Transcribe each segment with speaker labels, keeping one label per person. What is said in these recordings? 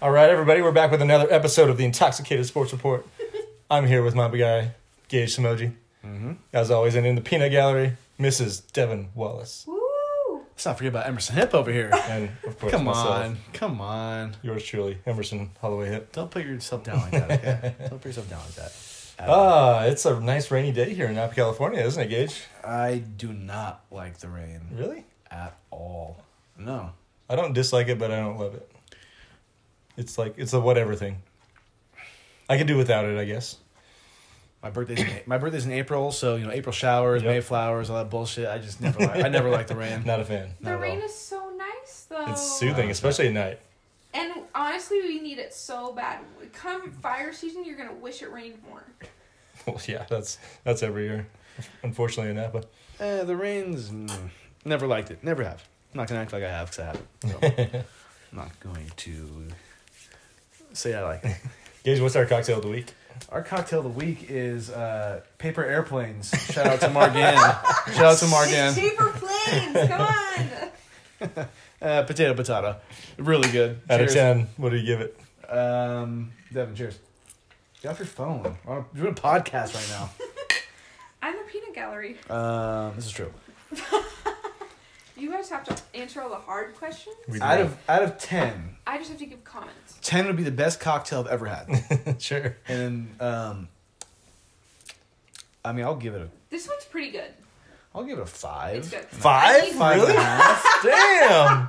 Speaker 1: All right, everybody, we're back with another episode of the Intoxicated Sports Report. I'm here with my guy, Gage Samoji.
Speaker 2: Mm-hmm.
Speaker 1: As always, and in the peanut gallery, Mrs. Devin Wallace.
Speaker 3: Woo!
Speaker 2: Let's not forget about Emerson Hip over here.
Speaker 1: And, of course,
Speaker 2: Come
Speaker 1: myself,
Speaker 2: on, come on.
Speaker 1: yours truly, Emerson Holloway Hip.
Speaker 2: Don't put yourself down like that. Okay? Don't put yourself down like that. at all.
Speaker 1: Ah, it's a nice rainy day here in Napa, California, isn't it, Gage?
Speaker 2: I do not like the rain
Speaker 1: Really?
Speaker 2: at all. No,
Speaker 1: I don't dislike it, but I don't love it. It's like, it's a whatever thing. I could do without it, I guess.
Speaker 2: my birthday's in, my birthday's in April, so you know April showers,
Speaker 1: Yep.
Speaker 2: May flowers, all that bullshit. I just never, li- I never like the rain.
Speaker 1: Not a fan.
Speaker 2: Not
Speaker 3: The
Speaker 2: at
Speaker 3: rain
Speaker 2: all.
Speaker 3: is so nice though.
Speaker 2: Oh.
Speaker 1: It's soothing, especially at night.
Speaker 3: And honestly, we need it so bad. Come fire season, you're gonna wish it rained more.
Speaker 1: Well, yeah, that's that's every year, unfortunately in Napa.
Speaker 2: Eh, the rains, mm, never liked it. Never have. I'm not gonna act like I have, 'cause I haven't. So, I'm not going to say I like it.
Speaker 1: Gage, what's our cocktail of the week?
Speaker 2: Our cocktail of the week is uh, paper airplanes. Shout out to Margan. Shout out to
Speaker 3: It's
Speaker 2: Margan.
Speaker 3: cheaper planes. Come on.
Speaker 2: Uh, potato potato. Really good.
Speaker 1: Out of
Speaker 2: Cheers.
Speaker 1: ten, what do you give it?
Speaker 2: Um, Devin, cheers. Get off your phone. We're on- We're doing a podcast right now.
Speaker 3: I'm the peanut gallery.
Speaker 2: Um, this is true.
Speaker 3: You guys have to answer all the hard questions.
Speaker 1: We
Speaker 2: Out of out of ten,
Speaker 3: I just have to give comments.
Speaker 2: ten would be the best cocktail I've ever had.
Speaker 1: sure.
Speaker 2: And then, um, I mean, I'll give it a,
Speaker 3: This one's pretty good.
Speaker 2: I'll give it a
Speaker 3: It's
Speaker 2: five.
Speaker 3: good.
Speaker 1: Five?
Speaker 3: I, give-
Speaker 2: Five and a
Speaker 1: Really?
Speaker 2: half.
Speaker 1: Damn.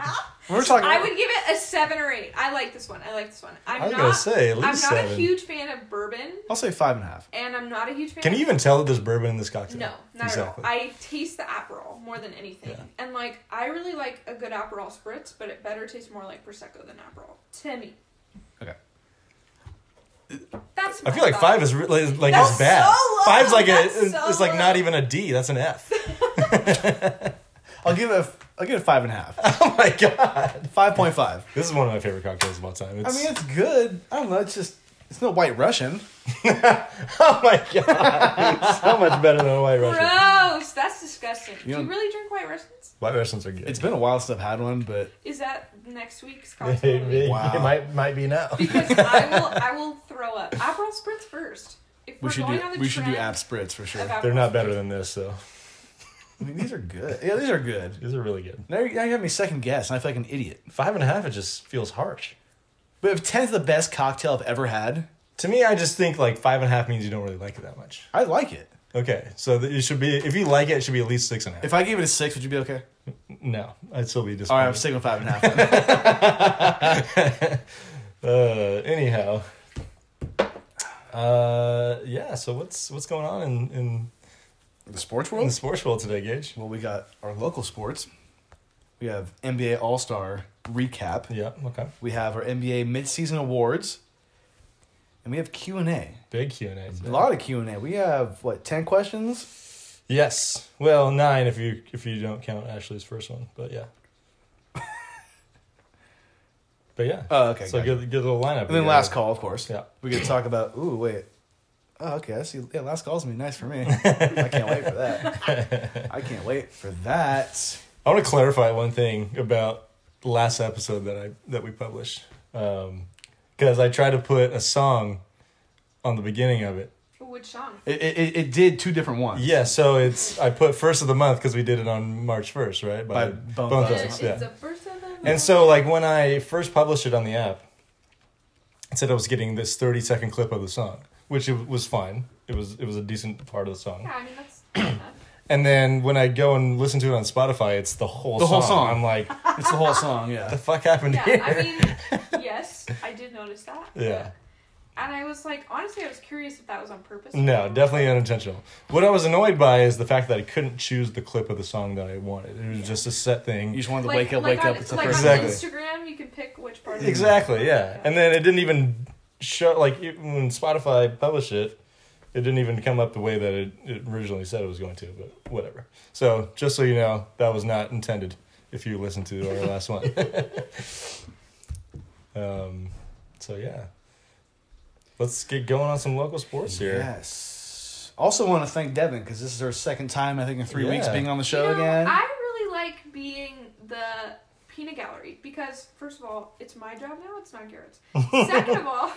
Speaker 2: We're talking.
Speaker 3: I would give it a seven or eight. I like this one. I like this one. I'm
Speaker 1: I was
Speaker 3: not.
Speaker 1: gonna say, at
Speaker 3: I'm not
Speaker 1: least
Speaker 3: a
Speaker 1: seven.
Speaker 3: huge fan of bourbon,
Speaker 2: I'll say five and a half.
Speaker 3: and I'm not a huge fan.
Speaker 1: Can
Speaker 3: of
Speaker 1: you even tell that there's bourbon in this cocktail?
Speaker 3: No, not
Speaker 1: exactly.
Speaker 3: at all. I taste the Aperol more than anything.
Speaker 1: Yeah.
Speaker 3: And like I really like a good Aperol spritz, but it better tastes more like Prosecco than Aperol. To me.
Speaker 2: Okay.
Speaker 3: That's
Speaker 1: I feel like five is really like
Speaker 3: That's
Speaker 1: is bad.
Speaker 3: so low.
Speaker 1: Five's like
Speaker 3: That's
Speaker 1: a
Speaker 3: so
Speaker 1: it's like
Speaker 3: low.
Speaker 1: not even a D. That's an F.
Speaker 2: I'll give it. A, I'll give it five and a half.
Speaker 1: oh my god!
Speaker 2: Five point five.
Speaker 1: This is one of my favorite cocktails of all time.
Speaker 2: I
Speaker 1: It's,
Speaker 2: mean, it's good. I don't know. It's just it's no White Russian.
Speaker 1: oh my god! It's so much better than a White Russian.
Speaker 3: Gross. That's disgusting.
Speaker 2: You
Speaker 3: Do you
Speaker 2: don't-
Speaker 3: really drink white Russians?
Speaker 1: White Russians are good.
Speaker 2: It's been a while since I've had one, but
Speaker 3: Is that next week's cocktail? of the
Speaker 1: Maybe.
Speaker 3: week?
Speaker 2: Wow.
Speaker 1: It might might be now.
Speaker 3: Because I will I will throw up. Aperol spritz first. If
Speaker 2: we
Speaker 3: we're
Speaker 2: should
Speaker 3: going
Speaker 2: do
Speaker 3: on the
Speaker 2: we should do
Speaker 3: trend
Speaker 2: app spritz for sure.
Speaker 3: of
Speaker 2: I
Speaker 1: They're not
Speaker 3: Aperol
Speaker 1: better than this though.
Speaker 2: mean, these are good. Yeah, these are good.
Speaker 1: These are really good.
Speaker 2: Now you, now you have me second guess, and I feel like an idiot.
Speaker 1: Five and a half, it just feels harsh.
Speaker 2: But if ten's the best cocktail I've ever had,
Speaker 1: To me, I just think like five and a half means you don't really like it that much.
Speaker 2: I like it.
Speaker 1: Okay, so th- it should be if you like it, it should be at least six and a half.
Speaker 2: If I gave it a six, would you be okay?
Speaker 1: no, I'd still be
Speaker 2: All
Speaker 1: disappointed.
Speaker 2: right, I'm sticking with five and a half.
Speaker 1: Uh, anyhow, uh, yeah. So what's what's going on in in,
Speaker 2: the sports
Speaker 1: in the
Speaker 2: world.
Speaker 1: sports world today, Gage?
Speaker 2: Well, we got our local sports. We have NBA All Star recap.
Speaker 1: Yeah. Okay.
Speaker 2: We have our NBA midseason awards, and we have Q and A.
Speaker 1: Big Q and A.
Speaker 2: A
Speaker 1: today.
Speaker 2: lot of Q and A. We have what ten questions?
Speaker 1: Yes. Well, nine if you if you don't count Ashley's first one, but yeah. but yeah.
Speaker 2: Oh, okay,
Speaker 1: So
Speaker 2: gotcha.
Speaker 1: good good little lineup.
Speaker 2: And then
Speaker 1: we
Speaker 2: last
Speaker 1: got.
Speaker 2: call, of course.
Speaker 1: Yeah.
Speaker 2: We could talk about. Ooh, wait. Oh, okay. I see. Yeah, last call's gonna be nice for me. I can't wait for that. I can't wait for that.
Speaker 1: I want to clarify one thing about the last episode that I that we published, because I tried to put a song on the beginning of it.
Speaker 3: spritz. Which song?
Speaker 2: It, it, it- it did two different ones.
Speaker 1: Yeah, so it's I put first of the month because we did it on March first, right?
Speaker 2: By Bone Thugs.
Speaker 3: It's
Speaker 1: Thugs, yeah.
Speaker 3: the first of them.
Speaker 1: And so, like when I first published it on the app, it said I was getting this thirty second clip of the song, which it was fine. It was it was a decent part of the song.
Speaker 3: Yeah, I mean that's enough.
Speaker 1: And then when I go and listen to it on Spotify, it's the whole
Speaker 2: The
Speaker 1: song.
Speaker 2: whole song.
Speaker 1: I'm like,
Speaker 2: It's the whole song. Yeah.
Speaker 1: the fuck happened
Speaker 3: Yeah,
Speaker 1: here?
Speaker 3: I mean, yes, I did notice that.
Speaker 1: yeah.
Speaker 3: And I was like, honestly, I was curious if that was on purpose.
Speaker 1: No, definitely unintentional. What I was annoyed by is the fact that I couldn't choose the clip of the song that I wanted. It was just a set
Speaker 2: You
Speaker 1: thing.
Speaker 2: just wanted to
Speaker 3: Like,
Speaker 2: wake up,
Speaker 3: like
Speaker 2: wake
Speaker 3: on,
Speaker 2: up. It's the
Speaker 3: like
Speaker 2: first
Speaker 3: on
Speaker 1: song.
Speaker 2: time.
Speaker 1: Exactly.
Speaker 3: Instagram, you can pick which part. of it.
Speaker 1: Exactly, yeah. And then it didn't even show, like, it- when Spotify published it, it didn't even come up the way that it, it originally said it was going to, but whatever. So, just so you know, that was not intended if you listened to our last one. um, so, yeah. Let's get going on some local sports here.
Speaker 2: Yes. Also, want to thank Devin because this is her second time I think in three
Speaker 1: Yeah.
Speaker 2: weeks being on the show
Speaker 3: you know,
Speaker 2: again.
Speaker 3: I really like being the peanut gallery because first of all, it's my job now. It's not Garrett's. Second of all,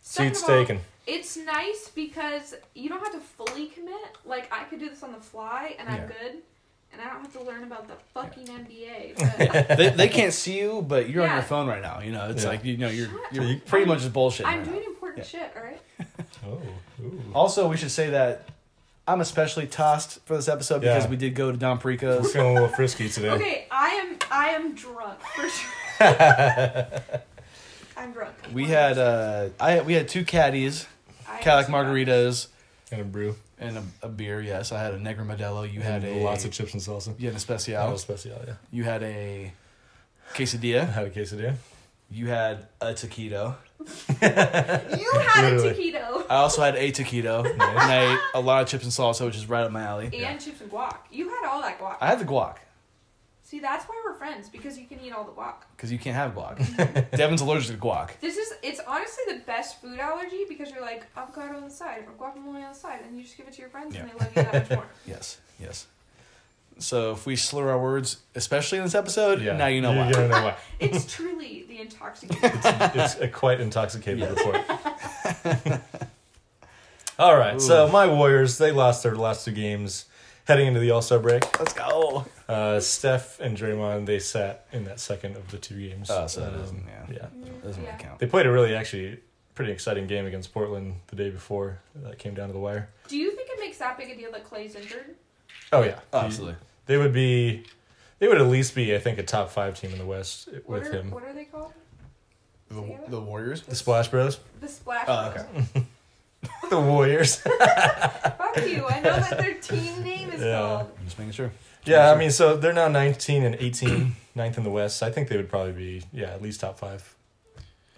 Speaker 3: second
Speaker 1: Seats
Speaker 3: of all,
Speaker 1: taken.
Speaker 3: It's nice because you don't have to fully commit. Like I could do this on the fly, and I'm
Speaker 2: Yeah.
Speaker 3: good, and I don't have to learn about the fucking NBA. But
Speaker 2: they, they can't see you, but you're on
Speaker 3: Yeah.
Speaker 2: your phone right now. You know, it's
Speaker 1: Yeah.
Speaker 2: like you know you're
Speaker 3: Shut
Speaker 2: you're
Speaker 1: up.
Speaker 2: pretty much just bullshit.
Speaker 3: I'm
Speaker 2: right
Speaker 3: doing
Speaker 2: now.
Speaker 3: important shit. All right.
Speaker 1: Oh, ooh.
Speaker 2: Also, we should say that I'm especially tossed for this episode
Speaker 1: Yeah.
Speaker 2: because we did go to Don
Speaker 1: We're
Speaker 2: Perico's.
Speaker 1: feeling a little frisky today.
Speaker 3: Okay, I am. I am drunk for sure. I'm drunk.
Speaker 2: we had uh, I we had two caddies,
Speaker 3: I am
Speaker 2: Cadillac
Speaker 3: so
Speaker 2: margaritas,
Speaker 1: And a brew.
Speaker 2: and a, a beer. Yes, I had a Negro Modelo. You had
Speaker 1: And
Speaker 2: a
Speaker 1: lots of chips and salsa.
Speaker 2: you had an especial.
Speaker 1: Yeah, special, yeah.
Speaker 2: You had a
Speaker 1: I
Speaker 2: quesadilla.
Speaker 1: had a quesadilla.
Speaker 2: You had a taquito.
Speaker 3: drunk. You had a
Speaker 1: Literally.
Speaker 3: taquito
Speaker 2: I also had a taquito, and I ate a lot of chips and salsa, which is right up my alley.
Speaker 3: and chips and guac. You had all that guac.
Speaker 2: I had the guac
Speaker 3: See, that's why we're friends because you can eat all the guac.
Speaker 2: because you can't have guac. Devin's allergic to guac.
Speaker 3: This is it's honestly the best food allergy because you're like avocado on the side or guacamole on the side, and you just give it to your friends and
Speaker 2: Yeah.
Speaker 3: they love you that much more.
Speaker 2: Yes, yes. So if we slur our words, especially in this episode, now you know why.
Speaker 1: You're gonna know why.
Speaker 3: It's truly the intoxicating.
Speaker 1: it's a quite intoxicated
Speaker 2: Yeah.
Speaker 1: report. All right, so
Speaker 2: Ooh.
Speaker 1: my Warriors they lost their last two games, heading into the All Star break.
Speaker 2: Let's go.
Speaker 1: Uh, Steph and Draymond they sat in that second of the two games.
Speaker 2: Oh, so that
Speaker 1: Um,
Speaker 2: doesn't, yeah.
Speaker 1: yeah.
Speaker 2: Doesn't
Speaker 3: Yeah.
Speaker 2: really count.
Speaker 1: They played a really actually pretty exciting game against Portland the day before that came down to the wire.
Speaker 3: Do you think it makes that big a deal that Clay's injured?
Speaker 1: Oh yeah,
Speaker 2: Oh, absolutely.
Speaker 1: They would be, they would at least be I think a top five team in the West
Speaker 3: What
Speaker 1: with
Speaker 3: are,
Speaker 1: him.
Speaker 3: What are they called?
Speaker 2: The, the Warriors?
Speaker 1: The Splash Bros,
Speaker 3: The splash.
Speaker 2: Oh,
Speaker 3: Brothers.
Speaker 1: the Warriors.
Speaker 3: Fuck you! I know that their team name is
Speaker 1: Yeah.
Speaker 3: called.
Speaker 2: I'm just making sure.
Speaker 1: Yeah, I mean, so they're now 19 and 18, ninth in the West. I think they would probably be, yeah, at least top five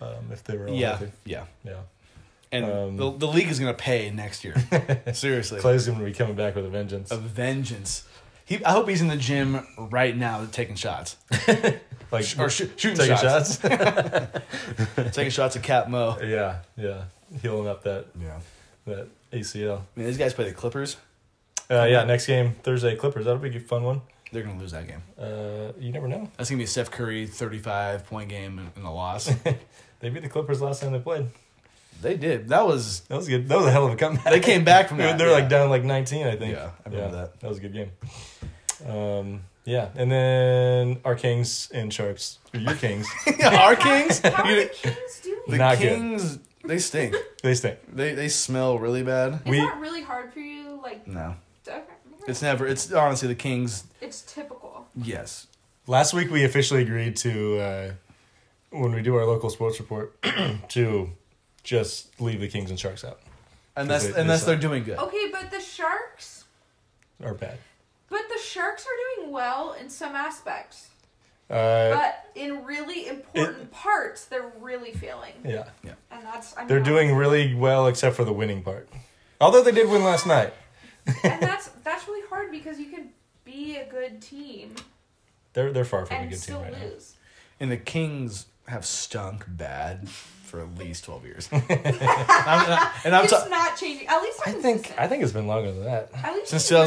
Speaker 1: um, if they were all
Speaker 2: Yeah,
Speaker 1: healthy.
Speaker 2: yeah.
Speaker 1: Yeah.
Speaker 2: And
Speaker 1: Um,
Speaker 2: the, the league is going to pay next year. Seriously.
Speaker 1: Clay's going to be coming back with a vengeance.
Speaker 2: A vengeance. He, I hope he's in the gym right now taking shots.
Speaker 1: Like,
Speaker 2: Or shoo- shooting
Speaker 1: taking
Speaker 2: shots.
Speaker 1: shots.
Speaker 2: taking shots at Cap Mo.
Speaker 1: yeah, yeah. Healing up that,
Speaker 2: Yeah.
Speaker 1: that ACL.
Speaker 2: I mean, these guys play the Clippers.
Speaker 1: Uh, yeah, next game, Thursday, Clippers. That'll be a fun one.
Speaker 2: They're going to lose that game.
Speaker 1: Uh, you never know.
Speaker 2: That's going to be a Steph Curry 35 point game and- and a loss.
Speaker 1: They beat the Clippers last time they played.
Speaker 2: they did. That was.
Speaker 1: That was good. That was a hell of a comeback.
Speaker 2: They came back from
Speaker 1: They were-
Speaker 2: that.
Speaker 1: they were
Speaker 2: yeah.
Speaker 1: like down like 19, I think.
Speaker 2: Yeah, I remember that.
Speaker 1: That was a good game. Um, yeah, and then our Kings and Sharks. Or your Kings.
Speaker 2: Our Kings?
Speaker 3: How are
Speaker 2: You-
Speaker 3: the Kings doing?
Speaker 2: The
Speaker 1: Not good.
Speaker 2: Kings, they stink.
Speaker 1: they stink.
Speaker 2: They they smell really bad.
Speaker 3: Is
Speaker 1: we-
Speaker 3: that really hard for you? Like,
Speaker 2: No,
Speaker 3: okay.
Speaker 2: it's never. It's honestly the Kings.
Speaker 3: it's typical.
Speaker 2: Yes,
Speaker 1: Last week we officially agreed to, uh, when we do our local sports report, to just leave the Kings and Sharks out.
Speaker 2: unless
Speaker 1: They- they
Speaker 2: unless
Speaker 1: suck.
Speaker 2: they're doing good.
Speaker 3: Okay, but the Sharks,
Speaker 1: Or bad.
Speaker 3: but the Sharks are doing well in some aspects,
Speaker 1: Uh,
Speaker 3: but in really important parts, they're really failing,
Speaker 1: yeah.
Speaker 3: and that's I'm
Speaker 1: They're
Speaker 3: not-
Speaker 1: doing really well except for the winning part. Although they did win last night.
Speaker 3: and that's that's really hard because you can be a good team
Speaker 1: They're, they're far from a
Speaker 3: and
Speaker 1: good team
Speaker 3: still
Speaker 1: right now.
Speaker 3: lose.
Speaker 2: And the Kings have stunk bad for at least twelve years. I'm- and I- and I'm
Speaker 3: it's
Speaker 2: ta-
Speaker 3: not changing. At least
Speaker 1: I
Speaker 3: I'm
Speaker 1: think
Speaker 3: consistent.
Speaker 1: I think it's been longer than that.
Speaker 3: At least
Speaker 2: since two
Speaker 3: you know.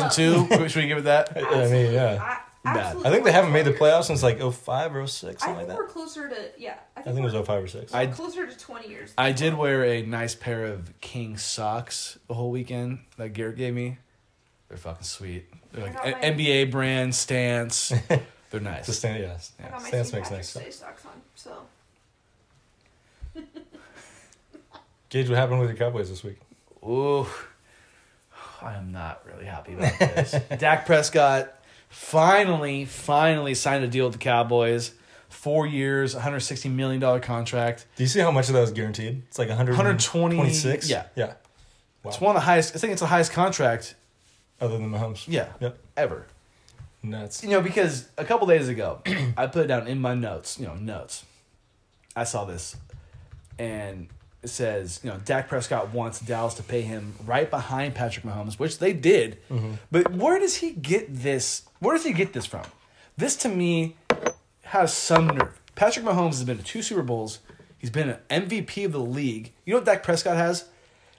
Speaker 2: thousand two. Should we give it that?
Speaker 1: I mean, yeah.
Speaker 3: I,
Speaker 2: Bad.
Speaker 3: absolutely
Speaker 1: I think they haven't made the
Speaker 3: want Warriors.
Speaker 1: playoffs since like 05 or 06,
Speaker 3: I
Speaker 1: something
Speaker 3: think
Speaker 1: like that.
Speaker 3: we're closer to yeah. I
Speaker 1: I
Speaker 3: think,
Speaker 1: think it
Speaker 3: we're
Speaker 1: was 05 or 06.
Speaker 2: I-
Speaker 3: closer to twenty years.
Speaker 2: I did wear a nice pair of King socks the whole weekend that Garrett gave me. They're fucking sweet. They're
Speaker 3: I
Speaker 2: like
Speaker 3: got
Speaker 2: a-
Speaker 3: my-
Speaker 2: NBA brand stance. They're nice.
Speaker 1: Just stand, yeah.
Speaker 3: I got my
Speaker 1: Stance
Speaker 3: St.
Speaker 1: makes
Speaker 3: Patrick's
Speaker 1: nice
Speaker 3: Day socks on, so
Speaker 1: Gage, what happened with your Cowboys this week?
Speaker 2: Ooh, I am not really happy about this. Dak Prescott finally, finally signed a deal with the Cowboys. Four years, $160 million contract.
Speaker 1: Do you see how much of that was guaranteed? It's like 100
Speaker 2: 120
Speaker 1: 126?
Speaker 2: yeah.
Speaker 1: Yeah. Wow.
Speaker 2: It's one of the highest, I think it's the highest contract,
Speaker 1: Other than Mahomes.
Speaker 2: yeah,
Speaker 1: Yep.
Speaker 2: ever.
Speaker 1: Nuts.
Speaker 2: You know, because a couple days ago, I put down in my notes, you know, notes. I saw this, and it says, you know, Dak Prescott wants Dallas to pay him right behind Patrick Mahomes, which they did. But where does he get this? Where does he get this from? This to me has some nerve. Patrick Mahomes has been to two Super Bowls. He's been an MVP of the league. You know what Dak Prescott has?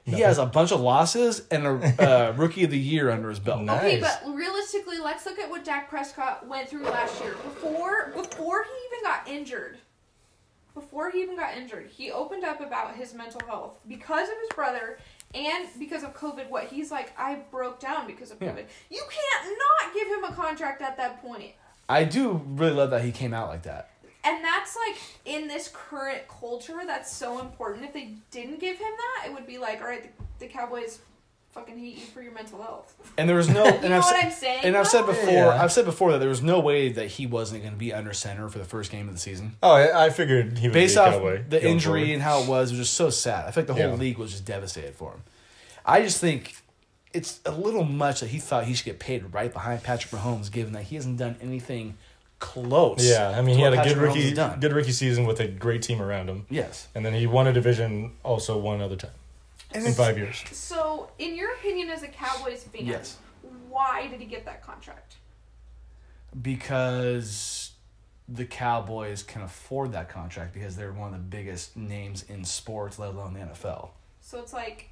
Speaker 2: He has a bunch of losses and a uh, rookie of the year under his belt.
Speaker 1: Nice.
Speaker 3: Okay, but realistically, let's look at what Dak Prescott went through last year before before he even got injured. Before he even got injured, he opened up about his mental health because of his brother and because of COVID. What he's like, I broke down because of
Speaker 2: Yeah.
Speaker 3: COVID. You can't not give him a contract at that point.
Speaker 2: I do really love that he came out like that.
Speaker 3: And that's like in this current culture, that's so important. If they didn't give him that, it would be like, all right, the, the Cowboys fucking hate you for your mental health.
Speaker 2: And there was no. And
Speaker 3: You know
Speaker 2: I've,
Speaker 3: what
Speaker 2: se-
Speaker 3: I'm saying?
Speaker 2: And I've said
Speaker 3: though?
Speaker 2: before,
Speaker 1: Yeah.
Speaker 2: I've said before that there was no way that he wasn't going to be under center for the first game of the season.
Speaker 1: Oh, I, I figured he would
Speaker 2: Based
Speaker 1: be
Speaker 2: off
Speaker 1: Cowboy
Speaker 2: the
Speaker 1: going
Speaker 2: injury
Speaker 1: forward.
Speaker 2: and how it was, it was just so sad. I feel like the whole
Speaker 1: Yeah.
Speaker 2: league was just devastated for him. I just think it's a little much that he thought he should get paid right behind Patrick Mahomes, given that he hasn't done anything close.
Speaker 1: Yeah, I mean,
Speaker 2: to
Speaker 1: he had
Speaker 2: what
Speaker 1: a
Speaker 2: Patrick
Speaker 1: good
Speaker 2: Mahomes
Speaker 1: rookie,
Speaker 2: has done.
Speaker 1: good rookie season with a great team around him,
Speaker 2: Yes.
Speaker 1: and then he won a division also one other time in five years.
Speaker 3: So, in your opinion, as a Cowboys fan,
Speaker 2: Yes.
Speaker 3: why did he get that contract?
Speaker 2: because the Cowboys can afford that contract because they're one of the biggest names in sports, let alone the NFL.
Speaker 3: So it's like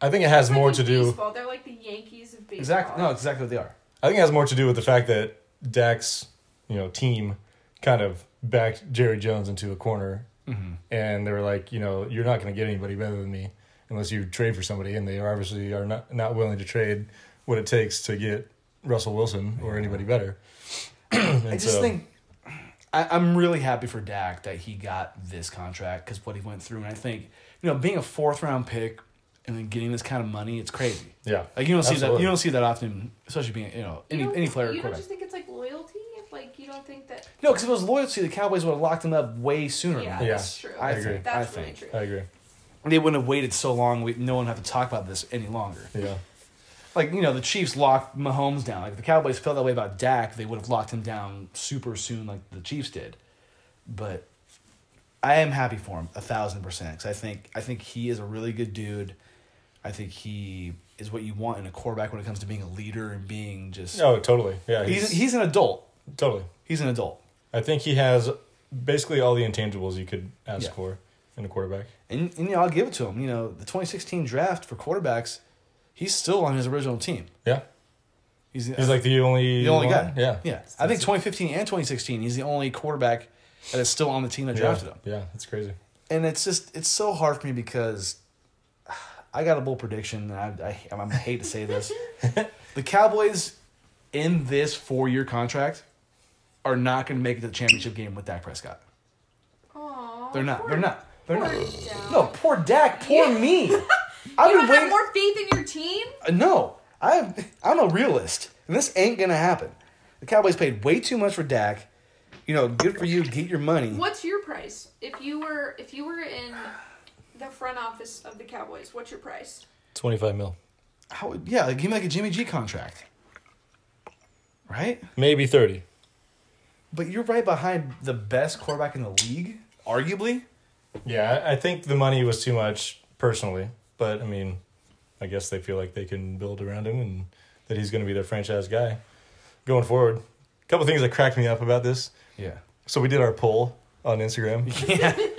Speaker 1: I think it has
Speaker 3: it's like
Speaker 1: more
Speaker 3: in
Speaker 1: to do.
Speaker 3: Baseball. They're like the Yankees of baseball.
Speaker 2: Exactly. No, exactly what they are.
Speaker 1: I think it has more to do with the fact that Dak's, you know, team kind of backed Jerry Jones into a corner,
Speaker 2: Mm-hmm.
Speaker 1: and they were like, you know, you're not going to get anybody better than me unless you trade for somebody, and they are obviously are not not willing to trade what it takes to get Russell Wilson or anybody better.
Speaker 2: I just think I, I'm really happy for Dak that he got this contract because what he went through, and I think you know being a fourth round pick and then getting this kind of money, it's crazy.
Speaker 1: yeah,
Speaker 2: Like you don't see that
Speaker 1: Absolutely.
Speaker 2: you don't see that often, especially being you know
Speaker 3: You
Speaker 2: any
Speaker 3: don't-
Speaker 2: any player. or
Speaker 3: You don't
Speaker 2: quarterback.
Speaker 3: just think it's like loyalty? Like you don't think that?
Speaker 2: No, because if it was loyalty, the Cowboys would have locked him up way sooner.
Speaker 3: Yeah,
Speaker 2: than that.
Speaker 3: that's true.
Speaker 2: I
Speaker 1: agree.
Speaker 2: think. I
Speaker 3: That's
Speaker 2: think.
Speaker 3: really true.
Speaker 1: I agree.
Speaker 2: they wouldn't have waited so long. We, no one have to talk about this any longer.
Speaker 1: Yeah,
Speaker 2: Like you know, the Chiefs locked Mahomes down. Like if the Cowboys felt that way about Dak, they would have locked him down super soon, like the Chiefs did. But I am happy for him a thousand percent because I think I think he is a really good dude. I think he is what you want in a quarterback when it comes to being a leader and being just.
Speaker 1: oh, totally. Yeah,
Speaker 2: He's he's an adult.
Speaker 1: totally.
Speaker 2: He's an adult.
Speaker 1: I think he has basically all the intangibles you could ask
Speaker 2: Yeah.
Speaker 1: for in a quarterback.
Speaker 2: And, and you know, I'll give it to him. You know, the 2016 draft for quarterbacks, he's still on his original team.
Speaker 1: Yeah,
Speaker 2: He's,
Speaker 1: he's like the only
Speaker 2: the only
Speaker 1: one.
Speaker 2: guy.
Speaker 1: Yeah,
Speaker 2: yeah. I think 2015 and 2016, he's the only quarterback that is still on the team that
Speaker 1: Yeah.
Speaker 2: drafted him.
Speaker 1: Yeah, it's crazy.
Speaker 2: And it's just it's so hard for me because I got a bold prediction. And I, I I hate to say this, the Cowboys in this four year contract are not going to make it to the championship game with Dak Prescott.
Speaker 3: Aw,
Speaker 2: They're not.
Speaker 3: poor-
Speaker 2: They're not. They're
Speaker 3: poor
Speaker 2: not.
Speaker 3: Dak.
Speaker 2: No, poor Dak. Poor me. I've
Speaker 3: You
Speaker 2: been
Speaker 3: don't have
Speaker 2: waiting.
Speaker 3: more faith in your team.
Speaker 2: Uh, No, I'm I'm a realist, and this ain't gonna happen. The Cowboys paid way too much for Dak. You know, good for you. Get your money.
Speaker 3: What's your price if you were if you were in the front office of the Cowboys? What's your price?
Speaker 1: Twenty five mil,
Speaker 2: How would- yeah, like, give me like a Jimmy G contract, right?
Speaker 1: maybe thirty.
Speaker 2: But you're right behind the best quarterback in the league, arguably.
Speaker 1: Yeah, I I think the money was too much personally, but I mean, I guess they feel like they can build around him and that he's going to be their franchise guy going forward. A couple things that cracked me up about this.
Speaker 2: Yeah.
Speaker 1: So we did our poll on Instagram.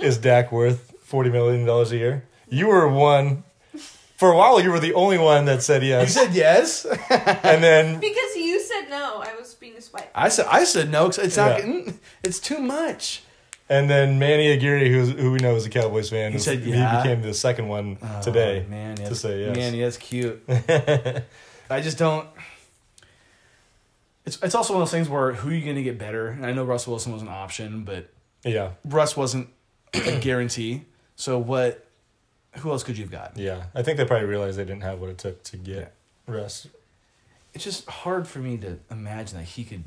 Speaker 1: Is Dak worth forty million dollars a year? You were one. For a while, you were the only one that said
Speaker 2: You
Speaker 1: yes,
Speaker 2: said yes.
Speaker 1: and then
Speaker 3: Because you said no, I was being spiteful.
Speaker 2: I said I said no. 'cause It's not.
Speaker 1: Yeah.
Speaker 2: mm, It's too much.
Speaker 1: and then Manny Aguirre, who's, who we know is a Cowboys fan,
Speaker 2: He said
Speaker 1: he
Speaker 2: yeah.
Speaker 1: became the second one today
Speaker 2: Oh, man,
Speaker 1: to
Speaker 2: yes.
Speaker 1: say yes.
Speaker 2: Man, that's cute. I just don't. It's it's also one of those things where who are you going to get better? And I know Russell Wilson was an option, but
Speaker 1: Yeah,
Speaker 2: Russ wasn't a guarantee. So what? Who else could you have got?
Speaker 1: yeah. I think they probably realized they didn't have what it took to get Russ.
Speaker 2: It's just hard for me to imagine that he could.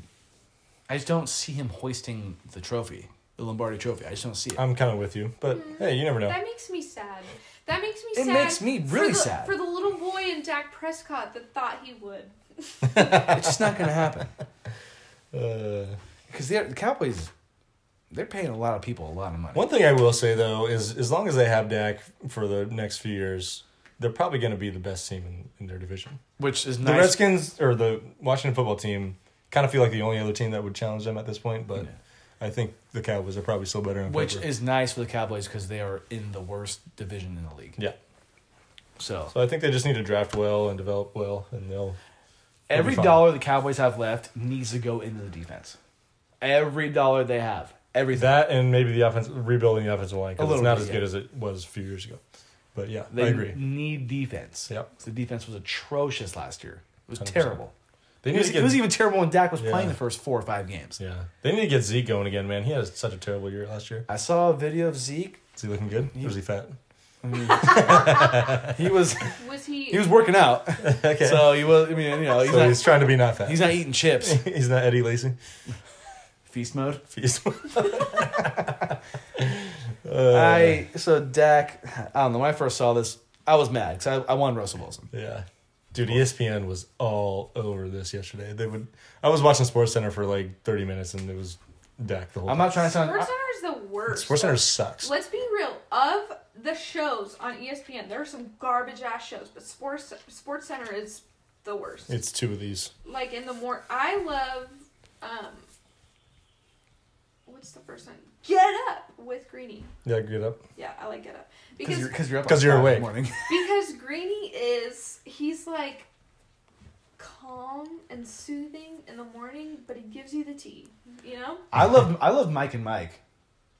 Speaker 2: I just don't see him hoisting the trophy, the Lombardi Trophy. I just don't see it.
Speaker 1: I'm kind of with you, but hey, you never know.
Speaker 3: That makes me sad. That makes me
Speaker 2: It
Speaker 3: sad.
Speaker 2: makes me really
Speaker 3: for the,
Speaker 2: sad.
Speaker 3: For the little boy in Dak Prescott that thought he would.
Speaker 2: it's just not going to happen
Speaker 1: Uh,
Speaker 2: because the Cowboys, they're paying a lot of people a lot of money.
Speaker 1: one thing I will say though is, as long as they have Dak for the next few years, they're probably going to be the best team in, in their division.
Speaker 2: Which is
Speaker 1: The
Speaker 2: nice.
Speaker 1: Redskins or the Washington football team kind of feel like the only other team that would challenge them at this point, but
Speaker 2: Yeah.
Speaker 1: I think the Cowboys are probably still better on
Speaker 2: Which
Speaker 1: paper.
Speaker 2: is nice for the Cowboys because they are in the worst division in the league.
Speaker 1: yeah,
Speaker 2: So
Speaker 1: So I think they just need to draft well and develop well, and they'll. They'll be
Speaker 2: every
Speaker 1: fine.
Speaker 2: dollar the Cowboys have left needs to go into the defense. Every dollar they have, everything.
Speaker 1: That and maybe the offense rebuilding the offensive line
Speaker 2: A
Speaker 1: because it's
Speaker 2: little
Speaker 1: not
Speaker 2: bit,
Speaker 1: as
Speaker 2: yeah.
Speaker 1: good as it was a few years ago. But yeah,
Speaker 2: they
Speaker 1: I agree.
Speaker 2: need defense.
Speaker 1: Yep.
Speaker 2: The defense was atrocious last year. It was
Speaker 1: 100%.
Speaker 2: terrible.
Speaker 1: They
Speaker 2: It
Speaker 1: need
Speaker 2: was,
Speaker 1: to get
Speaker 2: it was even terrible when Dak was
Speaker 1: Yeah.
Speaker 2: playing the first four or five games.
Speaker 1: yeah. They need to get Zeke going again, man. He had such a terrible year last year.
Speaker 2: I saw a video of Zeke.
Speaker 1: Is he looking good? Or is he fat?
Speaker 2: He was
Speaker 3: Was he?
Speaker 2: he was working out,
Speaker 1: okay. So,
Speaker 2: so he was. I mean, you know, he's
Speaker 1: he's,
Speaker 2: not
Speaker 1: trying to be not fat.
Speaker 2: he's
Speaker 1: He's,
Speaker 2: not eating chips.
Speaker 1: not Eddie Lacy.
Speaker 2: Feast mode.
Speaker 1: Uh,
Speaker 2: I so Dak. I don't know. When I first saw this, I was mad because I, I wanted Russell Wilson.
Speaker 1: Yeah. Dude, E ESPN was all over this yesterday. They would. I was watching Sports Center for like thirty minutes, and it was Dak the whole.
Speaker 2: I'm not trying to sound.
Speaker 3: SportsCenter
Speaker 2: I-
Speaker 3: is the
Speaker 1: time.
Speaker 3: worst.
Speaker 1: Sports Center sucks.
Speaker 3: Let's be real. Of the shows on E ESPN, there are some garbage ass shows, but Sports Sports Center is the worst.
Speaker 1: It's two of these.
Speaker 3: like in the more, I love. um What's the first one? Get up with Greeny.
Speaker 1: Yeah, get up.
Speaker 3: Yeah, I like Get Up
Speaker 2: Because
Speaker 3: because
Speaker 2: you're, cause you're up
Speaker 1: 'Cause
Speaker 2: at
Speaker 1: you're
Speaker 2: five in the
Speaker 1: awake.
Speaker 2: morning.
Speaker 3: because Greeny is he's like calm and soothing in the morning, but he gives you the tea. You know.
Speaker 2: I love I love Mike and Mike.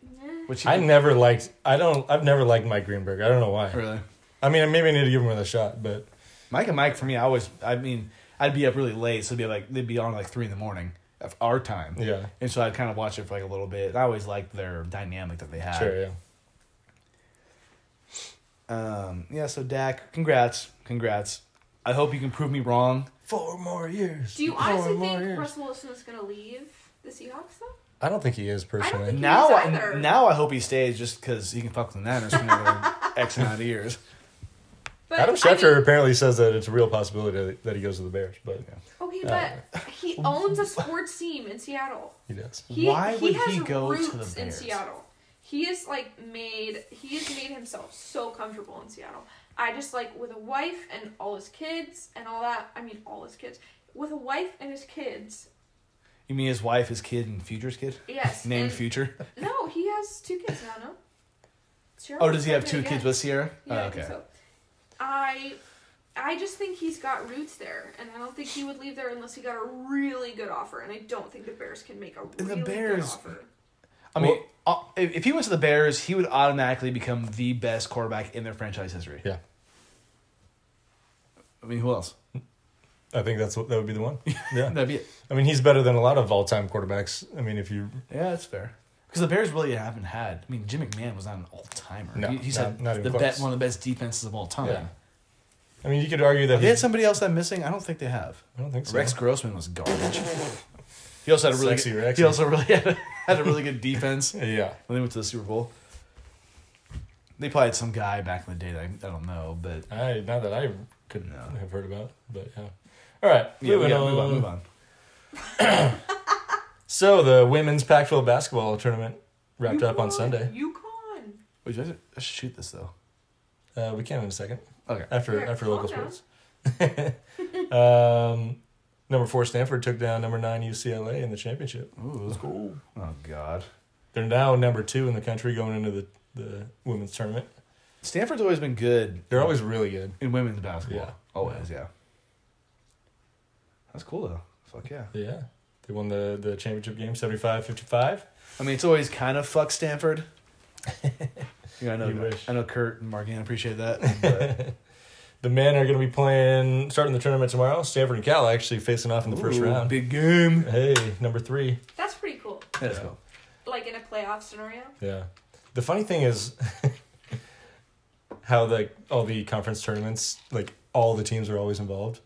Speaker 3: Eh.
Speaker 2: Which
Speaker 1: I never liked. I don't. I've never liked Mike Greenberg. I don't know why.
Speaker 2: really
Speaker 1: I mean, maybe I need to give him another shot, but
Speaker 2: Mike and Mike for me. I always I mean I'd be up really late, so it'd be like they'd be on like three in the morning of our time.
Speaker 1: yeah,
Speaker 2: And so I'd kind of watch it for like a little bit. I always liked their dynamic that they had.
Speaker 1: sure, yeah.
Speaker 2: Um, yeah, so Dak, congrats. Congrats. I hope you can prove me wrong.
Speaker 1: Four more years.
Speaker 3: Do you honestly
Speaker 1: Four more
Speaker 3: think
Speaker 1: years.
Speaker 3: Russell Wilson is going to leave the Seahawks though?
Speaker 1: I don't think he is personally.
Speaker 3: think-
Speaker 2: Now
Speaker 3: He's
Speaker 2: I,
Speaker 3: either.
Speaker 2: now I hope he stays just because he can fuck with the Niners for another X amount of years.
Speaker 3: But
Speaker 1: Adam
Speaker 3: I
Speaker 1: Schefter
Speaker 3: mean-
Speaker 1: apparently says that it's a real possibility that- that he goes to the Bears, but
Speaker 3: okay, but he owns a sports team in Seattle.
Speaker 1: he does.
Speaker 3: He,
Speaker 2: Why
Speaker 3: he
Speaker 2: would
Speaker 3: has
Speaker 2: he go to
Speaker 3: roots
Speaker 2: the
Speaker 3: in
Speaker 2: Bears?
Speaker 3: Seattle. He is like made. He has made himself so comfortable in Seattle. I just like with a wife and all his kids and all that. I mean, all his kids. With a wife and his kids.
Speaker 2: You mean his wife, his kid, and Future's kid?
Speaker 3: Yes.
Speaker 2: Named
Speaker 3: and-
Speaker 2: Future?
Speaker 3: No, he has two kids now. No. Sierra
Speaker 2: Oh,
Speaker 3: was
Speaker 2: does he have two
Speaker 3: pregnant
Speaker 2: kids
Speaker 3: again.
Speaker 2: with Sierra?
Speaker 3: Yeah,
Speaker 2: oh,
Speaker 3: I think
Speaker 2: okay.
Speaker 3: so. I I just think he's got roots there, and I don't think he would leave there unless he got a really good offer. And I don't think the Bears can make a
Speaker 2: And the
Speaker 3: really good
Speaker 2: Bears-
Speaker 3: offer.
Speaker 2: I mean, uh if if he went to the Bears, he would automatically become the best quarterback in their franchise history.
Speaker 1: Yeah,
Speaker 2: I mean, who else?
Speaker 1: I think that's what that would be the one. Yeah,
Speaker 2: That'd be it.
Speaker 1: I mean, he's better than a lot of all-time quarterbacks. I mean, if you
Speaker 2: Yeah, that's fair. Because the Bears really haven't had. I mean, Jim McMahon was not an all timer.
Speaker 1: No,
Speaker 2: he, he's
Speaker 1: not-
Speaker 2: had
Speaker 1: not even
Speaker 2: the
Speaker 1: close.
Speaker 2: bet, one of the best defenses of all time.
Speaker 1: Yeah. I mean, you could argue that
Speaker 2: Have they had
Speaker 1: he's,
Speaker 2: somebody else that I'm missing? I don't think they have.
Speaker 1: I don't think so.
Speaker 2: Rex Grossman was garbage. He also had a really
Speaker 1: Sexy
Speaker 2: good,
Speaker 1: Rexy.
Speaker 2: he also really had a, had a really good defense when
Speaker 1: Yeah,
Speaker 2: they went to the Super Bowl. They probably had some guy back in the day that I, I don't know, but
Speaker 1: I not that I could
Speaker 2: No.
Speaker 1: have heard about, but yeah. All right,
Speaker 2: yeah,
Speaker 1: moving
Speaker 2: yeah,
Speaker 1: on.
Speaker 2: move on, move on.
Speaker 1: So the women's Pac-12 basketball tournament wrapped up on
Speaker 3: UConn,
Speaker 1: Sunday.
Speaker 3: UConn.
Speaker 2: Wait, do I, have to- I should shoot this though.
Speaker 1: Uh, we can in a second.
Speaker 2: Okay.
Speaker 1: After
Speaker 3: Here,
Speaker 1: after
Speaker 3: calm
Speaker 1: local
Speaker 3: down.
Speaker 1: sports. um, number four Stanford took down number nine UCLA in the championship.
Speaker 2: Ooh.
Speaker 1: cool.
Speaker 2: Oh God.
Speaker 1: They're now number two in the country going into the, the women's tournament.
Speaker 2: Stanford's always been good.
Speaker 1: They're always really good.
Speaker 2: in women's basketball.
Speaker 1: Yeah.
Speaker 2: Always, yeah. That's cool though. Fuck yeah.
Speaker 1: Yeah. They won the, the championship game 75-55.
Speaker 2: I mean, it's always kind of fuck Stanford. you know, I know,
Speaker 1: You wish.
Speaker 2: I know Kurt and Morgan appreciate that. But
Speaker 1: The men are going to be playing starting the tournament tomorrow. Stanford and Cal actually facing off in the first
Speaker 2: Ooh,
Speaker 1: round.
Speaker 2: big game.
Speaker 1: Hey, number 3.
Speaker 3: That's pretty cool.
Speaker 2: Let's go.
Speaker 3: Like in a playoff scenario.
Speaker 1: Yeah. The funny thing is how like all the conference tournaments, like all the teams are always involved.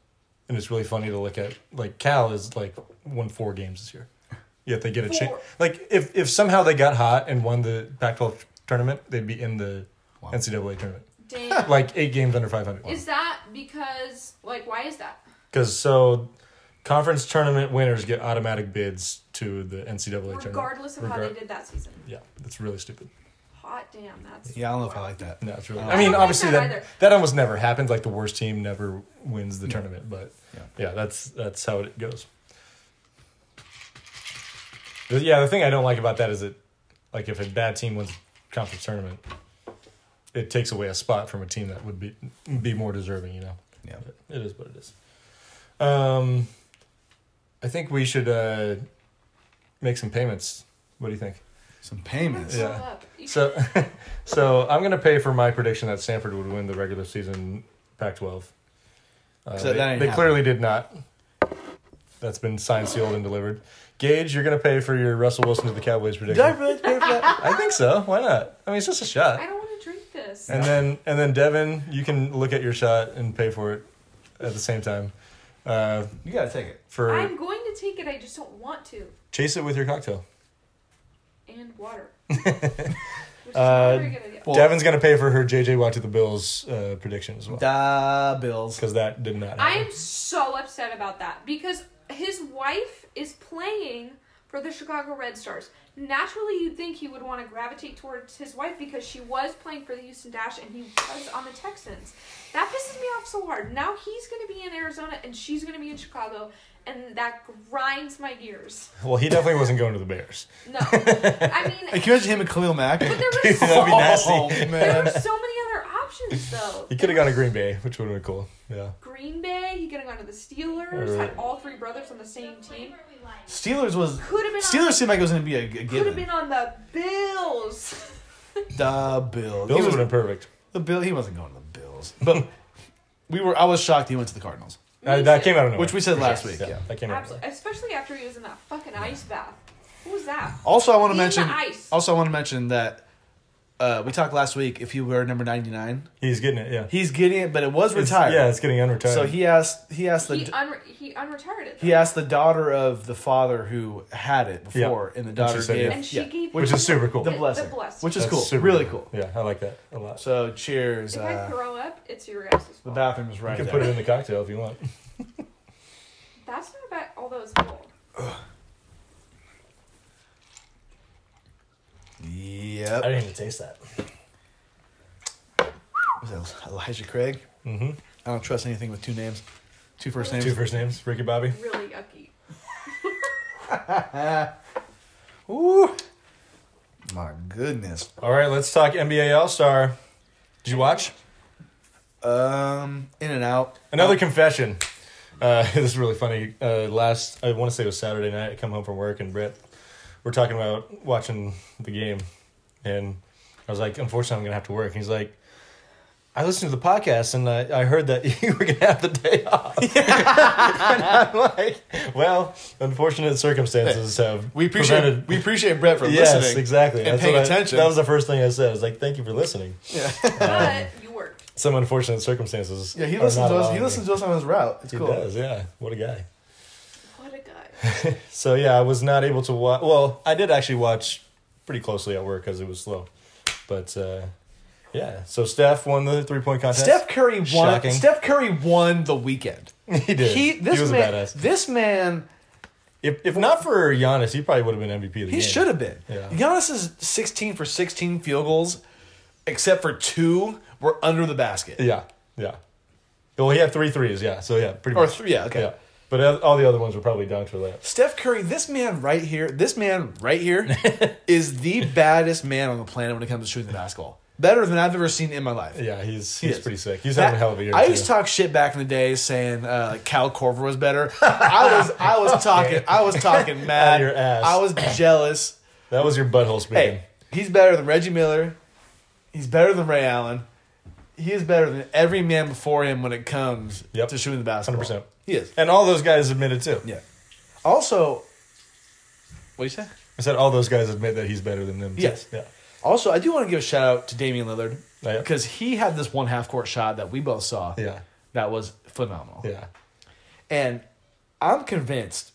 Speaker 1: And it's really funny to look at like Cal is like won four games this year. Yet they get a chance.
Speaker 3: Four.
Speaker 1: Like if if somehow they got hot and won the Pac-12 tournament, they'd be in the
Speaker 2: Wow.
Speaker 1: NCAA tournament.
Speaker 3: Damn.
Speaker 1: Like eight games under 500.
Speaker 3: is that because like why is that?
Speaker 1: Cuz so conference tournament winners get automatic bids to the NCAA tournament.
Speaker 3: Regardless of how
Speaker 1: Regard-
Speaker 3: they did that season.
Speaker 1: Yeah, that's really stupid.
Speaker 3: Hot damn, that's
Speaker 2: Yeah, I don't know if I like that.
Speaker 1: No, it's really.
Speaker 2: I
Speaker 1: Oh. I,
Speaker 2: don't
Speaker 1: mean,
Speaker 3: like
Speaker 1: obviously
Speaker 3: that
Speaker 1: that that,
Speaker 3: either.
Speaker 1: almost never happens. Like the worst team never wins the tournament, but
Speaker 2: Yeah.
Speaker 1: yeah. that's that's how it goes. The- yeah, the thing I don't like about that is that, like, if a bad team wins conference tournament, it takes away a spot from a team that would be be more deserving, you know.
Speaker 2: Yeah.
Speaker 1: But it is what it is. Um, I think we should uh, make some payments. What do you think?
Speaker 2: Some
Speaker 3: Let's
Speaker 2: payments.
Speaker 1: Yeah.
Speaker 3: settle up. You-
Speaker 1: So, so I'm gonna pay for my prediction that Stanford would win the regular season Pac-12. Uh,
Speaker 2: So
Speaker 1: they
Speaker 2: that ain't
Speaker 1: they
Speaker 2: happening.
Speaker 1: clearly did not. That's been signed, sealed, and delivered. Gage, you're gonna pay for your Russell Wilson to the Cowboys
Speaker 2: Did
Speaker 1: prediction.
Speaker 2: I really pay for that?
Speaker 1: I think so. Why not? I mean, it's just a shot.
Speaker 3: I don't want to drink this.
Speaker 1: And then and then Devin, you can look at your shot and pay for it at the same time. Uh,
Speaker 2: You gotta take it.
Speaker 1: for
Speaker 3: I'm going to take it. I just don't want to.
Speaker 1: chase it with your cocktail.
Speaker 3: And water. Which is not
Speaker 1: Uh,
Speaker 3: a very good idea.
Speaker 2: Well-
Speaker 1: Devin's gonna pay for her JJ Watt to the Bills uh, prediction as well
Speaker 2: Da Bills.
Speaker 1: because that did not.
Speaker 3: I
Speaker 1: Happen.
Speaker 3: am so upset about that because his wife is playing for the Chicago Red Stars. Naturally, you'd think he would want to gravitate towards his wife because she was playing for the Houston Dash and he was on the Texans. That pisses me off so hard. Now he's going to be in Arizona and she's going to be in Chicago, and that grinds my gears.
Speaker 1: Well, he definitely wasn't going to the Bears.
Speaker 3: No, I
Speaker 2: Hey, can
Speaker 3: mean,
Speaker 2: you imagine him and Khalil Mack?
Speaker 3: but there
Speaker 1: Dude,
Speaker 3: was
Speaker 1: that'd be
Speaker 3: so,
Speaker 1: nasty.
Speaker 2: Oh,
Speaker 3: there
Speaker 2: man.
Speaker 3: were so many other options though.
Speaker 1: He could have gone to Green Bay, which would have been cool. Yeah.
Speaker 3: Green Bay. He could have gone to the Steelers.
Speaker 1: Alright.
Speaker 3: Had all three brothers on the same team.
Speaker 2: Steelers was.
Speaker 3: Could have been. on-
Speaker 2: Steelers seemed like it was gonna be a, a
Speaker 3: Could have
Speaker 2: given.
Speaker 3: been on the Bills.
Speaker 2: Da
Speaker 1: Bills
Speaker 2: Bills. He
Speaker 1: would
Speaker 2: was,
Speaker 1: have been perfect.
Speaker 2: the Bill. He wasn't going to the Bills, but we were. I was shocked he went to the Cardinals,
Speaker 1: Uh, that came out of nowhere.
Speaker 2: which we said last
Speaker 3: Yes.
Speaker 2: week. Yeah.
Speaker 1: That came out. Of
Speaker 3: Absolutely, especially after he was in that fucking ice bath. What was that?
Speaker 2: Also, I want to
Speaker 3: Eat
Speaker 2: mention.
Speaker 3: the ice.
Speaker 2: Also, I want to mention that uh, we talked last week. If he were number ninety nine,
Speaker 1: nowhere. He's getting it. Yeah.
Speaker 2: he's getting it, but it was
Speaker 1: It's-
Speaker 2: retired.
Speaker 1: Yeah, it's getting unretired.
Speaker 2: So he asked. He asked the.
Speaker 3: He unre- he unretired it.
Speaker 2: he asked the daughter of the father who had it before, and the daughter
Speaker 1: she said
Speaker 2: gave,
Speaker 1: yes.
Speaker 3: and she
Speaker 2: yeah,
Speaker 3: gave
Speaker 1: which
Speaker 3: him
Speaker 1: is super cool.
Speaker 2: the
Speaker 3: the
Speaker 2: blessing,
Speaker 3: blessing.
Speaker 2: which is
Speaker 1: That's
Speaker 2: cool,
Speaker 1: super
Speaker 2: really cool.
Speaker 1: Yeah, I like that a lot.
Speaker 2: So cheers.
Speaker 3: If I
Speaker 2: Uh,
Speaker 3: throw up, it's your guys'
Speaker 2: the
Speaker 3: fault.
Speaker 2: bathroom is right
Speaker 1: You can
Speaker 2: there.
Speaker 1: put it in the cocktail if you want.
Speaker 3: That's not bad. Although it's cold.
Speaker 1: I
Speaker 2: Yep.
Speaker 1: didn't even taste that.
Speaker 2: Was that Elijah Craig.
Speaker 1: Mm-hmm.
Speaker 2: I don't trust anything with two names, two first names.
Speaker 1: Two first names, Ricky Bobby.
Speaker 3: Really yucky.
Speaker 2: Ooh. My goodness.
Speaker 1: All right, let's talk NBA All Star. Did you watch?
Speaker 2: Um, in and out.
Speaker 1: Another confession. Uh, this is really funny. Uh, last, I want to say it was Saturday night. I come home from work and Brett, we're talking about watching the game, and I was like, unfortunately, I'm gonna have to work. He's like, I listened to the podcast and I, I heard that you were gonna have the day off. and I'm like, well, unfortunate circumstances have
Speaker 2: We appreciate
Speaker 1: prevented-
Speaker 2: we appreciate Brett for
Speaker 1: yes,
Speaker 2: listening.
Speaker 1: exactly.
Speaker 2: and
Speaker 1: That's
Speaker 2: paying
Speaker 1: what I-
Speaker 2: attention.
Speaker 1: that was the first thing I said. I was like, thank you for listening.
Speaker 2: Yeah,
Speaker 3: But you worked.
Speaker 1: Some unfortunate circumstances.
Speaker 2: yeah. He
Speaker 1: are
Speaker 2: listens
Speaker 1: Oh, not
Speaker 2: to us.
Speaker 1: allowing
Speaker 2: He
Speaker 1: me.
Speaker 2: listens to us on his route. It's
Speaker 1: He
Speaker 2: cool.
Speaker 1: does, yeah. What a guy.
Speaker 3: What a guy.
Speaker 1: So yeah, I was not able to watch. Well, I did actually watch pretty closely at work because it was slow. But uh, yeah, so Steph won the three point contest.
Speaker 2: Steph Curry won.
Speaker 1: Shocking.
Speaker 2: Steph Curry won the weekend.
Speaker 1: he did.
Speaker 2: He this
Speaker 1: was
Speaker 2: man.
Speaker 1: a badass.
Speaker 2: This man.
Speaker 1: If, if not for Giannis, he probably would have been MVP. Of the
Speaker 2: He
Speaker 1: game.
Speaker 2: should have been.
Speaker 1: Yeah.
Speaker 2: Giannis is sixteen for sixteen field goals, except for two were under the basket.
Speaker 1: Yeah, yeah. Well, he had three threes. Yeah, so yeah, pretty
Speaker 2: Or
Speaker 1: much.
Speaker 2: three. Yeah. Okay.
Speaker 1: Yeah, but uh, all the other ones were probably dunked or layups.
Speaker 2: Steph Curry, this man right here, this man right here is the baddest man on the planet when it comes to shooting the basketball. Better than I've ever seen in my life.
Speaker 1: Yeah, he's he's
Speaker 2: is.
Speaker 1: pretty sick. He's
Speaker 2: That-
Speaker 1: having a hell of a year.
Speaker 2: I used
Speaker 1: too.
Speaker 2: to talk shit back in the day saying uh, like Cal Corver was better. I was I was talking I was talking mad.
Speaker 1: your ass.
Speaker 2: I was jealous.
Speaker 1: that was your butthole speaking.
Speaker 2: Hey, he's better than Reggie Miller. He's better than Ray Allen. He is better than every man before him when it comes
Speaker 1: Yep.
Speaker 2: to shooting the basketball.
Speaker 1: 100%.
Speaker 2: He is.
Speaker 1: And all those guys admitted too.
Speaker 2: Yeah. Also, what do you say?
Speaker 1: I said all those guys admit that he's better than them. too.
Speaker 2: Yes.
Speaker 1: Yeah.
Speaker 2: Also, I do want to give a shout out to Damian Lillard
Speaker 1: Oh, yeah.
Speaker 2: because he had this one half court shot that we both saw.
Speaker 1: Yeah.
Speaker 2: That was phenomenal.
Speaker 1: Yeah.
Speaker 2: And I'm convinced,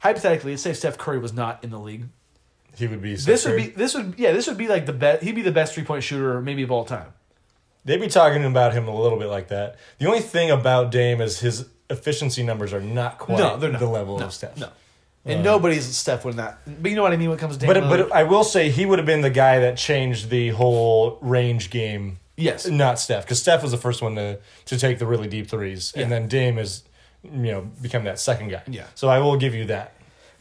Speaker 2: hypothetically, let's say Steph Curry was not in the league.
Speaker 1: He would be. so
Speaker 2: This would
Speaker 1: screwed.
Speaker 2: be this would yeah this would be like the best he'd be the best three point shooter maybe of all time.
Speaker 1: They be talking about him a little bit like that. The only thing about Dame is his efficiency numbers are not quite
Speaker 2: No, they're not.
Speaker 1: the level
Speaker 2: No,
Speaker 1: of Steph.
Speaker 2: no. And nobody's Steph when that. But you know what I mean when it comes to
Speaker 1: Uh. But
Speaker 2: Damian
Speaker 1: but
Speaker 2: Lillard?
Speaker 1: I will say he would have been the guy that changed the whole range game.
Speaker 2: Yes.
Speaker 1: Not Steph, because Steph was the first one to to take the really deep threes, and then Dame is you know become that second guy.
Speaker 2: Yeah.
Speaker 1: So I will give you that.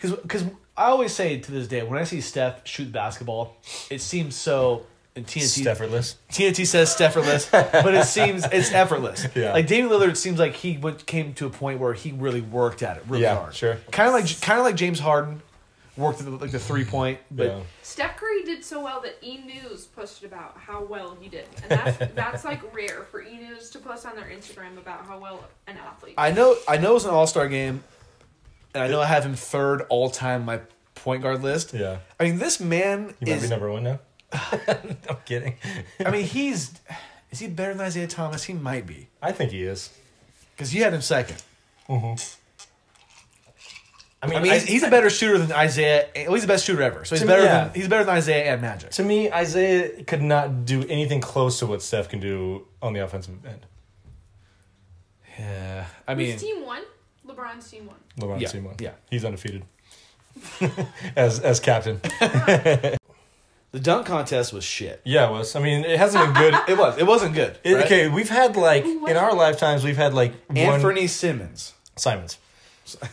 Speaker 2: Because I always say to this day, when I see Steph shoot basketball, it seems so And TNT
Speaker 1: It's effortless.
Speaker 2: TNT says effortless, but it seems it's effortless.
Speaker 1: Yeah.
Speaker 2: Like Damian Lillard seems like he went, came to a point where he really worked at it really
Speaker 1: Yeah,
Speaker 2: hard.
Speaker 1: sure.
Speaker 2: Kind of like kind of like James Harden worked at the, like the three point, but
Speaker 1: yeah.
Speaker 3: Steph Curry did so well that E News posted about how well he did, and that's that's like rare for E News to post on their Instagram about how well an athlete.
Speaker 2: I know I know it's an All Star game, and I know I have him third all time on my point guard list.
Speaker 1: Yeah.
Speaker 2: I mean, this man
Speaker 1: You might be
Speaker 2: is.
Speaker 1: number one now. I'm kidding.
Speaker 2: I mean, he's is he better than Isaiah Thomas? He might be
Speaker 1: I think he is.
Speaker 2: because you had him second.
Speaker 1: I mean,
Speaker 2: I mean,
Speaker 1: I-
Speaker 2: he's, he's a better shooter than Isaiah. Well, he's the best shooter ever, so he's
Speaker 1: To me,
Speaker 2: better
Speaker 1: yeah.
Speaker 2: than he's better than Isaiah and Magic.
Speaker 1: to me, Isaiah could not do anything close to what Steph can do on the offensive end.
Speaker 2: Yeah, I
Speaker 3: Whose
Speaker 2: mean,
Speaker 3: team won? LeBron's team won.
Speaker 1: LeBron
Speaker 2: Yeah,
Speaker 1: team one.
Speaker 2: yeah.
Speaker 1: He's undefeated. as as captain.
Speaker 2: the dunk contest was shit.
Speaker 1: Yeah, it was. I mean, it hasn't been good.
Speaker 2: It was. It wasn't good.
Speaker 1: It-
Speaker 2: right?
Speaker 1: Okay, we've had like
Speaker 3: Who was
Speaker 1: in our
Speaker 3: it?
Speaker 1: lifetimes we've had like one
Speaker 2: Anthony Simmons.
Speaker 1: Simons.
Speaker 3: Simon.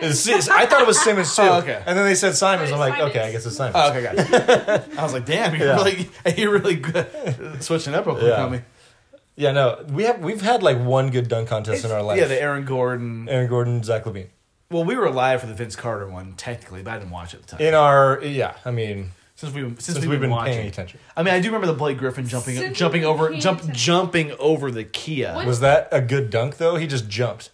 Speaker 1: It's- it's- I thought it was Simmons too.
Speaker 2: Oh, okay.
Speaker 1: And then they said Simons.
Speaker 3: But
Speaker 1: I'm
Speaker 3: it's
Speaker 1: like,
Speaker 3: Simons.
Speaker 1: okay, I guess it's Simons.
Speaker 2: Oh, okay, got it. I was like, damn, you're
Speaker 1: Yeah.
Speaker 2: really, you're really good switching up real quick
Speaker 1: Yeah.
Speaker 2: on me.
Speaker 1: yeah, no, we have we've had like one good dunk contest in our life.
Speaker 2: Yeah, the Aaron Gordon.
Speaker 1: Aaron Gordon, Zach Levine.
Speaker 2: Well, we were live for the Vince Carter one technically, but I didn't watch it at the time
Speaker 1: In our yeah, I mean,
Speaker 2: since we since,
Speaker 1: since
Speaker 2: we've,
Speaker 1: paying
Speaker 2: been, watching.
Speaker 1: attention,
Speaker 2: I mean, I do remember the Blake Griffin jumping
Speaker 3: Since
Speaker 2: jumping
Speaker 3: we've been
Speaker 2: over
Speaker 3: paying
Speaker 2: jump
Speaker 3: attention.
Speaker 2: jumping over the Kia,
Speaker 3: What-
Speaker 1: was that a good dunk though? He just jumped.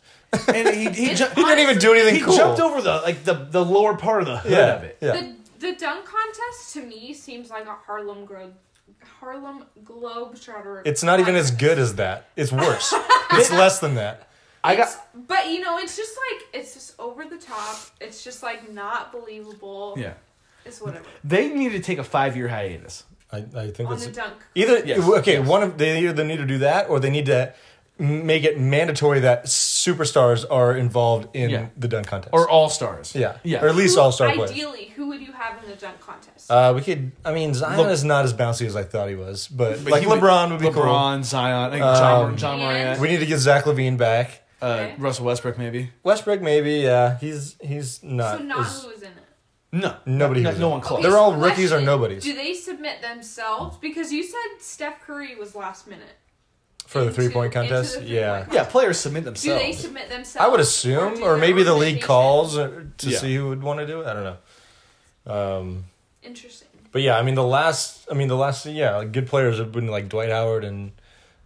Speaker 2: and he he, ju-
Speaker 1: He didn't even do anything
Speaker 2: he
Speaker 1: cool.
Speaker 2: jumped over the like the the lower part of the hood
Speaker 1: yeah,
Speaker 2: of it.
Speaker 1: yeah.
Speaker 3: The the dunk contest to me seems like a Harlem Globe Harlem Globetrotter.
Speaker 1: It's not even as
Speaker 3: contest.
Speaker 1: good as that. It's worse. it's less than that.
Speaker 2: I got
Speaker 3: It's- but you know, it's just like it's just over the top. It's just like not believable.
Speaker 2: yeah.
Speaker 3: It's whatever.
Speaker 2: They needed to take a five year hiatus.
Speaker 1: I, I think
Speaker 3: On
Speaker 1: that's
Speaker 3: the dunk.
Speaker 1: either
Speaker 2: Yes,
Speaker 1: okay. One of they either need to do that or they need to m- make it mandatory that superstars are involved in
Speaker 2: Yeah.
Speaker 1: the dunk contest.
Speaker 2: or all stars.
Speaker 1: yeah,
Speaker 2: yeah.
Speaker 1: or at least
Speaker 3: Who-
Speaker 1: all star players.
Speaker 3: Ideally, who would you have in the dunk contest?
Speaker 1: Uh, we could. I mean, Zion
Speaker 2: Look-
Speaker 1: is not as bouncy as I thought he was, but,
Speaker 2: But
Speaker 1: like
Speaker 2: he would-
Speaker 1: LeBron would, be
Speaker 2: LeBron, Zion, I think
Speaker 1: Um,
Speaker 2: John, John
Speaker 3: and-
Speaker 1: cool.
Speaker 2: Morant,
Speaker 1: We need to get Zach Levine back.
Speaker 2: uh,
Speaker 3: Okay.
Speaker 2: Russell Westbrook, maybe.
Speaker 1: Westbrook, maybe. Yeah, he's he's not.
Speaker 3: so not
Speaker 1: as-
Speaker 3: who was in it.
Speaker 2: No,
Speaker 1: Nobody
Speaker 2: no,
Speaker 1: who's
Speaker 2: no
Speaker 1: in.
Speaker 2: one close.
Speaker 1: They're all
Speaker 3: so
Speaker 1: rookies or
Speaker 3: question,
Speaker 1: nobodies.
Speaker 3: Do they submit themselves? Because you said Steph Curry was last minute.
Speaker 1: for the
Speaker 3: into-
Speaker 1: three point
Speaker 3: into the
Speaker 1: contest.
Speaker 3: three-point
Speaker 1: yeah,
Speaker 3: contest.
Speaker 2: yeah, players submit
Speaker 3: Do
Speaker 2: themselves.
Speaker 3: they submit themselves?
Speaker 1: I would
Speaker 3: do
Speaker 1: assume,
Speaker 3: their
Speaker 1: or maybe the
Speaker 3: own
Speaker 1: league
Speaker 3: submission?
Speaker 1: calls uh, to
Speaker 2: Yeah.
Speaker 1: see who would want to do it. I don't know. Um,
Speaker 3: Interesting.
Speaker 1: but yeah, I mean the last, I mean the last, yeah, like, good players have been like Dwight Howard and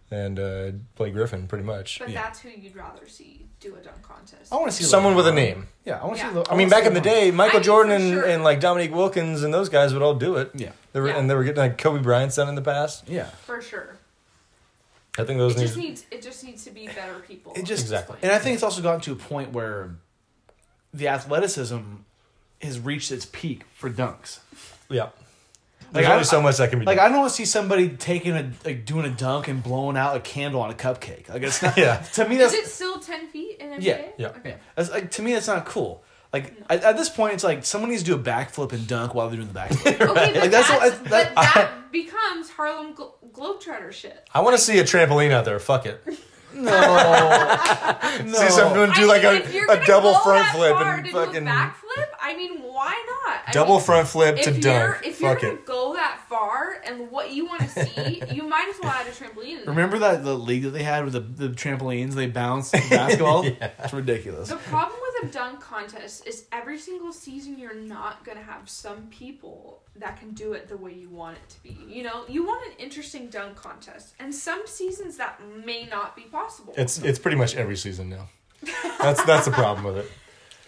Speaker 1: and uh, Blake Griffin, pretty much.
Speaker 3: But
Speaker 2: Yeah.
Speaker 3: that's who you'd rather see do a dunk contest.
Speaker 2: I
Speaker 1: Oh.
Speaker 2: want to see
Speaker 1: Someone with a
Speaker 2: LeBron.
Speaker 1: name.
Speaker 2: Yeah, I want to
Speaker 3: Yeah.
Speaker 2: see. Le-
Speaker 1: I mean, back
Speaker 2: wanna
Speaker 1: in the
Speaker 2: see LeBron.
Speaker 1: day, Michael
Speaker 3: mean, for
Speaker 1: Jordan and,
Speaker 3: sure.
Speaker 1: and like Dominique Wilkins and those guys would all do it.
Speaker 2: Yeah,
Speaker 1: They were,
Speaker 3: Yeah.
Speaker 1: and they were getting like Kobe Bryant's done in the past.
Speaker 2: yeah.
Speaker 3: For sure.
Speaker 1: I think those
Speaker 3: It just
Speaker 1: need.
Speaker 3: needs it just needs to be better people.
Speaker 2: It just
Speaker 1: Exactly.
Speaker 2: and I think it's also gotten to a point where the athleticism has reached its peak for dunks.
Speaker 1: Yeah, there's
Speaker 2: I-
Speaker 1: only so much that can be.
Speaker 2: Like
Speaker 1: done.
Speaker 2: I don't want to see somebody taking a like doing a dunk and blowing out a candle on a cupcake. Like it's not.
Speaker 1: Yeah.
Speaker 2: To me,
Speaker 3: Is
Speaker 2: that's
Speaker 3: it still ten feet in NBA?
Speaker 2: Yeah,
Speaker 1: yeah.
Speaker 3: Okay.
Speaker 2: That's, like to me, that's not cool. Like at, at this point, it's like someone needs to do a backflip and dunk while they're doing the backflip.
Speaker 3: Okay, but
Speaker 2: Like, that's
Speaker 3: that's,
Speaker 2: what I-
Speaker 3: but
Speaker 2: that-
Speaker 3: that, becomes Harlem Glo- Globetrotter shit.
Speaker 1: I want to see a trampoline out there. Fuck it.
Speaker 2: no, no.
Speaker 1: See someone do
Speaker 3: I
Speaker 1: like
Speaker 3: mean,
Speaker 1: a,
Speaker 3: if you're
Speaker 1: a
Speaker 3: gonna
Speaker 1: double
Speaker 3: go
Speaker 1: front
Speaker 3: that
Speaker 1: flip
Speaker 3: far
Speaker 1: and
Speaker 3: to do a
Speaker 1: fucking
Speaker 3: backflip. I mean, why not? I
Speaker 1: double
Speaker 3: mean,
Speaker 1: front flip to
Speaker 3: if
Speaker 1: dunk.
Speaker 3: You're, if
Speaker 1: Fuck
Speaker 3: you're
Speaker 1: it.
Speaker 3: gonna go that far and what you want to see, you might as well add a trampoline. in there.
Speaker 2: Remember that the league that they had with the, the trampolines? They bounced the basketball. It's ridiculous.
Speaker 3: The problem with a dunk contest is every single season you're not gonna have some people that can do it the way you want it to be. You know, you want an interesting dunk contest, and some seasons that may not be possible.
Speaker 1: It's it's pretty much every season now. That's that's the problem with it.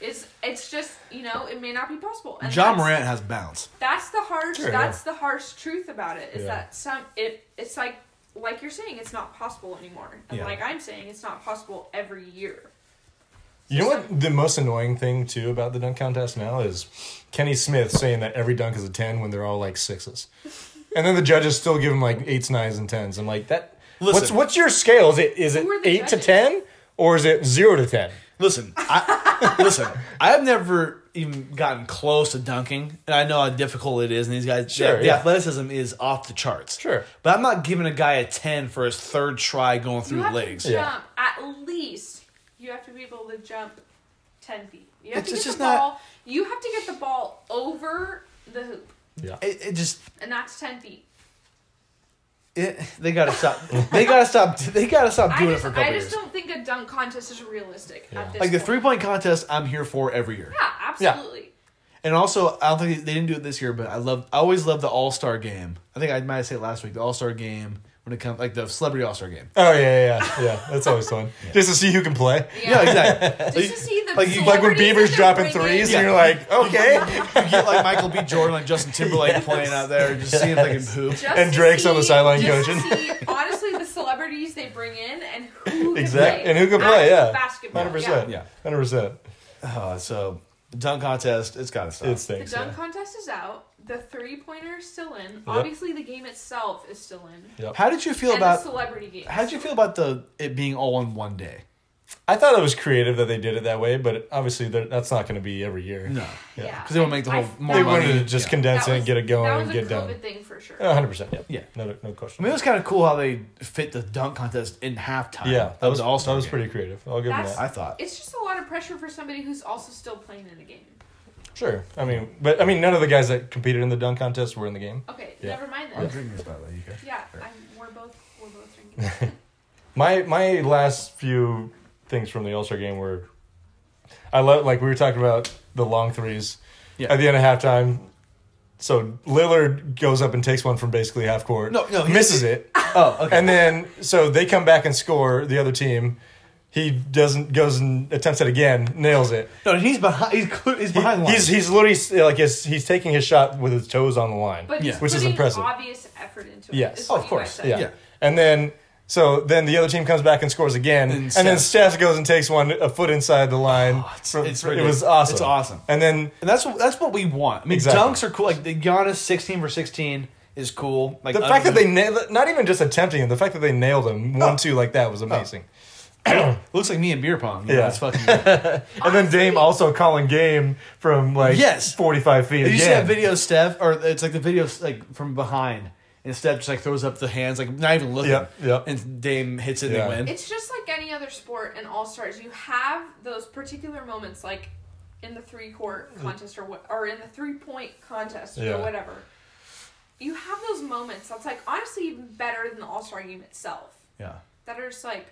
Speaker 3: it's it's just you know it may not be possible. And
Speaker 2: John
Speaker 3: that's-
Speaker 2: Morant has bounce.
Speaker 3: That's the harsh.
Speaker 1: Sure,
Speaker 3: that's the harsh truth about it. Is
Speaker 1: Yeah.
Speaker 3: that some it it's like like you're saying it's not possible anymore, and
Speaker 2: Yeah.
Speaker 3: like I'm saying it's not possible every year.
Speaker 1: You know what the most annoying thing too about the dunk contest now is Kenny Smith saying that every dunk is a ten when they're all like sixes. And then the judges still give him like eights, nines, and tens. I'm like that what's
Speaker 2: Listen.
Speaker 1: what's your scale? Is it is it
Speaker 3: Who are the
Speaker 1: eight to
Speaker 3: judges?
Speaker 1: ten? Or is it zero to ten?
Speaker 2: Listen, I, listen. I've never even gotten close to dunking, and I know how difficult it is. And these guys,
Speaker 1: Sure,
Speaker 2: the, the
Speaker 1: yeah.
Speaker 2: athleticism is off the charts.
Speaker 1: Sure.
Speaker 2: but I'm not giving a guy a ten for his third try going through
Speaker 3: you
Speaker 2: the
Speaker 3: have
Speaker 2: legs.
Speaker 3: to
Speaker 1: Yeah.
Speaker 3: jump at least. You have to be able to jump ten feet. You have
Speaker 2: It's-
Speaker 3: to
Speaker 2: it's
Speaker 3: get
Speaker 2: just
Speaker 3: the
Speaker 2: not-
Speaker 3: ball. You have to get the ball over the hoop,
Speaker 1: Yeah.
Speaker 2: It, it just
Speaker 3: and that's ten feet.
Speaker 2: it, they gotta stop. they gotta stop. They gotta stop
Speaker 3: I
Speaker 2: doing
Speaker 3: just,
Speaker 2: it for a
Speaker 3: I
Speaker 2: couple
Speaker 3: just
Speaker 2: years.
Speaker 3: don't think a dunk contest is realistic
Speaker 1: Yeah.
Speaker 3: at this
Speaker 2: Like the
Speaker 3: point.
Speaker 2: three point contest, I'm here for every year.
Speaker 3: Yeah, absolutely.
Speaker 2: And also, I don't think they didn't do it this year, but I love. I always love the All Star game. I think I might have said it last week. The All Star game when it comes like the Celebrity All Star game.
Speaker 1: Oh yeah, yeah, yeah. yeah. That's always fun. Just to see who can play.
Speaker 2: Yeah, exactly.
Speaker 3: Just to see the
Speaker 2: like you-
Speaker 1: Like when
Speaker 3: celebrities that
Speaker 1: Beaver's
Speaker 3: they're
Speaker 1: dropping
Speaker 3: bringing.
Speaker 1: threes,
Speaker 2: Yeah.
Speaker 1: and you're like, okay.
Speaker 2: You get like Michael B. Jordan, like Justin Timberlake playing out there, just seeing if they can poop.
Speaker 3: Just
Speaker 1: And
Speaker 3: to
Speaker 1: Drake's on the sideline
Speaker 3: just to
Speaker 1: coaching.
Speaker 3: see, honestly, the celebrities they bring in and who can
Speaker 1: Exact-
Speaker 3: play
Speaker 1: and who can play,
Speaker 3: actual
Speaker 1: yeah.
Speaker 3: basketball.
Speaker 1: Hundred percent.
Speaker 2: Yeah.
Speaker 1: Hundred percent.
Speaker 2: Uh, so dunk contest, it's gotta stop.
Speaker 1: It
Speaker 3: The
Speaker 1: stinks.
Speaker 3: dunk
Speaker 1: Yeah.
Speaker 3: contest is out. The three pointer is still in. Obviously, the game itself is still in.
Speaker 2: how did you feel
Speaker 3: and the
Speaker 2: about
Speaker 3: celebrity game.
Speaker 2: how did you feel about the it being all in one day?
Speaker 1: I thought it was creative that they did it that way, but obviously they're- that's not going to be every year.
Speaker 2: No,
Speaker 1: Yeah.
Speaker 3: Yeah,
Speaker 2: 'Cause they wanna make the
Speaker 3: I-
Speaker 2: whole
Speaker 3: I-
Speaker 2: more
Speaker 1: They
Speaker 3: that
Speaker 2: money.
Speaker 1: wanted to just
Speaker 2: Yeah.
Speaker 1: condense it
Speaker 3: was-
Speaker 1: and get it going
Speaker 3: that was
Speaker 1: and
Speaker 3: a
Speaker 1: get
Speaker 3: COVID
Speaker 1: done.
Speaker 3: thing for sure.
Speaker 1: One hundred percent.
Speaker 2: Yeah.
Speaker 1: No, no
Speaker 2: I
Speaker 1: question.
Speaker 2: mean it was kind of cool how they fit the dunk contest in halftime.
Speaker 1: yeah, that was
Speaker 2: all.
Speaker 1: also that was pretty creative. I'll give them
Speaker 3: That's-
Speaker 1: that.
Speaker 2: I thought.
Speaker 3: It's just a lot of pressure for somebody who's also still playing in the game.
Speaker 1: Sure. I mean, but I mean, none of the guys that competed in the dunk contest were in the game.
Speaker 3: Okay,
Speaker 1: Yeah.
Speaker 3: never mind
Speaker 2: I'm
Speaker 3: then.
Speaker 2: drinking this by the way. You guys.
Speaker 3: Yeah, I'm, we're both we're both drinking.
Speaker 1: My my last few things from the All Star game were, I love like we were talking about the long threes
Speaker 2: Yeah.
Speaker 1: at the end of halftime. So Lillard goes up and takes one from basically half court.
Speaker 2: No, no, he-
Speaker 1: misses it.
Speaker 2: Oh, okay.
Speaker 1: And then so they come back and score the other team. He doesn't goes and attempts it again, nails it.
Speaker 2: No, he's behind. He's, cl- he's behind. the
Speaker 1: He's
Speaker 2: line.
Speaker 1: he's literally like his, he's taking his shot with his toes on the line.
Speaker 3: But
Speaker 2: Yeah.
Speaker 3: he's
Speaker 1: Which is
Speaker 3: putting
Speaker 1: impressive.
Speaker 3: Obvious effort into it.
Speaker 1: Yes.
Speaker 3: is
Speaker 1: Oh,
Speaker 3: what
Speaker 1: of
Speaker 3: you guys
Speaker 2: course,
Speaker 3: said.
Speaker 1: Yeah.
Speaker 2: Yeah.
Speaker 1: And then so then the other team comes back and scores again,
Speaker 2: And
Speaker 1: and, then Steph goes and takes one a foot inside the line.
Speaker 2: Oh, it's-
Speaker 1: From-
Speaker 2: it's
Speaker 1: it was
Speaker 2: ridiculous.
Speaker 1: awesome.
Speaker 2: It's awesome.
Speaker 1: And then
Speaker 2: and that's what that's what we want. I mean,
Speaker 1: Exactly.
Speaker 2: dunks are cool. Like the Giannis sixteen for sixteen is cool. Like
Speaker 1: the fact that they nailed not even just attempting it, the fact that they nailed him
Speaker 2: Oh.
Speaker 1: one two like that was amazing.
Speaker 2: looks like me and beer pong. Yeah,
Speaker 1: Yeah.
Speaker 2: that's fucking. Good.
Speaker 1: And then Dame also calling game from like
Speaker 2: Yes.
Speaker 1: forty five feet.
Speaker 2: Did you
Speaker 1: again.
Speaker 2: see that video, of Steph? Or it's like the video of, like from behind, and Steph just like throws up the hands, like not even looking.
Speaker 1: Yep, yep.
Speaker 2: And Dame hits it
Speaker 1: Yeah.
Speaker 2: and they win.
Speaker 3: It's just like any other sport in All Stars. You have those particular moments, like in the three court contest or what, or in the three point contest
Speaker 1: Mm. Yeah.
Speaker 3: or whatever. You have those moments that's like honestly even better than the All Star game itself.
Speaker 2: yeah.
Speaker 3: That are just like,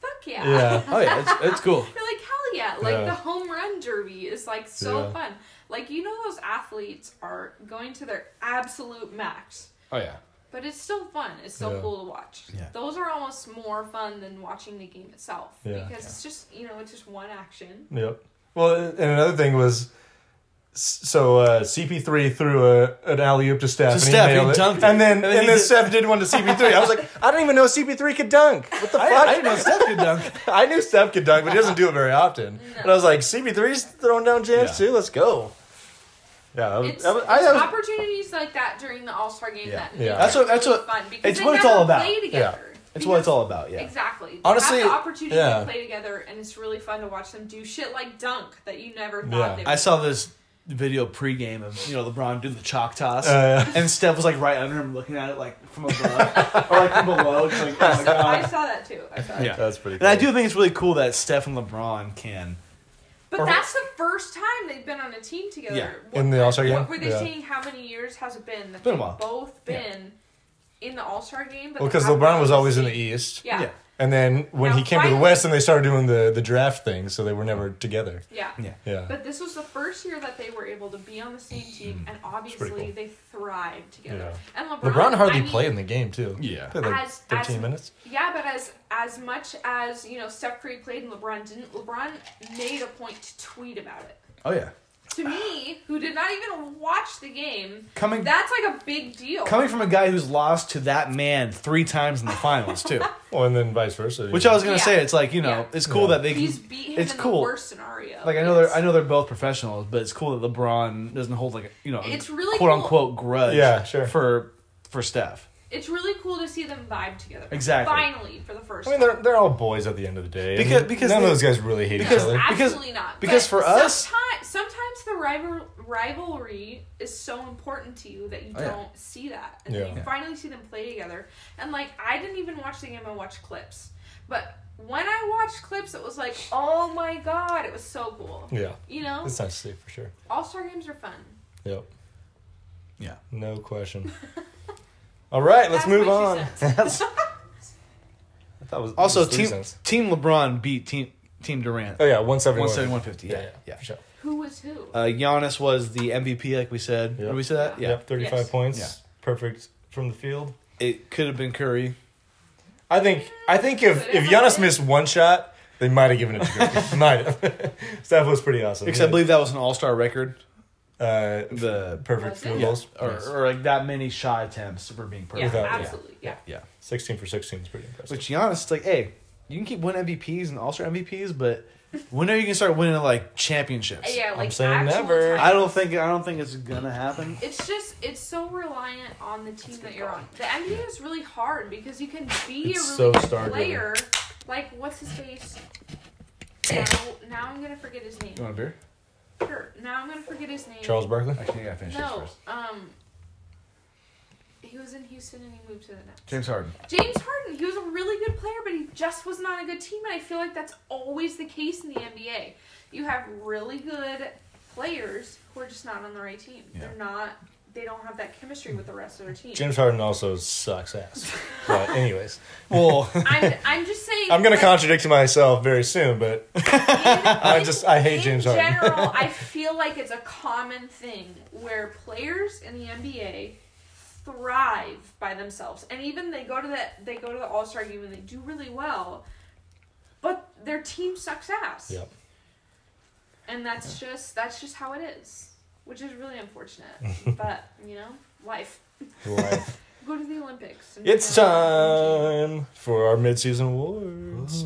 Speaker 3: fuck yeah.
Speaker 1: Yeah.
Speaker 2: Oh yeah, it's, it's cool.
Speaker 3: You're like hell yeah! Like
Speaker 1: Yeah.
Speaker 3: the home run derby is like so
Speaker 1: Yeah.
Speaker 3: fun. Like you know those athletes are going to their absolute max.
Speaker 2: Oh yeah.
Speaker 3: But it's still fun. It's still
Speaker 1: Yeah.
Speaker 3: cool to watch.
Speaker 2: Yeah.
Speaker 3: Those are almost more fun than watching the game itself
Speaker 1: Yeah.
Speaker 3: because it's just you know it's just one action.
Speaker 1: Yep. Well, and another thing was, so uh, CP3 threw a, an alley oop to Steph,
Speaker 2: To
Speaker 1: and
Speaker 2: Steph,
Speaker 1: he nailed
Speaker 2: he
Speaker 1: it.
Speaker 2: dunked
Speaker 1: and
Speaker 2: it.
Speaker 1: then and then,
Speaker 2: And then he did-
Speaker 1: Steph did one to CP3. I was like, I didn't even know CP3 could dunk. What the
Speaker 2: I,
Speaker 1: fuck?
Speaker 2: I didn't know Steph could dunk.
Speaker 1: I knew Steph could dunk, but he doesn't do it very often.
Speaker 3: No.
Speaker 1: And I was like, CP3's throwing down jams
Speaker 2: Yeah.
Speaker 1: too. Let's go. Yeah, that
Speaker 2: Um,
Speaker 1: was,
Speaker 3: It's,
Speaker 1: that was-
Speaker 3: it's
Speaker 1: I, that was-
Speaker 3: opportunities like that during the All Star game
Speaker 2: Yeah.
Speaker 3: that make
Speaker 1: Yeah.
Speaker 3: it
Speaker 2: That's what. That's what.
Speaker 3: fun because
Speaker 2: it's
Speaker 3: they
Speaker 2: what it's
Speaker 3: never
Speaker 2: all about.
Speaker 3: Play together.
Speaker 2: It's what it's all about. Yeah.
Speaker 3: Exactly. They
Speaker 1: Honestly,
Speaker 3: have the opportunity
Speaker 1: yeah.
Speaker 3: to play together, and it's really fun to watch them do shit like dunk that you never thought
Speaker 1: Yeah.
Speaker 3: they would.
Speaker 2: I saw this video pregame of you know LeBron doing the chalk toss,
Speaker 1: Uh, yeah.
Speaker 2: and Steph was like right under him, looking at it like from above or like from below. Just like, oh my
Speaker 3: I
Speaker 2: god.
Speaker 3: saw that too. I saw that.
Speaker 2: Yeah.
Speaker 1: That's pretty.
Speaker 2: And I
Speaker 1: cool.
Speaker 2: do think it's really cool that Steph and LeBron can.
Speaker 3: But
Speaker 2: Or-
Speaker 3: that's the first time they've been on a team together.
Speaker 2: Yeah.
Speaker 3: What-
Speaker 1: In the All-Star game?
Speaker 3: What were they
Speaker 1: Yeah.
Speaker 3: saying? How many years has it been that
Speaker 2: been a
Speaker 3: they've
Speaker 2: while.
Speaker 3: both
Speaker 2: Yeah.
Speaker 3: been in the All Star game? But
Speaker 1: Well,
Speaker 3: they
Speaker 1: because
Speaker 3: haven't
Speaker 1: LeBron was
Speaker 3: been on
Speaker 1: always in the E.
Speaker 3: team?
Speaker 1: East,
Speaker 3: Yeah. yeah,
Speaker 2: Yeah.
Speaker 1: and then when
Speaker 3: Now
Speaker 1: he came to the
Speaker 3: finally-
Speaker 1: West, and they started doing the the draft thing, so they were never together.
Speaker 2: Yeah.
Speaker 1: Yeah.
Speaker 3: But this was the first year that they were able to be on the same
Speaker 2: Mm.
Speaker 3: team, and obviously
Speaker 1: cool.
Speaker 3: they thrived together.
Speaker 1: Yeah.
Speaker 3: And LeBron,
Speaker 1: LeBron hardly
Speaker 3: I mean,
Speaker 1: played in the game too.
Speaker 2: Yeah.
Speaker 1: Played like
Speaker 3: As- as-
Speaker 1: thirteen minutes.
Speaker 3: Yeah, but as as much as you know, Steph Curry played and LeBron didn't. LeBron made a point to tweet about it.
Speaker 2: Oh yeah.
Speaker 3: To me, who did not even watch the game,
Speaker 2: Coming-
Speaker 3: that's like a big deal.
Speaker 2: Coming from a guy who's lost to that man three times in the finals too,
Speaker 1: Well, and then vice versa.
Speaker 2: which I was gonna
Speaker 3: Yeah.
Speaker 2: say, it's like you know,
Speaker 3: Yeah.
Speaker 2: it's cool
Speaker 1: Yeah.
Speaker 2: that they can.
Speaker 3: He's beat him
Speaker 2: it's
Speaker 3: in the
Speaker 2: cool.
Speaker 3: worst scenario.
Speaker 2: Like I know they're
Speaker 3: Yes.
Speaker 2: I know they're both professionals, but it's cool that LeBron doesn't hold like you know
Speaker 3: It's really
Speaker 2: quote
Speaker 3: cool.
Speaker 2: unquote grudge.
Speaker 1: Yeah, sure.
Speaker 2: For for Steph.
Speaker 3: It's really cool to see them vibe together.
Speaker 2: Exactly.
Speaker 3: Finally, for the first
Speaker 1: I mean,
Speaker 3: time.
Speaker 1: they're they're all boys at the end of the day.
Speaker 2: Because-
Speaker 1: And
Speaker 2: because
Speaker 1: none
Speaker 2: they-
Speaker 1: of those guys really hate
Speaker 2: because-
Speaker 1: each other.
Speaker 2: I-
Speaker 3: Absolutely not.
Speaker 2: because
Speaker 3: But
Speaker 2: for us-
Speaker 3: someti- sometimes the rival, rivalry is so important to you that you
Speaker 2: Oh, yeah.
Speaker 3: don't see that, and
Speaker 1: Yeah.
Speaker 3: you finally see them play together. And like, I didn't even watch the game; I watched clips. But when I watched clips, it was like, oh my god, it was so cool.
Speaker 1: yeah,
Speaker 3: You know,
Speaker 1: it's nice to see for sure.
Speaker 3: All Star games are fun.
Speaker 1: Yep,
Speaker 2: Yeah.
Speaker 1: no question. All right, let's
Speaker 3: That's
Speaker 1: move
Speaker 3: my two
Speaker 1: on.
Speaker 3: cents.
Speaker 2: That's-
Speaker 1: I thought it was
Speaker 2: also,
Speaker 1: it was three
Speaker 2: team
Speaker 1: cents.
Speaker 2: Team LeBron beat Team Team Durant.
Speaker 1: Oh yeah, one seventy
Speaker 2: One
Speaker 1: one.
Speaker 2: seventy one fifty. Yeah, yeah.
Speaker 1: for sure.
Speaker 3: Who was who?
Speaker 2: Uh, Giannis was the MVP, like we said.
Speaker 1: Yep.
Speaker 2: Did we say that? Yeah.
Speaker 1: Yep, thirty five
Speaker 3: Yes.
Speaker 1: points.
Speaker 2: Yeah.
Speaker 1: Perfect from the field.
Speaker 2: It could have been Curry.
Speaker 1: I think I think if
Speaker 3: Could it
Speaker 1: if
Speaker 3: have
Speaker 1: Giannis
Speaker 3: been?
Speaker 1: missed one shot, they might have given it to Griffey. might have. Steph was pretty awesome.
Speaker 2: Because
Speaker 1: He
Speaker 2: I believe that was an All Star record.
Speaker 1: had, uh,
Speaker 2: The
Speaker 1: perfect
Speaker 3: Was it?
Speaker 1: field
Speaker 3: Yeah.
Speaker 1: goals.
Speaker 2: or,
Speaker 1: Yes.
Speaker 2: or like that many shot attempts for being perfect.
Speaker 3: yeah,
Speaker 1: without- yeah.
Speaker 3: absolutely. Yeah.
Speaker 2: Yeah.
Speaker 1: sixteen for sixteen is pretty impressive.
Speaker 2: But Giannis, it's like, hey, you can keep winning MVPs and All Star MVPs, but when are you gonna start winning like championships?
Speaker 3: Yeah, like
Speaker 1: saying
Speaker 3: actual
Speaker 1: never.
Speaker 3: titles.
Speaker 2: I don't think I don't think it's gonna happen.
Speaker 3: It's just it's so reliant on the team that you're on. The NBA is really hard because you can be
Speaker 1: It's
Speaker 3: a
Speaker 1: so
Speaker 3: really good
Speaker 1: star-driven.
Speaker 3: player. Like what's his face? Now, now I'm gonna forget his name.
Speaker 2: You want a beer?
Speaker 3: Sure. Now I'm gonna forget his name.
Speaker 1: Charles Barkley.
Speaker 2: Actually, I gotta finish this
Speaker 3: No.
Speaker 2: first.
Speaker 3: Um. He was in Houston and he moved to the Nets.
Speaker 2: James Harden.
Speaker 3: James Harden, he was a really good player, but he just was not a good team, and I feel like that's always the case in the NBA. You have really good players who are just not on the right team. They're not. They don't have that chemistry with the rest of their team.
Speaker 1: James Harden also sucks ass. but anyways,
Speaker 2: Well,
Speaker 3: I'm, I'm just saying.
Speaker 1: I'm gonna
Speaker 3: like,
Speaker 1: contradict myself very soon. But I
Speaker 3: in-
Speaker 1: just I hate
Speaker 3: in
Speaker 1: James Harden.
Speaker 3: general, I feel like it's a common thing where players in the NBA thrive by themselves, and even they go to the they go to the All Star game and they do really well, but their team sucks ass.
Speaker 1: Yep.
Speaker 3: and that's just that's just how it is, which is really unfortunate. but you know, life.
Speaker 1: Life.
Speaker 3: Go to the Olympics. and
Speaker 1: it's
Speaker 3: have a team.
Speaker 1: time for our midseason awards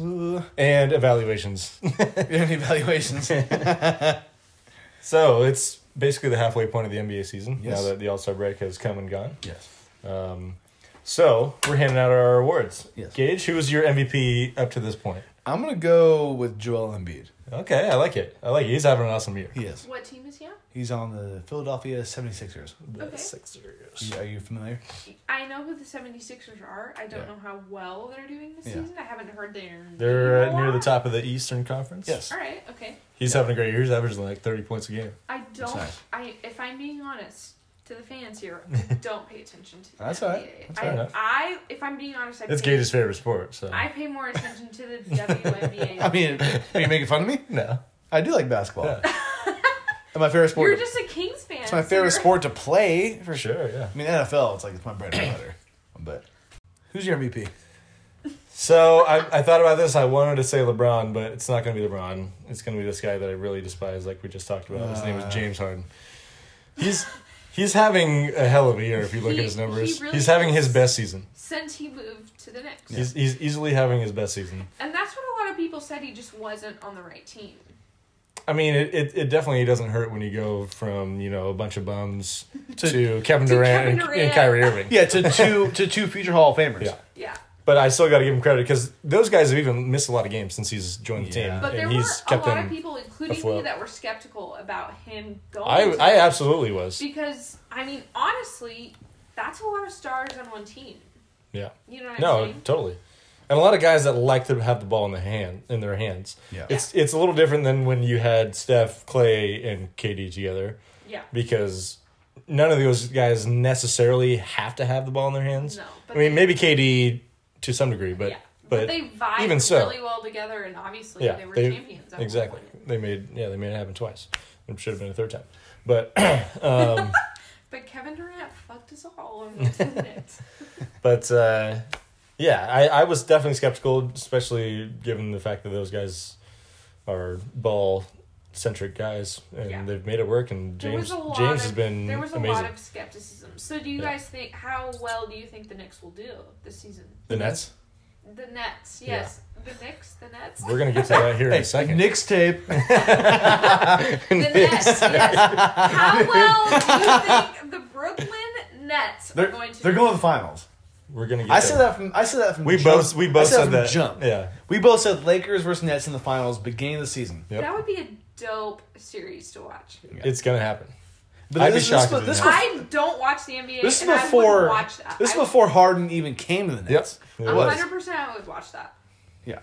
Speaker 1: and evaluations.
Speaker 2: any evaluations?
Speaker 1: So it's basically the halfway point of the NBA season
Speaker 2: Yes.
Speaker 1: now that the All Star break has come and gone.
Speaker 2: yes.
Speaker 1: Um, so we're handing out our awards.
Speaker 2: Yes.
Speaker 1: Gage, who was your MVP up to this point?
Speaker 2: I'm gonna go with Joel Embiid.
Speaker 1: Okay, I like it. I like it. He's having an awesome year.
Speaker 2: He is.
Speaker 3: What team is he on?
Speaker 2: He's on the Philadelphia 76ers.
Speaker 1: The
Speaker 3: Okay.
Speaker 1: Sixers.
Speaker 2: Are you familiar?
Speaker 3: I know who the 76ers are. I don't
Speaker 2: Yeah.
Speaker 3: know how well they're doing this
Speaker 2: Yeah.
Speaker 3: season. I haven't heard their
Speaker 1: They're
Speaker 3: name
Speaker 1: uh,
Speaker 3: a
Speaker 1: near the
Speaker 3: lot.
Speaker 1: top of the Eastern Conference.
Speaker 2: Yes.
Speaker 3: All right, okay.
Speaker 1: He's having a great year. He's averaging like 30 points a game.
Speaker 3: I don't
Speaker 2: nice.
Speaker 3: I if I'm being honest to the fans here, don't pay attention to the
Speaker 2: That's
Speaker 3: NBA.
Speaker 2: all right.
Speaker 1: That's
Speaker 3: I,
Speaker 1: fair enough.
Speaker 3: I if I'm being honest, I
Speaker 1: It's
Speaker 3: pay,
Speaker 1: Gage's favorite sport, so.
Speaker 3: I pay more attention to the WNBA.
Speaker 2: I mean, are you making fun of me?
Speaker 1: no.
Speaker 2: I do like basketball.
Speaker 1: Yeah.
Speaker 2: And my favorite sport.
Speaker 3: You're
Speaker 2: to-
Speaker 3: just a Kings fan.
Speaker 2: it's my favorite
Speaker 3: so
Speaker 2: sport to play for
Speaker 1: For
Speaker 2: sure.
Speaker 1: sure, yeah.
Speaker 2: I mean, NFL. It's like it's my bread and butter. But who's your MVP?
Speaker 1: So I, I thought about this. I wanted to say LeBron, but it's not going to be LeBron. It's going to be this guy that I really despise, like we just talked about. His name
Speaker 2: Uh.
Speaker 1: is James Harden. He's he's having a hell of a year if you look
Speaker 3: He-
Speaker 1: at his numbers.
Speaker 3: he really
Speaker 1: he's having his
Speaker 3: is.
Speaker 1: best season.
Speaker 3: Since he moved to the Knicks.
Speaker 1: He's he's easily having his best season.
Speaker 3: And that's what a lot of people said he just wasn't on the right team.
Speaker 1: I mean, it, it, it definitely doesn't hurt when you go from you know a bunch of bums to,
Speaker 2: To-
Speaker 1: Kevin
Speaker 3: to
Speaker 1: Durant,
Speaker 3: Kevin
Speaker 1: and,
Speaker 3: Durant.
Speaker 1: and Kyrie Irving.
Speaker 2: Yeah, to two to two future Hall of Famers.
Speaker 1: Yeah.
Speaker 3: Yeah.
Speaker 1: But I still got to give him credit because those guys have even missed a lot of games since he's joined the
Speaker 2: Yeah.
Speaker 1: team,
Speaker 3: But there
Speaker 1: and
Speaker 3: were
Speaker 1: he's
Speaker 3: a
Speaker 1: kept
Speaker 3: lot of
Speaker 1: them.
Speaker 3: people, including me,
Speaker 1: afloat.
Speaker 3: that were skeptical about him going.
Speaker 1: I
Speaker 3: to
Speaker 1: I absolutely was.
Speaker 3: Because I mean, honestly, that's a lot of stars on one team.
Speaker 1: Yeah.
Speaker 3: You know what I'm
Speaker 1: No,
Speaker 3: saying?
Speaker 1: totally. And a lot of guys that like to have the ball in the hand in their hands.
Speaker 2: Yeah.
Speaker 1: It's it's a little different than when you had Steph, Clay, and KD together
Speaker 3: Yeah.
Speaker 1: because none of those guys necessarily have to have the ball in their hands.
Speaker 3: No,
Speaker 1: I
Speaker 3: but
Speaker 1: mean,
Speaker 3: they-
Speaker 1: maybe KD to some degree, but
Speaker 3: yeah.
Speaker 1: but,
Speaker 3: they vibe
Speaker 1: even so-
Speaker 3: really well together, and obviously
Speaker 1: yeah,
Speaker 3: they were
Speaker 1: they-
Speaker 3: champions. At one
Speaker 1: exactly.
Speaker 3: point.
Speaker 1: They made yeah they made it happen twice. It should have been a third time, but
Speaker 3: But Kevin Durant fucked us all over the minutes.
Speaker 1: but uh, yeah, I, I was definitely skeptical, especially given the fact that those guys are ball centric guys, and
Speaker 3: Yeah.
Speaker 1: they's they've made it work. And
Speaker 3: There was
Speaker 1: James
Speaker 3: a lot
Speaker 1: James
Speaker 3: of,
Speaker 1: has been
Speaker 3: there was a
Speaker 1: amazing.
Speaker 3: lot of skepticism. So do you
Speaker 1: Yeah.
Speaker 3: guys think how well do you think the Knicks will do this season?
Speaker 1: the Nets.
Speaker 3: The Nets,
Speaker 1: Yeah.
Speaker 3: yes. The Knicks, the Nets.
Speaker 1: We're gonna get to that here in
Speaker 2: Hey,
Speaker 1: a second.
Speaker 2: Knicks tape.
Speaker 3: The Nets, yes. How well do you think the Brooklyn Nets
Speaker 2: They're
Speaker 3: are going to
Speaker 2: they're
Speaker 3: do?
Speaker 2: going to the finals.
Speaker 1: We're gonna. Get
Speaker 2: I
Speaker 1: there.
Speaker 2: said that from I said that from
Speaker 1: We
Speaker 2: jump.
Speaker 1: both we both
Speaker 2: I said,
Speaker 1: said
Speaker 2: from
Speaker 1: that.
Speaker 2: jump.
Speaker 1: Yeah.
Speaker 2: We both said Lakers versus Nets in the finals beginning of the season.
Speaker 1: Yep.
Speaker 3: That would be a dope series to watch.
Speaker 1: It's gonna happen.
Speaker 2: But
Speaker 1: I'd be shocked
Speaker 2: This,
Speaker 1: if
Speaker 2: this,
Speaker 1: it
Speaker 2: was-
Speaker 3: I don't watch the NBA.
Speaker 2: this is
Speaker 3: and I would
Speaker 2: before
Speaker 3: watch that.
Speaker 2: this is
Speaker 3: I-
Speaker 2: before Harden even came to the
Speaker 1: Yep.
Speaker 2: Nets.
Speaker 1: It
Speaker 3: a
Speaker 1: was.
Speaker 3: hundred percent. I would watch that.
Speaker 2: Yeah,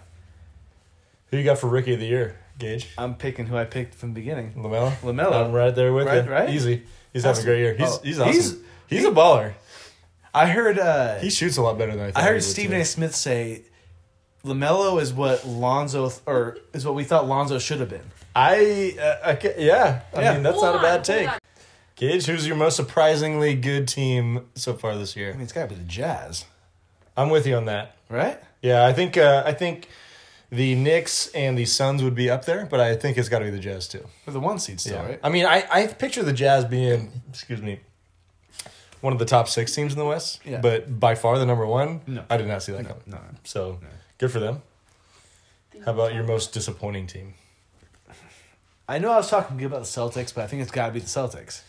Speaker 1: Who you got for rookie of the year, Gage?
Speaker 2: I'm picking who I picked from the beginning.
Speaker 1: Lamelo.
Speaker 2: LaMelo.
Speaker 1: I'm right there with
Speaker 2: Right,
Speaker 1: you.
Speaker 2: right?
Speaker 1: Easy. He's having
Speaker 2: Awesome.
Speaker 1: a great year. He's
Speaker 2: Oh,
Speaker 1: he's awesome.
Speaker 2: he's-
Speaker 1: He's, a baller.
Speaker 2: I heard uh,
Speaker 1: He shoots a lot better than I thought.
Speaker 2: I
Speaker 1: he
Speaker 2: heard
Speaker 1: would,
Speaker 2: Stephen
Speaker 1: too.
Speaker 2: A. Smith say, "Lamelo is what Lonzo th- or is what we thought Lonzo should have been."
Speaker 1: I, uh, I ca- yeah. I
Speaker 2: Yeah.
Speaker 1: mean, that's
Speaker 3: Hold
Speaker 1: not a
Speaker 3: on,
Speaker 1: bad
Speaker 3: hold
Speaker 1: take.
Speaker 3: on.
Speaker 1: Gage, who's your most surprisingly good team so far this
Speaker 2: I
Speaker 1: year?
Speaker 2: mean, it's got to be the Jazz,
Speaker 1: I'm with you on that.
Speaker 2: right?
Speaker 1: Yeah, I think uh, I think the Knicks and the Suns would be up there, but I think it's got to be the Jazz too.
Speaker 2: For the one seed still, right?
Speaker 1: I mean, I, I picture the Jazz being, excuse me, one of the top six teams in the West,
Speaker 2: Yeah.
Speaker 1: but by far the number one.
Speaker 2: No.
Speaker 1: I did not see that coming.
Speaker 2: No,
Speaker 1: So good for them. How about your most disappointing team?
Speaker 2: I know I was talking about the Celtics, but I think it's got to be the Celtics,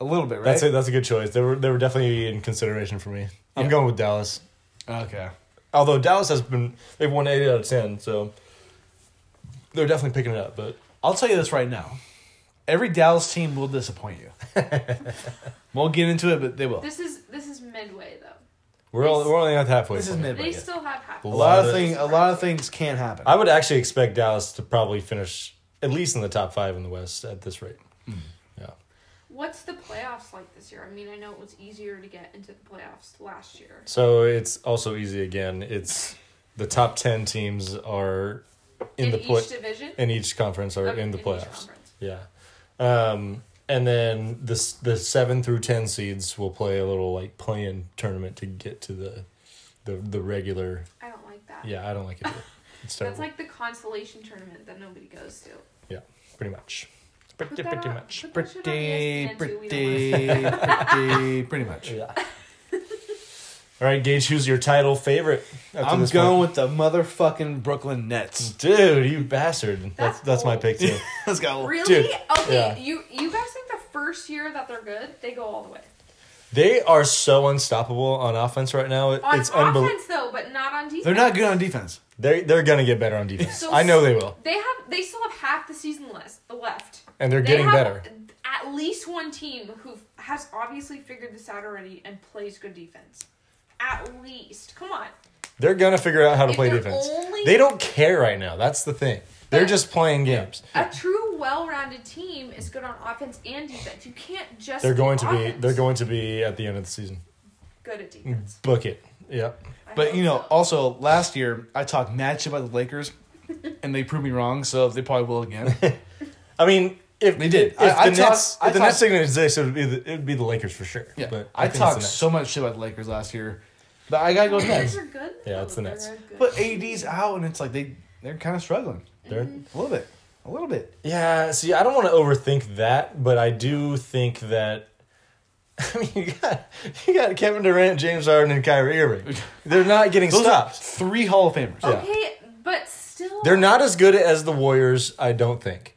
Speaker 2: a little bit, right?
Speaker 1: That's it. That's a good choice. They were they were definitely in consideration for me. I'm
Speaker 2: Yeah.
Speaker 1: going with Dallas.
Speaker 2: Okay,
Speaker 1: Although Dallas has been they've won eight out of ten, so they're definitely picking it up. But
Speaker 2: I'll tell you this right now: every Dallas team will disappoint you. we'll get into it, but they will.
Speaker 3: This is this is midway though.
Speaker 1: we're only, we're only at the halfway.
Speaker 2: This is
Speaker 1: point.
Speaker 2: mid-
Speaker 3: They
Speaker 2: Yeah.
Speaker 3: still have half.
Speaker 2: A lot
Speaker 1: Love
Speaker 2: of
Speaker 1: it.
Speaker 2: things, a lot of things can happen.
Speaker 1: I would actually expect Dallas to probably finish at least in the top five in the West at this rate.
Speaker 2: Hmm.
Speaker 1: Yeah.
Speaker 3: What's the playoffs like this year? I mean, I know it was easier to get into the playoffs last year.
Speaker 1: So it's also easy again. It's the top ten teams are in, the
Speaker 3: each
Speaker 1: play
Speaker 3: division.
Speaker 1: in each conference are
Speaker 3: Um,
Speaker 1: in the
Speaker 3: each
Speaker 1: playoffs.
Speaker 3: conference.
Speaker 1: Yeah. Um, and then the s- the seven through ten seeds will play a little like play-in tournament to get to the the the regular.
Speaker 3: I don't like that.
Speaker 1: Yeah, I don't like it. either. It's terrible.
Speaker 3: That's like the consolation tournament that nobody goes to.
Speaker 1: yeah, pretty much.
Speaker 3: Put
Speaker 1: Pretty
Speaker 3: that
Speaker 1: pretty
Speaker 3: on-
Speaker 1: much.
Speaker 3: put that shit on E
Speaker 2: pretty,
Speaker 3: ESPN too, we don't
Speaker 2: pretty,
Speaker 3: want
Speaker 2: pretty, pretty much.
Speaker 1: Yeah. All right, Gage. Who's your title favorite? up to
Speaker 2: I'm
Speaker 1: this
Speaker 2: going
Speaker 1: point?
Speaker 2: with the motherfucking Brooklyn Nets.
Speaker 1: Dude, you bastard. That's
Speaker 3: That's
Speaker 1: that's my
Speaker 3: old.
Speaker 1: pick too.
Speaker 2: Let's go.
Speaker 3: it. Really?
Speaker 1: Dude,
Speaker 3: okay,
Speaker 1: yeah.
Speaker 3: you you guys think the first year that they're good, they go all the way.
Speaker 1: They are so unstoppable on offense right now. It,
Speaker 3: On
Speaker 1: it's unbelievable.
Speaker 3: offense though, but not on defense.
Speaker 2: They're not good on defense.
Speaker 1: They they're gonna get better on defense.
Speaker 3: So
Speaker 1: I know they will,
Speaker 3: They have they still have half the season less left.
Speaker 1: and they're
Speaker 3: They
Speaker 1: getting
Speaker 3: have
Speaker 1: better.
Speaker 3: At least one team who has obviously figured this out already and plays good defense. At least, come on.
Speaker 1: They're gonna figure out how to
Speaker 3: If
Speaker 1: play
Speaker 3: they're
Speaker 1: defense.
Speaker 3: only-
Speaker 1: They don't care right now. That's the thing. They're
Speaker 3: But-
Speaker 1: just playing games.
Speaker 3: A true, well-rounded team is good on offense and defense. You can't just.
Speaker 1: They're
Speaker 3: do
Speaker 1: going to be.
Speaker 3: offense.
Speaker 1: They're going Mm. to be at the end of the season.
Speaker 3: good at defense.
Speaker 1: Book it. Yep.
Speaker 3: I
Speaker 2: But
Speaker 3: hope
Speaker 2: you know,
Speaker 3: so.
Speaker 2: also last year I talked mad shit about the Lakers, and they proved me wrong. So they probably will again.
Speaker 1: I mean, if
Speaker 2: They did.
Speaker 1: if
Speaker 2: I-
Speaker 1: the
Speaker 2: I talk-
Speaker 1: Nets,
Speaker 2: I
Speaker 1: if the
Speaker 2: talk-
Speaker 1: Nets didn't exist, it would be the, it would be the Lakers for sure.
Speaker 2: Yeah,
Speaker 1: but
Speaker 2: I,
Speaker 1: think it's
Speaker 2: talked
Speaker 1: the Nets.
Speaker 2: so much shit about the Lakers last year, but I gotta go
Speaker 3: The Nets
Speaker 2: Nets.
Speaker 3: are good.
Speaker 1: Yeah, it's the
Speaker 3: though.
Speaker 1: Nets.
Speaker 3: They're good.
Speaker 2: But AD's out, and it's like they they're kind of struggling
Speaker 1: They're-
Speaker 2: a little bit, a little bit.
Speaker 1: Yeah, see, I don't want to overthink that, but I do think that. I mean, you got you got Kevin Durant, James Harden, and Kyrie Irving. They're not getting
Speaker 2: Those are
Speaker 1: stopped.
Speaker 2: three Hall of Famers.
Speaker 1: Yeah.
Speaker 3: okay, but still,
Speaker 1: They're not as good as the Warriors. I don't think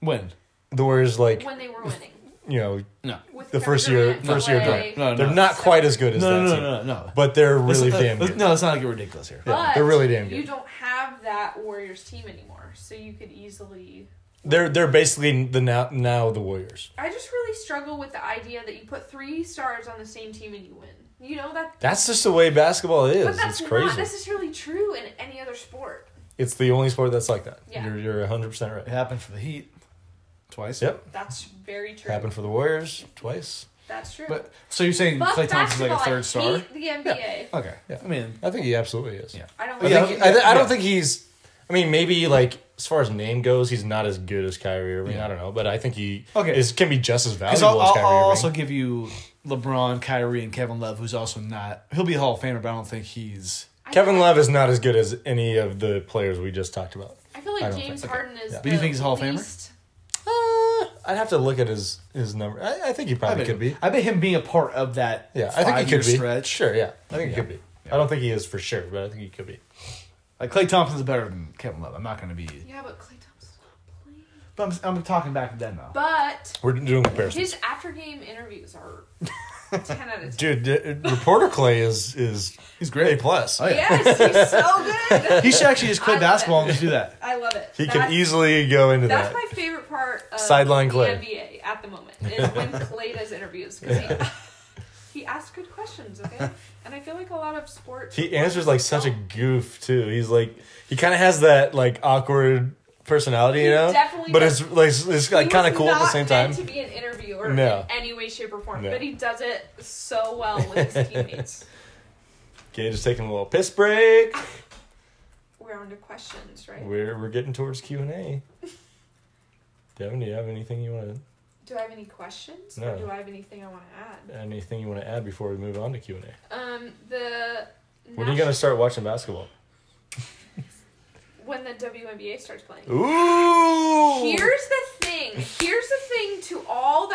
Speaker 2: When?
Speaker 1: the Warriors, like
Speaker 3: when they were winning.
Speaker 1: you know,
Speaker 2: No.
Speaker 3: With
Speaker 1: the
Speaker 3: Kevin
Speaker 1: first year,
Speaker 3: Durant,
Speaker 1: first year,
Speaker 3: Clay,
Speaker 1: Durant.
Speaker 2: No, no.
Speaker 1: they're not quite as good as
Speaker 2: No,
Speaker 1: that
Speaker 2: no,
Speaker 1: team,
Speaker 2: no, uh, no, no.
Speaker 1: but they're really
Speaker 2: Let's-
Speaker 1: damn
Speaker 2: let's-
Speaker 1: good.
Speaker 2: No, let's not get ridiculous here.
Speaker 1: Yeah,
Speaker 3: but
Speaker 1: they're really damn
Speaker 3: You
Speaker 1: good.
Speaker 3: don't have that Warriors team anymore, so you could easily.
Speaker 1: They're they're basically the now now the Warriors.
Speaker 3: I just really struggle with the idea that you put three stars on the same team and you win. You know that,
Speaker 1: That's just the way basketball
Speaker 3: but
Speaker 1: is.
Speaker 3: that's
Speaker 1: It's crazy.
Speaker 3: not necessarily true in any other sport.
Speaker 1: It's the only sport that's like that.
Speaker 3: Yeah.
Speaker 1: You're you're hundred percent right.
Speaker 2: It happened for the Heat twice.
Speaker 1: Yep.
Speaker 3: That's very true.
Speaker 1: Happened for the Warriors twice.
Speaker 3: That's true.
Speaker 2: But so you're saying
Speaker 3: Fuck
Speaker 2: Clay Thompson's like a
Speaker 3: basketball, I
Speaker 2: third star?
Speaker 3: hate the NBA.
Speaker 2: Okay.
Speaker 1: Yeah.
Speaker 2: I mean,
Speaker 1: I think he absolutely is.
Speaker 2: Yeah.
Speaker 3: I don't.
Speaker 1: I,
Speaker 3: Like
Speaker 2: Oh, Yeah, uh,
Speaker 1: think,
Speaker 3: it.
Speaker 1: I, th- I don't
Speaker 2: yeah.
Speaker 1: think he's. I mean, maybe like as far as name goes, he's not as good as Kyrie Irving.
Speaker 2: Yeah.
Speaker 1: I don't know, but I think he
Speaker 2: Okay.
Speaker 1: is can be just as
Speaker 2: because
Speaker 1: valuable
Speaker 2: I'll,
Speaker 1: as
Speaker 2: I'll,
Speaker 1: Kyrie
Speaker 2: I'll
Speaker 1: Irving.
Speaker 2: also give you LeBron, Kyrie, and Kevin Love, who's also not. He'll be a Hall of Famer, but I don't think he's.
Speaker 3: I
Speaker 1: Kevin
Speaker 3: feel-
Speaker 1: Love is not as good as any of the players we just talked about.
Speaker 3: I feel
Speaker 1: I
Speaker 3: like
Speaker 1: don't
Speaker 3: James
Speaker 1: think- okay.
Speaker 3: Harden is.
Speaker 1: Yeah.
Speaker 2: But you
Speaker 3: the
Speaker 2: think he's a Hall of Famer?
Speaker 3: least-
Speaker 1: Uh, I'd have to look at his his number. I, I think he
Speaker 2: I
Speaker 1: probably
Speaker 2: bet,
Speaker 1: could be.
Speaker 2: I bet him being a part of that.
Speaker 1: Yeah, I think he
Speaker 2: five-year
Speaker 1: could be.
Speaker 2: Stretch.
Speaker 1: Sure, yeah, I think he
Speaker 2: Yeah.
Speaker 1: could be.
Speaker 2: Yeah.
Speaker 1: I don't think he is for sure, but I think he could be.
Speaker 2: Like Clay Thompson's better than Kevin Love. I'm not going to be.
Speaker 3: Yeah, but Clay Thompson's not playing.
Speaker 2: But I'm, I'm talking back to then though.
Speaker 3: But
Speaker 1: We're doing comparisons,
Speaker 3: his after game interviews are ten out of ten.
Speaker 1: dude. d- reporter Clay is is
Speaker 2: He's
Speaker 1: a
Speaker 2: great.
Speaker 1: plus.
Speaker 2: Oh, yeah.
Speaker 3: Yes, he's so good.
Speaker 2: He should actually just
Speaker 3: I
Speaker 2: quit
Speaker 3: love
Speaker 2: basketball
Speaker 3: it.
Speaker 2: and just do that.
Speaker 3: I love it.
Speaker 1: He
Speaker 3: That's-
Speaker 1: could easily go into
Speaker 3: That's
Speaker 1: that.
Speaker 3: my favorite part of
Speaker 1: Sideline
Speaker 3: the
Speaker 1: Clay.
Speaker 3: NBA at the moment is when Clay does interviews because he, he asks good questions, okay? And I feel like a lot of sports
Speaker 1: He answers like such a goof too. He's like he kind of has that like awkward personality, you
Speaker 3: He
Speaker 1: know.
Speaker 3: definitely
Speaker 1: but
Speaker 3: does.
Speaker 1: it's like it's, it's, like
Speaker 3: He
Speaker 1: kind of
Speaker 3: was
Speaker 1: cool at the
Speaker 3: not
Speaker 1: same time.
Speaker 3: meant To be an interviewer
Speaker 1: No.
Speaker 3: in any way, shape, or form,
Speaker 1: No.
Speaker 3: but he does it so well with his teammates.
Speaker 1: Okay, just taking a little piss break.
Speaker 3: We're on to questions, right?
Speaker 1: We're we're getting towards Q and A. Devin, do you have anything you want
Speaker 3: Do I have any questions?
Speaker 1: No.
Speaker 3: Or do I have anything I want to
Speaker 1: to anything you want to add before we move on to Q and A?
Speaker 3: add? Um, the
Speaker 1: When are you
Speaker 3: national-
Speaker 1: gonna start watching basketball?
Speaker 3: when the WNBA starts playing?
Speaker 1: Ooh.
Speaker 3: Here's the thing. Here's the thing to all the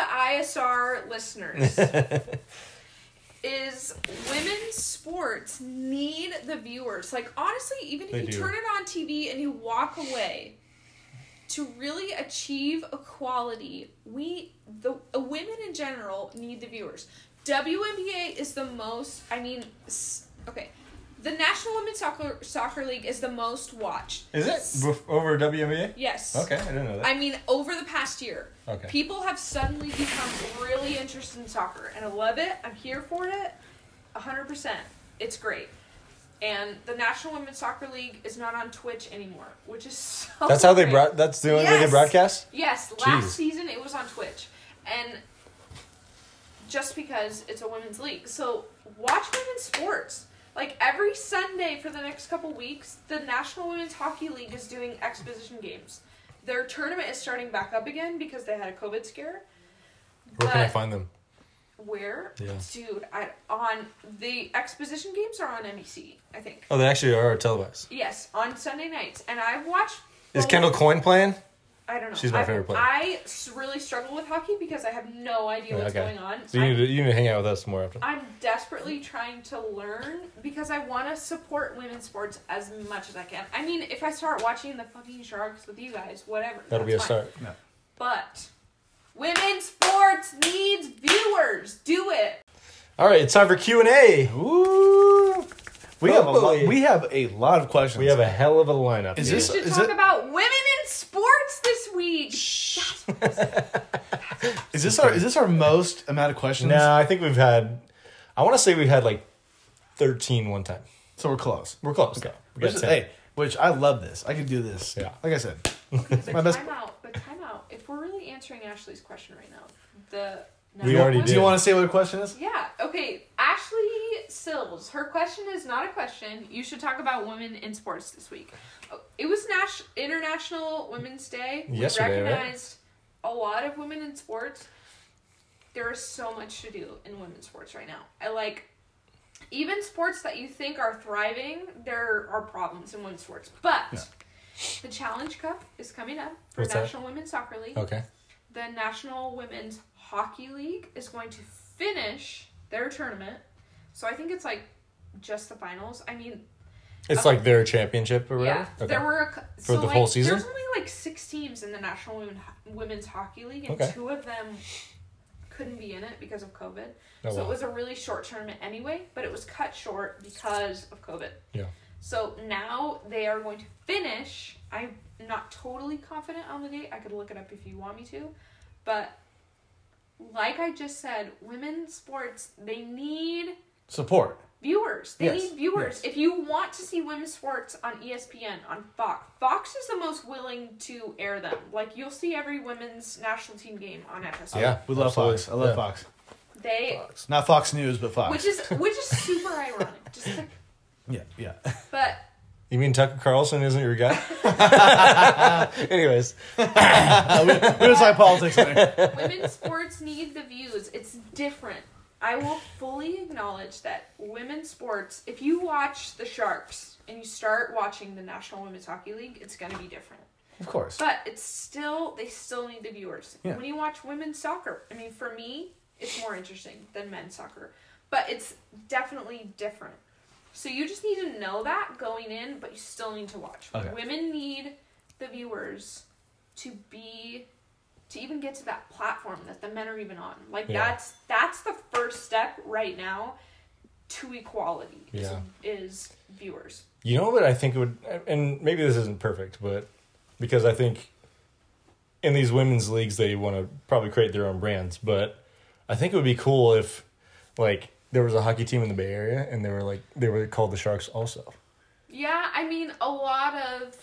Speaker 3: ISR listeners is women's sports need the viewers. Like honestly, even if
Speaker 1: They
Speaker 3: you
Speaker 1: do.
Speaker 3: turn it on TV and you walk away, to really achieve equality, we the uh, women in general need the viewers. WNBA is the most. I mean, s- okay, the National Women's Soccer Soccer League is the most watched.
Speaker 1: Is it bef- over WNBA?
Speaker 3: Yes.
Speaker 1: Okay, I didn't know that.
Speaker 3: I mean, over the past year,
Speaker 1: Okay.
Speaker 3: people have suddenly become really interested in soccer, and I love it. I'm here for it, 100%. It's great. And the National Women's Soccer League is not on Twitch anymore, which is so.
Speaker 1: That's how they
Speaker 3: great.
Speaker 1: brought. That's the only way
Speaker 3: Yes.
Speaker 1: they broadcast.
Speaker 3: Yes,
Speaker 1: Jeez.
Speaker 3: last season it was on Twitch, and just because it's a women's league, so watch women's sports. Like every Sunday for the next couple weeks, the National Women's Hockey League is doing exposition games. Their tournament is starting back up again because they had a COVID scare.
Speaker 1: Where can I
Speaker 3: But-
Speaker 1: find them?
Speaker 3: Where,
Speaker 1: Yeah.
Speaker 3: dude, I, on the exposition games are on NBC, I think.
Speaker 1: Oh, they actually are televised.
Speaker 3: Yes, on Sunday nights, and I watched.
Speaker 1: Is
Speaker 3: both-
Speaker 1: Kendall Coyne playing?
Speaker 3: I don't know.
Speaker 1: She's my
Speaker 3: I-
Speaker 1: favorite player.
Speaker 3: I s- really struggle with hockey because I have no idea what's
Speaker 1: Okay.
Speaker 3: going on.
Speaker 1: So you need, to, you need to hang out with us more often.
Speaker 3: I'm, I'm desperately trying to learn because I want to support women's sports as much as I can. I mean, if I start watching the fucking Sharks with you guys, whatever.
Speaker 1: That'll be a
Speaker 3: that's fine.
Speaker 1: start.
Speaker 3: But women's sports needs viewers. Do it.
Speaker 1: All right, it's time for Q and A.
Speaker 2: Ooh. We have, a
Speaker 1: Probably.
Speaker 2: lot, we have a lot of questions.
Speaker 1: Oh, We have a hell of a lineup.
Speaker 2: Is
Speaker 1: dude.
Speaker 2: this-
Speaker 3: We should
Speaker 2: is
Speaker 3: talk
Speaker 2: it-
Speaker 3: about women in sports this week.
Speaker 2: is this our is this our most amount of questions?
Speaker 1: No, I think we've had. I want to say we've had like thirteen one time.
Speaker 2: So we're close.
Speaker 1: We're close. though. We
Speaker 2: Which
Speaker 1: got
Speaker 2: is,
Speaker 1: 10.
Speaker 2: hey, which I love this. I could do this.
Speaker 1: Yeah.
Speaker 2: Like I said,
Speaker 3: But
Speaker 2: my best-
Speaker 3: time out. But time out. If we're really answering Ashley's question right now, the
Speaker 1: We already
Speaker 2: do you
Speaker 1: did.
Speaker 2: want to say what the question is?
Speaker 3: Yeah. Okay. Ashley Sills. Her question is not a question. You should talk about women in sports this week. Oh, It was Nash- International Women's Day.
Speaker 1: Yesterday,
Speaker 3: we
Speaker 1: right?
Speaker 3: recognized a lot of women in sports. There is so much to do in women's sports right now. I like even sports that you think are thriving, there are problems in women's sports. But the Challenge Cup is coming up for
Speaker 1: What's that? Oh,
Speaker 3: National Women's Soccer League
Speaker 1: Okay.
Speaker 3: the National Women's Hockey League is going to finish their tournament. So I think it's like just the finals. I mean,
Speaker 1: It's like their championship or whatever.
Speaker 3: yeah,
Speaker 1: Oh, okay.
Speaker 3: there were a, cou- so
Speaker 1: the
Speaker 3: like,
Speaker 1: whole season?
Speaker 3: There's only like six teams in the National Women, Women's Hockey League, and
Speaker 1: Okay.
Speaker 3: two of them couldn't be in it because of COVID.
Speaker 1: Oh,
Speaker 3: so
Speaker 1: wow.
Speaker 3: it was a really short tournament anyway, but it was cut short because of COVID.
Speaker 1: Yeah.
Speaker 3: So now they are going to finish. I'm not totally confident on the date. I could look it up if you want me to. But like I just said, women's sports, they need
Speaker 2: Support.
Speaker 3: viewers. They
Speaker 2: Yes,
Speaker 3: need viewers.
Speaker 2: yes.
Speaker 3: If you want to see women's sports on E ESPN, on Fox, Fox is the most willing to air them. Like you'll see every women's national team game on FSU.
Speaker 1: Yeah.
Speaker 2: We love
Speaker 1: Absolutely.
Speaker 2: Fox. I love
Speaker 1: Yeah.
Speaker 2: Fox.
Speaker 3: They
Speaker 2: Not Fox News, but Fox.
Speaker 3: which is which is super ironic. Just like,
Speaker 2: yeah, yeah.
Speaker 3: but
Speaker 1: You mean Tucker Carlson isn't your guy? Anyways,
Speaker 2: we just like politics. man.
Speaker 3: women's sports need the views. It's different. I will fully acknowledge that women's sports, if you watch the Sharks and you start watching the National Women's Hockey League, it's going to be different.
Speaker 2: Of course.
Speaker 3: But it's still, they still need the viewers.
Speaker 2: Yeah.
Speaker 3: When you watch women's soccer, I mean, for me, it's more interesting than men's soccer, but it's definitely different. So you just need to know that going in, but you still need to watch.
Speaker 2: Okay.
Speaker 3: Women need the viewers to be to even get to that platform that the men are even on. Like
Speaker 1: Yeah.
Speaker 3: that's that's the first step right now to equality. is-
Speaker 1: Yeah.
Speaker 3: Is viewers.
Speaker 1: you know what I think would, and maybe this isn't perfect, but because I think in these women's leagues they want to probably create their own brands, but I think it would be cool if like there was a hockey team in the Bay Area and they were like they were called the Sharks also.
Speaker 3: Yeah, I mean a lot of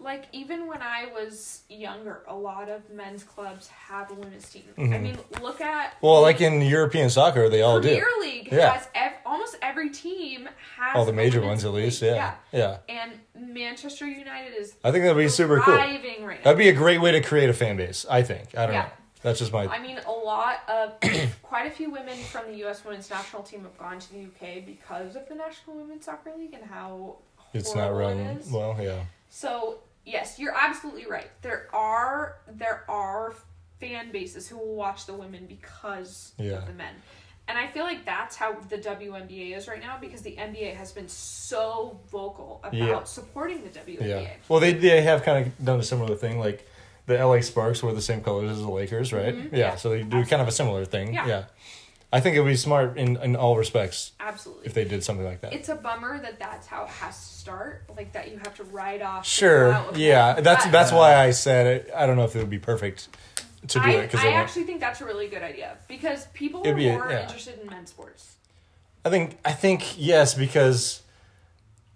Speaker 3: like even when I was younger, a lot of men's clubs have a women's team. I mean, look at
Speaker 1: Mm-hmm. Well, like in European soccer, they all do.
Speaker 3: Premier League
Speaker 1: Yeah.
Speaker 3: has ev- almost every team has
Speaker 1: All the
Speaker 3: a
Speaker 1: major ones,
Speaker 3: women's
Speaker 1: at least.
Speaker 3: league.
Speaker 1: Yeah. Yeah.
Speaker 3: And Manchester United is
Speaker 1: I think that'd be super cool.
Speaker 3: thriving right now.
Speaker 1: That'd be a great way to create a fan base, I think. I don't
Speaker 3: Yeah.
Speaker 1: know. That's just my.
Speaker 3: I mean, a lot of quite a few women from the U.S. women's national team have gone to the U.K. because of the National Women's Soccer League and how
Speaker 1: it's not
Speaker 3: horrible
Speaker 1: run.
Speaker 3: It is.
Speaker 1: Well, yeah.
Speaker 3: So yes, you're absolutely right. There are there are fan bases who will watch the women because
Speaker 1: Yeah.
Speaker 3: of the men. And I feel like that's how the WNBA is right now because the NBA has been so vocal about
Speaker 1: Yeah.
Speaker 3: supporting the WNBA.
Speaker 1: Yeah. Well, they they have kind of done a similar thing. Like the LA Sparks were the same colors as the Lakers, right? Yeah,
Speaker 3: Mm-hmm. Yeah.
Speaker 1: So they do kind of a similar thing.
Speaker 3: Yeah.
Speaker 1: Yeah. I think it would be smart in, in all respects
Speaker 3: Absolutely.
Speaker 1: if they did something like that.
Speaker 3: it's a bummer that that's how it has to start, like that you have to write off. the
Speaker 1: sure.
Speaker 3: clout of
Speaker 1: Yeah.
Speaker 3: that.
Speaker 1: That's
Speaker 3: But
Speaker 1: that's why I said it. I don't know if it would be perfect to do
Speaker 3: I,
Speaker 1: it because
Speaker 3: I actually think that's a really good idea because people
Speaker 1: It'd
Speaker 3: are
Speaker 1: be a-
Speaker 3: more
Speaker 1: yeah.
Speaker 3: interested in men's sports.
Speaker 1: I think I think yes because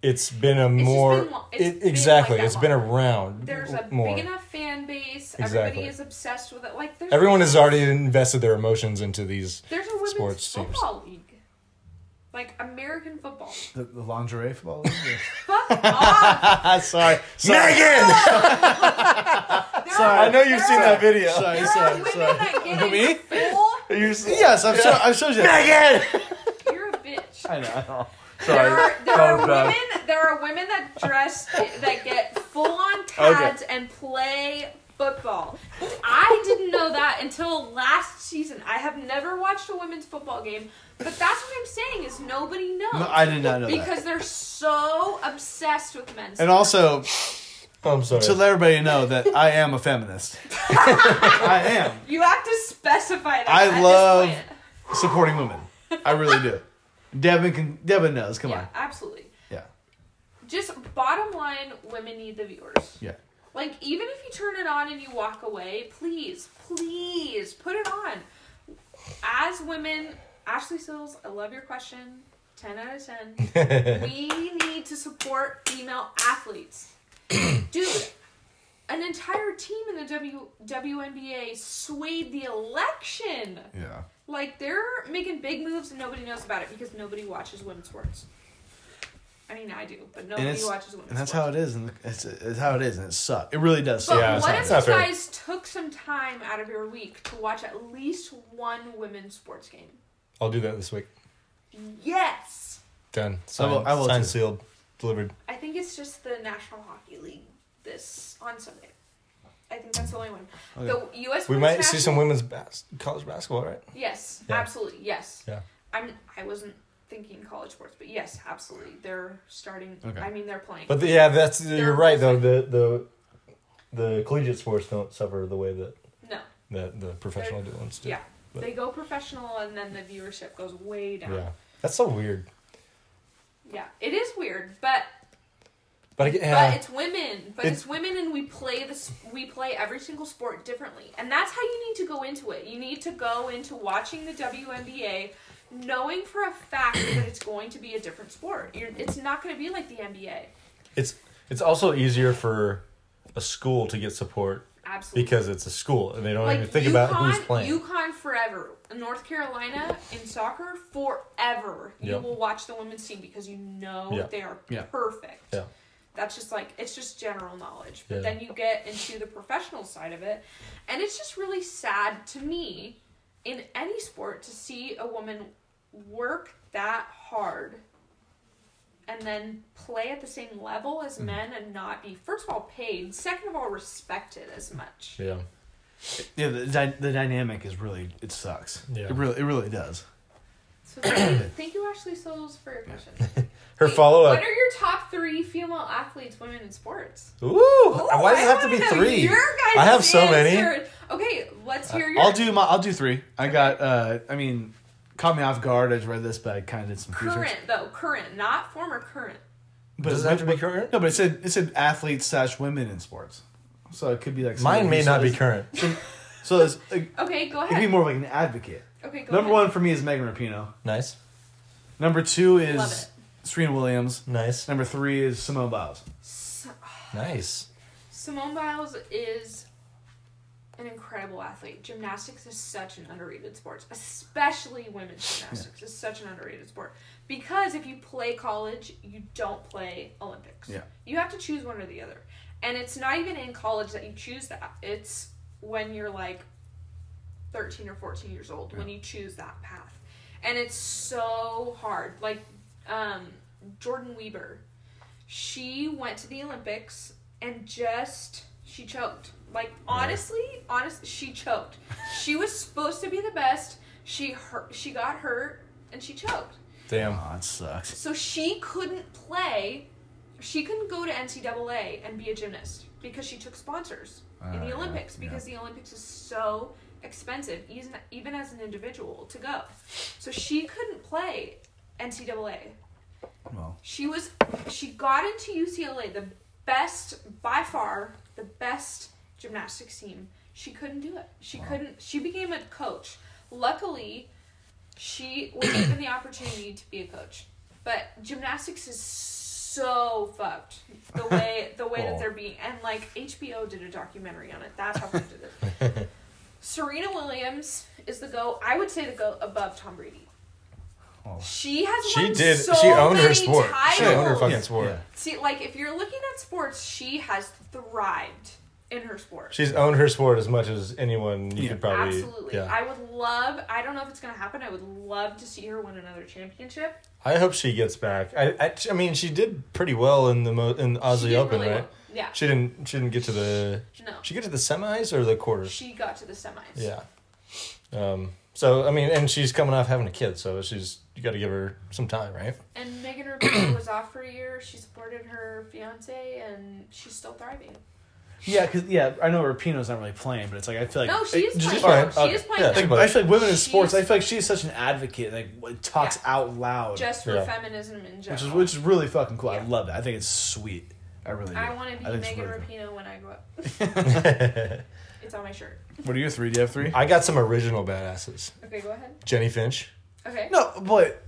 Speaker 1: it's been a
Speaker 3: just
Speaker 1: more
Speaker 3: been lo- it's
Speaker 1: it,
Speaker 3: been like
Speaker 1: exactly
Speaker 3: that
Speaker 1: It's been
Speaker 3: long.
Speaker 1: around
Speaker 3: There's a
Speaker 1: more.
Speaker 3: big enough fan base.
Speaker 1: Exactly.
Speaker 3: Everybody is obsessed with it. Like there's
Speaker 1: Everyone has already invested their emotions into these.
Speaker 3: There's a women's
Speaker 1: sports teams.
Speaker 3: football league, like American football. Ah,
Speaker 2: The, the lingerie football. league?
Speaker 3: Fuck off.
Speaker 1: sorry, Megan.
Speaker 3: There
Speaker 2: Sorry.
Speaker 3: are-
Speaker 1: I know you've
Speaker 3: there
Speaker 1: seen
Speaker 3: are-
Speaker 1: that video.
Speaker 2: Sorry.
Speaker 3: There are women that get
Speaker 2: Me?
Speaker 3: in full.
Speaker 1: You've seen-
Speaker 2: yes, I'm sure. I'm sure. you-
Speaker 1: Megan.
Speaker 3: You're a bitch.
Speaker 2: I know. I know.
Speaker 3: There
Speaker 2: Sorry.
Speaker 3: are, there are
Speaker 2: Oh, God.
Speaker 3: women. There are women that dress that get full on pads and play football. I didn't know that until last season. I have never watched a women's football game, but that's what I'm saying is nobody knows
Speaker 2: No, I did not know that.
Speaker 3: because they're so obsessed with men's.
Speaker 2: And also,
Speaker 1: Oh, I'm sorry.
Speaker 2: to let everybody know that I am a feminist. I am
Speaker 3: you have to specify that.
Speaker 2: I
Speaker 3: at this
Speaker 2: love-
Speaker 3: point.
Speaker 2: supporting women. I really do. Devin can. Devin knows. Come
Speaker 3: Yeah,
Speaker 2: on.
Speaker 3: absolutely.
Speaker 2: Yeah.
Speaker 3: Just bottom line, women need the viewers.
Speaker 2: Yeah.
Speaker 3: Like, even if you turn it on and you walk away, please, please put it on. As women, Ashley Sills, I love your question. 10 out of 10. we need to support female athletes. Dude, an entire team in the w- WNBA swayed the election.
Speaker 2: Yeah.
Speaker 3: Like, they're making big moves and nobody knows about it because nobody watches women's sports. I mean, I do, but nobody
Speaker 2: And it's
Speaker 3: watches women's
Speaker 2: and that's
Speaker 3: sports.
Speaker 2: how it is, and it's, it's how it is, and it sucks. It really does
Speaker 3: But
Speaker 2: suck.
Speaker 1: Yeah,
Speaker 3: what
Speaker 1: not-
Speaker 3: if
Speaker 1: it's
Speaker 3: you
Speaker 1: not fair.
Speaker 3: guys took some time out of your week to watch at least one women's sports game?
Speaker 1: I'll do that this week.
Speaker 3: Yes.
Speaker 1: Done. Signed,
Speaker 2: will- I will
Speaker 1: signed
Speaker 2: too.
Speaker 1: sealed, delivered.
Speaker 3: I think it's just the National Hockey League this on Sunday. I think that's the only one. The U.S.
Speaker 1: We
Speaker 3: Women's
Speaker 1: might see
Speaker 3: National-
Speaker 1: some women's bas- college basketball, right?
Speaker 3: Yes,
Speaker 1: Yeah.
Speaker 3: absolutely. Yes.
Speaker 1: Yeah.
Speaker 3: I'm. I wasn't thinking college sports, but yes, absolutely. They're starting.
Speaker 2: Okay.
Speaker 3: I mean, they're playing.
Speaker 1: But the, yeah, that's
Speaker 3: They're-
Speaker 1: you're right though. The the the collegiate sports don't suffer the way that
Speaker 3: no.
Speaker 1: that the professional ones do.
Speaker 3: Yeah.
Speaker 1: But-
Speaker 3: They go professional, and then the viewership goes way down.
Speaker 1: Yeah. That's so weird.
Speaker 3: Yeah. It is weird, but
Speaker 1: But I get- yeah.
Speaker 3: But it's women. But it's,
Speaker 1: It's-
Speaker 3: women, and we play this. We play every single sport differently, and that's how you need to go into it. You need to go into watching the WNBA, knowing for a fact that it's going to be a different sport. You're, it's not going to be like the NBA.
Speaker 1: It's it's also easier for a school to get support
Speaker 3: Absolutely.
Speaker 1: because it's a school and they don't
Speaker 3: like
Speaker 1: even think
Speaker 3: UConn,
Speaker 1: about who's playing.
Speaker 3: UConn forever. North Carolina in soccer forever. You
Speaker 1: Yep.
Speaker 3: will watch the women's team because you know
Speaker 1: Yeah.
Speaker 3: they are
Speaker 2: Yeah.
Speaker 3: perfect.
Speaker 1: Yeah.
Speaker 3: That's just like it's just general knowledge. But
Speaker 1: Yeah.
Speaker 3: then you get into the professional side of it, and it's just really sad to me in any sport to see a woman work that hard and then play at the same level
Speaker 1: Mm.
Speaker 3: as men and not be first of all paid, second of all respected as much.
Speaker 1: yeah.
Speaker 2: Yeah, the, dy- the dynamic is really it sucks.
Speaker 1: Yeah.
Speaker 2: It really it really does.
Speaker 3: So thank you, thank you Ashley Souls, for your question.
Speaker 1: Her
Speaker 3: Wait,
Speaker 1: follow up.
Speaker 3: What are your top three female athletes, women in sports?
Speaker 1: Ooh,
Speaker 3: Ooh,
Speaker 1: why does it have to
Speaker 3: Oh, wanna
Speaker 1: be
Speaker 3: know
Speaker 1: three?
Speaker 3: your guys'
Speaker 1: I have so many. Uh,
Speaker 3: answers. Okay, let's hear your.
Speaker 2: I'll do my I'll do three. I got uh I mean caught me off guard. I just read this, but I kind of did some
Speaker 3: current
Speaker 2: research.
Speaker 3: though. Current, not former. Current.
Speaker 2: But
Speaker 1: Does it have to be current?
Speaker 2: No, but it said it said athletes slash women in sports, so it could be like somebody
Speaker 1: Mine may
Speaker 2: who's-
Speaker 1: not be current.
Speaker 2: So it's, it
Speaker 3: Okay, go
Speaker 2: could be
Speaker 3: ahead.
Speaker 2: more of like an advocate.
Speaker 3: okay, go
Speaker 2: Number
Speaker 3: ahead.
Speaker 2: one for me is Megan Rapinoe.
Speaker 1: Nice.
Speaker 2: Number two
Speaker 3: Love
Speaker 2: is
Speaker 3: it.
Speaker 2: Serena Williams.
Speaker 1: Nice.
Speaker 2: Number three is Simone Biles.
Speaker 3: S-
Speaker 1: Nice.
Speaker 3: Simone Biles is an incredible athlete. Gymnastics is such an underrated sport, especially women's gymnastics is such an underrated sport because if you play college, you don't play Olympics.
Speaker 2: Yeah.
Speaker 3: You have to choose one or the other. And it's not even in college that you choose that. It's when you're like 13 or 14 years old when you choose that path. And it's so hard. Like um, Jordan Weber, she went to the Olympics and just she choked. Like honestly, honest, she choked. She was supposed to be the best. She hurt, she got hurt and she choked.
Speaker 1: Damn.
Speaker 2: Aw, Oh, it sucks.
Speaker 3: So she couldn't play. She couldn't go to NCAA and be a gymnast because she took sponsors
Speaker 2: Ah,
Speaker 3: in the
Speaker 2: yeah,
Speaker 3: Olympics
Speaker 2: yeah.
Speaker 3: because the Olympics is so expensive, even even as an individual to go. So she couldn't play NCAA.
Speaker 2: Well,
Speaker 3: She was she got into UCLA, the best by far, the best gymnastics team. She couldn't do it. She couldn't. She became a coach. Luckily, she was given the opportunity to be a coach. But gymnastics is so fucked the way the way
Speaker 2: Cool.
Speaker 3: that they're being and like HBO did a documentary on it. That's how fucked it is. Serena Williams is the go. I would say the go above Tom Brady.
Speaker 2: Oh.
Speaker 3: She has
Speaker 1: She
Speaker 3: won
Speaker 1: did.
Speaker 3: So
Speaker 1: she owned her
Speaker 3: many
Speaker 1: sport. She owned her
Speaker 3: titles.
Speaker 1: fucking
Speaker 2: Yeah,
Speaker 1: sport.
Speaker 2: yeah.
Speaker 3: See, like if you're looking at sports, she has thrived in her sport.
Speaker 1: She's owned her sport as much as anyone you
Speaker 2: Yeah.
Speaker 1: could probably.
Speaker 3: Absolutely.
Speaker 1: Yeah.
Speaker 3: I would love. I don't know if it's gonna happen. I would love to see her win another championship.
Speaker 1: I hope she gets back. I, I, I mean, she did pretty well in the mo- in the
Speaker 3: She
Speaker 1: Aussie
Speaker 3: did
Speaker 1: Open,
Speaker 3: really
Speaker 1: right?
Speaker 3: well. Yeah.
Speaker 1: She didn't. She didn't get to the.
Speaker 3: no.
Speaker 1: She get to the semis or the quarters.
Speaker 3: She got to the semis.
Speaker 1: Yeah. Um, so I mean, and she's coming off having a kid, so she's you got to give her some time, right?
Speaker 3: And Megan Rapinoe was off for a year. She supported her fiance, and she's still thriving.
Speaker 2: Yeah, cause yeah, I know Rapinoe's not really playing, but it's like I feel like
Speaker 3: No, she
Speaker 2: it-
Speaker 3: is
Speaker 2: just-
Speaker 3: playing.
Speaker 1: alright,
Speaker 3: she
Speaker 1: eh, okay.
Speaker 3: is playing.
Speaker 1: Yeah,
Speaker 3: now.
Speaker 1: think about
Speaker 2: I feel like women in
Speaker 3: She's-
Speaker 2: sports. I feel like she's such an advocate. Like w- talks
Speaker 3: Yeah.
Speaker 2: out loud,
Speaker 3: just for
Speaker 1: Yeah.
Speaker 3: feminism in
Speaker 2: which is
Speaker 3: general.
Speaker 2: which is really fucking cool. I
Speaker 3: Yeah.
Speaker 2: love that. I think it's sweet. I really. do.
Speaker 3: I want to be
Speaker 2: I think it's
Speaker 3: Megan
Speaker 2: really
Speaker 3: Rapinoe when I grow up.
Speaker 1: I
Speaker 3: It's on my shirt.
Speaker 2: What are you three? Do you have three?
Speaker 1: got some original badasses.
Speaker 3: Okay, go ahead.
Speaker 1: Jenny Finch.
Speaker 3: Okay.
Speaker 2: no, but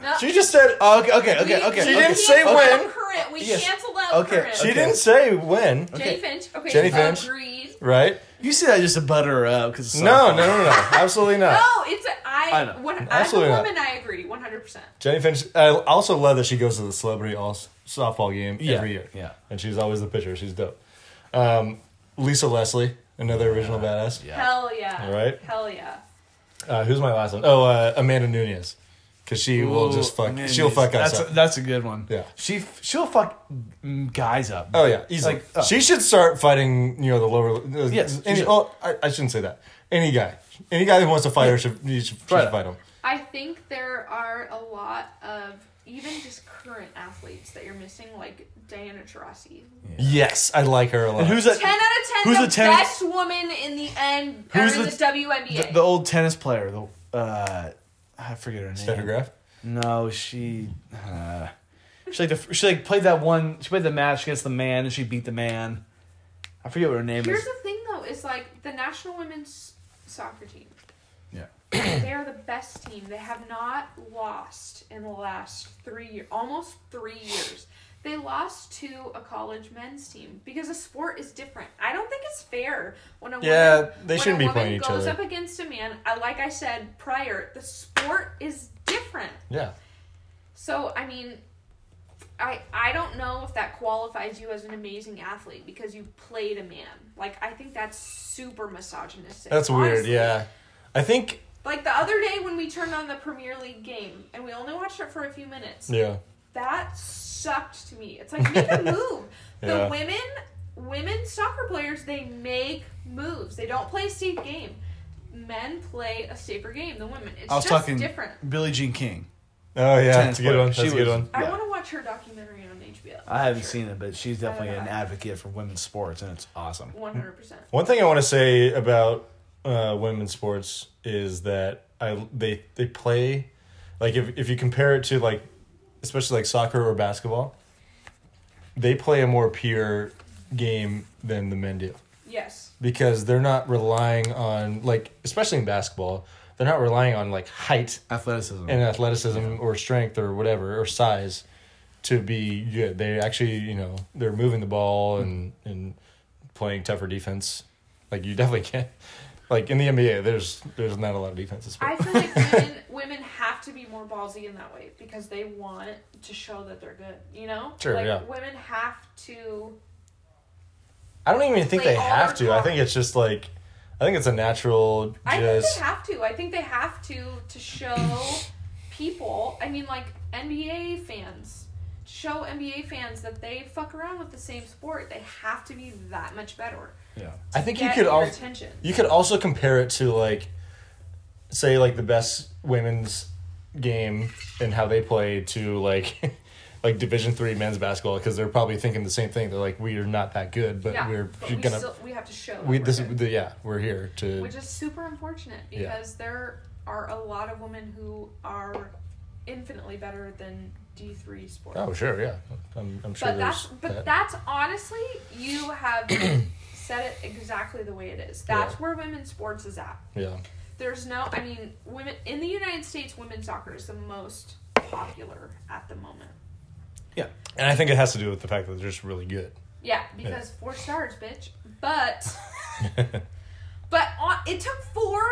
Speaker 3: No,
Speaker 2: she just said. Oh, okay, okay, okay,
Speaker 3: we-
Speaker 2: okay.
Speaker 1: She
Speaker 3: we
Speaker 2: okay.
Speaker 1: didn't say
Speaker 3: canceled
Speaker 1: when.
Speaker 3: out Current. We
Speaker 2: Yes.
Speaker 3: canceled out
Speaker 2: Okay.
Speaker 3: current.
Speaker 1: She
Speaker 2: Okay.
Speaker 1: didn't say when,
Speaker 3: Jenny Finch. Okay.
Speaker 1: Jenny Finch.
Speaker 3: Agreed.
Speaker 1: right?
Speaker 2: You said that just to butter her up because
Speaker 1: No, no, no, no, absolutely not.
Speaker 3: No, it's a, I.
Speaker 2: I know.
Speaker 3: When, as a
Speaker 1: Absolutely not.
Speaker 3: woman, I agree, one hundred percent.
Speaker 1: Jenny Finch. I also love that she goes to the celebrity all softball game
Speaker 2: Yeah,
Speaker 1: every year.
Speaker 2: yeah.
Speaker 1: and she's always the pitcher. She's dope. Um, Lisa Leslie, another original badass.
Speaker 2: Uh, Yeah.
Speaker 3: Hell yeah.
Speaker 1: All right.
Speaker 3: Hell yeah.
Speaker 1: Uh, who's my last one? Oh, uh, Amanda Nunez, because she will just fuck.
Speaker 2: Oh, man,
Speaker 1: she'll fuck us
Speaker 2: that's
Speaker 1: up.
Speaker 2: A, that's a good one.
Speaker 1: Yeah.
Speaker 2: She f- she'll fuck mm, guys up.
Speaker 1: Oh yeah, easily.
Speaker 2: Like, oh.
Speaker 1: She should start fighting. You know the lower. Uh,
Speaker 2: Yes, she
Speaker 1: Any,
Speaker 2: should.
Speaker 1: oh, I, I shouldn't say that. Any guy, any guy who wants to fight her should, you should, should
Speaker 2: Right.
Speaker 1: fight him.
Speaker 3: I think there are a lot of even just current athletes that you're missing, like Diana Taurasi.
Speaker 1: Yes, I like her a lot.
Speaker 2: And who's
Speaker 3: Ten out
Speaker 2: that?
Speaker 3: of ten.
Speaker 2: Who's
Speaker 3: the
Speaker 2: the ten-
Speaker 3: best woman in the N or
Speaker 2: Who's
Speaker 3: in the,
Speaker 2: the-
Speaker 3: WNBA?
Speaker 2: The, the old tennis player. The uh, I forget her name.
Speaker 1: Steffi Graf?
Speaker 2: No, she. Uh, she like the, she like played that one. She played the match against the man, and she beat the man. I forget what her name
Speaker 3: Here's
Speaker 2: is.
Speaker 3: the thing, though, is like the national women's soccer team.
Speaker 2: Yeah.
Speaker 3: they are the best team. They have not lost in the last three years, almost three years. They lost to a college men's team because the sport is different. I don't think it's fair when a
Speaker 1: Yeah,
Speaker 3: woman,
Speaker 1: they
Speaker 3: when
Speaker 1: shouldn't
Speaker 3: a
Speaker 1: be
Speaker 3: woman
Speaker 1: playing each
Speaker 3: goes
Speaker 1: other.
Speaker 3: up against a man. I, like I said prior, the sport is different.
Speaker 1: Yeah.
Speaker 3: So I mean, I I don't know if that qualifies you as an amazing athlete because you played a man. Like I think that's super misogynistic.
Speaker 1: That's weird.
Speaker 3: honestly.
Speaker 1: Yeah. I think.
Speaker 3: Like the other day when we turned on the Premier League game and we only watched it for a few minutes,
Speaker 1: Yeah.
Speaker 3: that sucked to me. It's like make a move.
Speaker 1: Yeah.
Speaker 3: The women women soccer players they make moves. They don't play a safe game. Men play a safer game than women. It's
Speaker 2: I was
Speaker 3: just
Speaker 2: talking
Speaker 3: different.
Speaker 2: Billie Jean King.
Speaker 1: Oh yeah,
Speaker 2: tennis
Speaker 1: that's a good
Speaker 2: player.
Speaker 1: one.
Speaker 2: She
Speaker 1: That's a good
Speaker 2: was-
Speaker 1: one.
Speaker 3: I
Speaker 2: Yeah.
Speaker 3: want to watch her documentary on HBO.
Speaker 2: I haven't seen it, but she's definitely
Speaker 3: know.
Speaker 2: an advocate for women's sports, and it's awesome.
Speaker 3: One hundred percent.
Speaker 1: One thing I want to say about uh, women's sports is that I they they play like if if you compare it to like especially like soccer or basketball, they play a more pure game than the men do
Speaker 3: Yes.
Speaker 1: because they're not relying on like especially in basketball they're not relying on like height
Speaker 2: Athleticism.
Speaker 1: and uh, athleticism or strength or whatever or size to be good. They actually, you know, they're moving the ball and and playing tougher defense. Like you definitely can't. Like in the NBA, there's there's not a lot of defenses.
Speaker 3: I feel like women women have to be more ballsy in that way because they want to show that they're good. You know,
Speaker 1: Sure,
Speaker 3: like
Speaker 1: yeah.
Speaker 3: women have to.
Speaker 1: I don't even think
Speaker 3: Like,
Speaker 1: they
Speaker 3: all
Speaker 1: have
Speaker 3: their
Speaker 1: to. I think it's just like, I think it's a natural
Speaker 3: I think
Speaker 1: just.
Speaker 3: they have to. I think they have to to show people. I mean, like NBA fans show NBA fans that they fuck around with the same sport. They have to be that much better.
Speaker 2: Yeah.
Speaker 1: I think you
Speaker 3: Get
Speaker 1: could
Speaker 3: your
Speaker 1: also
Speaker 3: attention.
Speaker 1: you could also compare it to like, say like the best women's game and how they play to like, like Division three men's basketball because they're probably thinking the same thing. They're like, we are not that good, but
Speaker 3: yeah,
Speaker 1: we're
Speaker 3: but we
Speaker 1: gonna.
Speaker 3: still we have to show.
Speaker 1: we
Speaker 3: that we're
Speaker 1: this
Speaker 3: good.
Speaker 1: the, yeah we're here to
Speaker 3: which is super unfortunate
Speaker 1: Yeah.
Speaker 3: because there are a lot of women who are infinitely better than D three sports.
Speaker 1: oh sure yeah I'm I'm sure
Speaker 3: but that's
Speaker 1: there's
Speaker 3: but
Speaker 1: that.
Speaker 3: that's honestly you have said it exactly the way it is. That's
Speaker 1: Yeah.
Speaker 3: where women's sports is at.
Speaker 1: yeah
Speaker 3: There's no, I mean, women in the United States, women's soccer is the most popular at the moment.
Speaker 1: and I think it has to do with the fact that they're just really good.
Speaker 3: Yeah, because four stars, bitch. But but on, it took four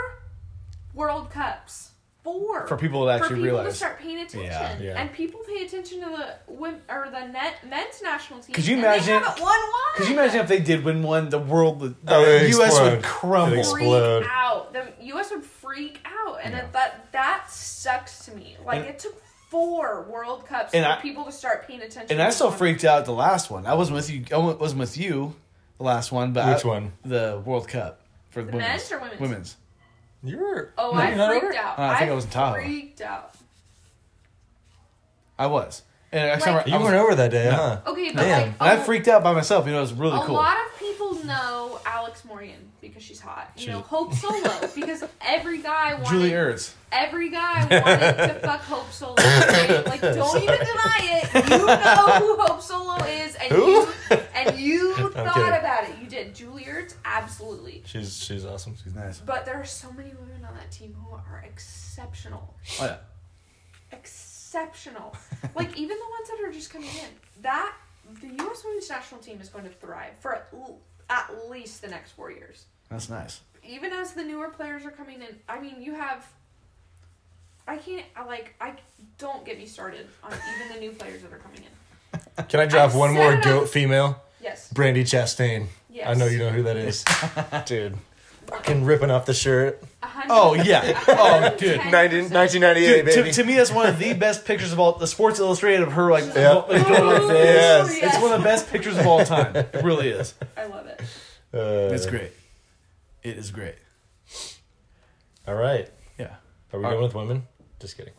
Speaker 3: World Cups. Four
Speaker 2: For people to
Speaker 3: for
Speaker 2: actually
Speaker 3: people to
Speaker 2: realize.
Speaker 3: start paying attention,
Speaker 2: Yeah,
Speaker 1: yeah.
Speaker 3: and people pay attention to the women or the net, men's national team.
Speaker 2: Could you
Speaker 3: and
Speaker 2: imagine-
Speaker 3: They haven't won one.
Speaker 2: Could you imagine if they did win one, the world, would- the
Speaker 1: Oh, it'd
Speaker 2: U.S.
Speaker 1: explode.
Speaker 2: would crumble.
Speaker 1: It'd
Speaker 3: freak
Speaker 1: explode?
Speaker 3: out? The U.S. would freak out, and
Speaker 1: Yeah.
Speaker 3: it, that that sucks to me. Like
Speaker 2: And-
Speaker 3: it took four World Cups
Speaker 2: And
Speaker 3: for
Speaker 2: I-
Speaker 3: people to start paying attention.
Speaker 2: And
Speaker 3: to
Speaker 2: I
Speaker 3: the
Speaker 2: still
Speaker 3: women.
Speaker 2: freaked out at the last one. I wasn't with you. I wa- wasn't with you, the last one. But
Speaker 1: Which
Speaker 2: I-
Speaker 1: one?
Speaker 2: The World Cup for the women's.
Speaker 3: men's or women's?
Speaker 2: Women's.
Speaker 1: You were
Speaker 3: Oh,
Speaker 1: no, you're not over
Speaker 3: I
Speaker 1: it?
Speaker 3: freaked out.
Speaker 2: Uh, I think I was in Tahoe.
Speaker 3: Freaked out.
Speaker 2: I was. And I,
Speaker 3: Like-
Speaker 2: I
Speaker 1: You
Speaker 2: was-
Speaker 1: weren't over that day,
Speaker 2: No.
Speaker 1: huh?
Speaker 3: Okay, but
Speaker 1: Damn.
Speaker 3: like
Speaker 2: And I
Speaker 3: a-
Speaker 2: freaked out by myself. You know, it was really
Speaker 3: A
Speaker 2: cool.
Speaker 3: lot of people know Alex Morian because she's hot. You know
Speaker 1: She's-
Speaker 3: Hope Solo because every guy wanted
Speaker 2: Julie Ertz.
Speaker 3: every guy wanted to fuck Hope Solo. right? Like don't even deny it. You know who Hope Solo is, and
Speaker 1: Who?
Speaker 3: you and you thought
Speaker 1: kidding.
Speaker 3: about it. You did. Julie Ertz, absolutely.
Speaker 1: She's she's awesome. She's
Speaker 2: Nice.
Speaker 3: But there are so many women on that team who are exceptional,
Speaker 2: Oh, yeah.
Speaker 3: exceptional. like even the ones that are just coming in. That the U.S. Women's National Team is going to thrive for at l- at least the next four years.
Speaker 2: That's nice.
Speaker 3: even as the newer players are coming in, I mean, you have. I can't. I like. I don't get me started on even the new players that are coming in.
Speaker 1: Can I drop
Speaker 3: I'm
Speaker 1: one more
Speaker 3: sad.
Speaker 1: goat female?
Speaker 3: Yes.
Speaker 1: Brandy Chastain.
Speaker 3: Yes.
Speaker 1: I know you know who that is. Dude. Fucking ripping off the shirt.
Speaker 3: A hundred-
Speaker 2: Oh, yeah. Oh, dude.
Speaker 1: 19, 1998,
Speaker 2: Dude,
Speaker 1: baby.
Speaker 2: to, to me, that's one of the best pictures of all. The Sports Illustrated of her, like,
Speaker 1: Yeah.
Speaker 2: going
Speaker 3: Oh,
Speaker 2: like
Speaker 1: Yes.
Speaker 2: this. It's one of the best pictures of all time. It really is.
Speaker 3: I love it.
Speaker 1: Uh,
Speaker 2: It's great. It is great.
Speaker 1: All right.
Speaker 2: Yeah.
Speaker 1: Are we
Speaker 2: All
Speaker 1: going
Speaker 2: right.
Speaker 1: with women? Just kidding.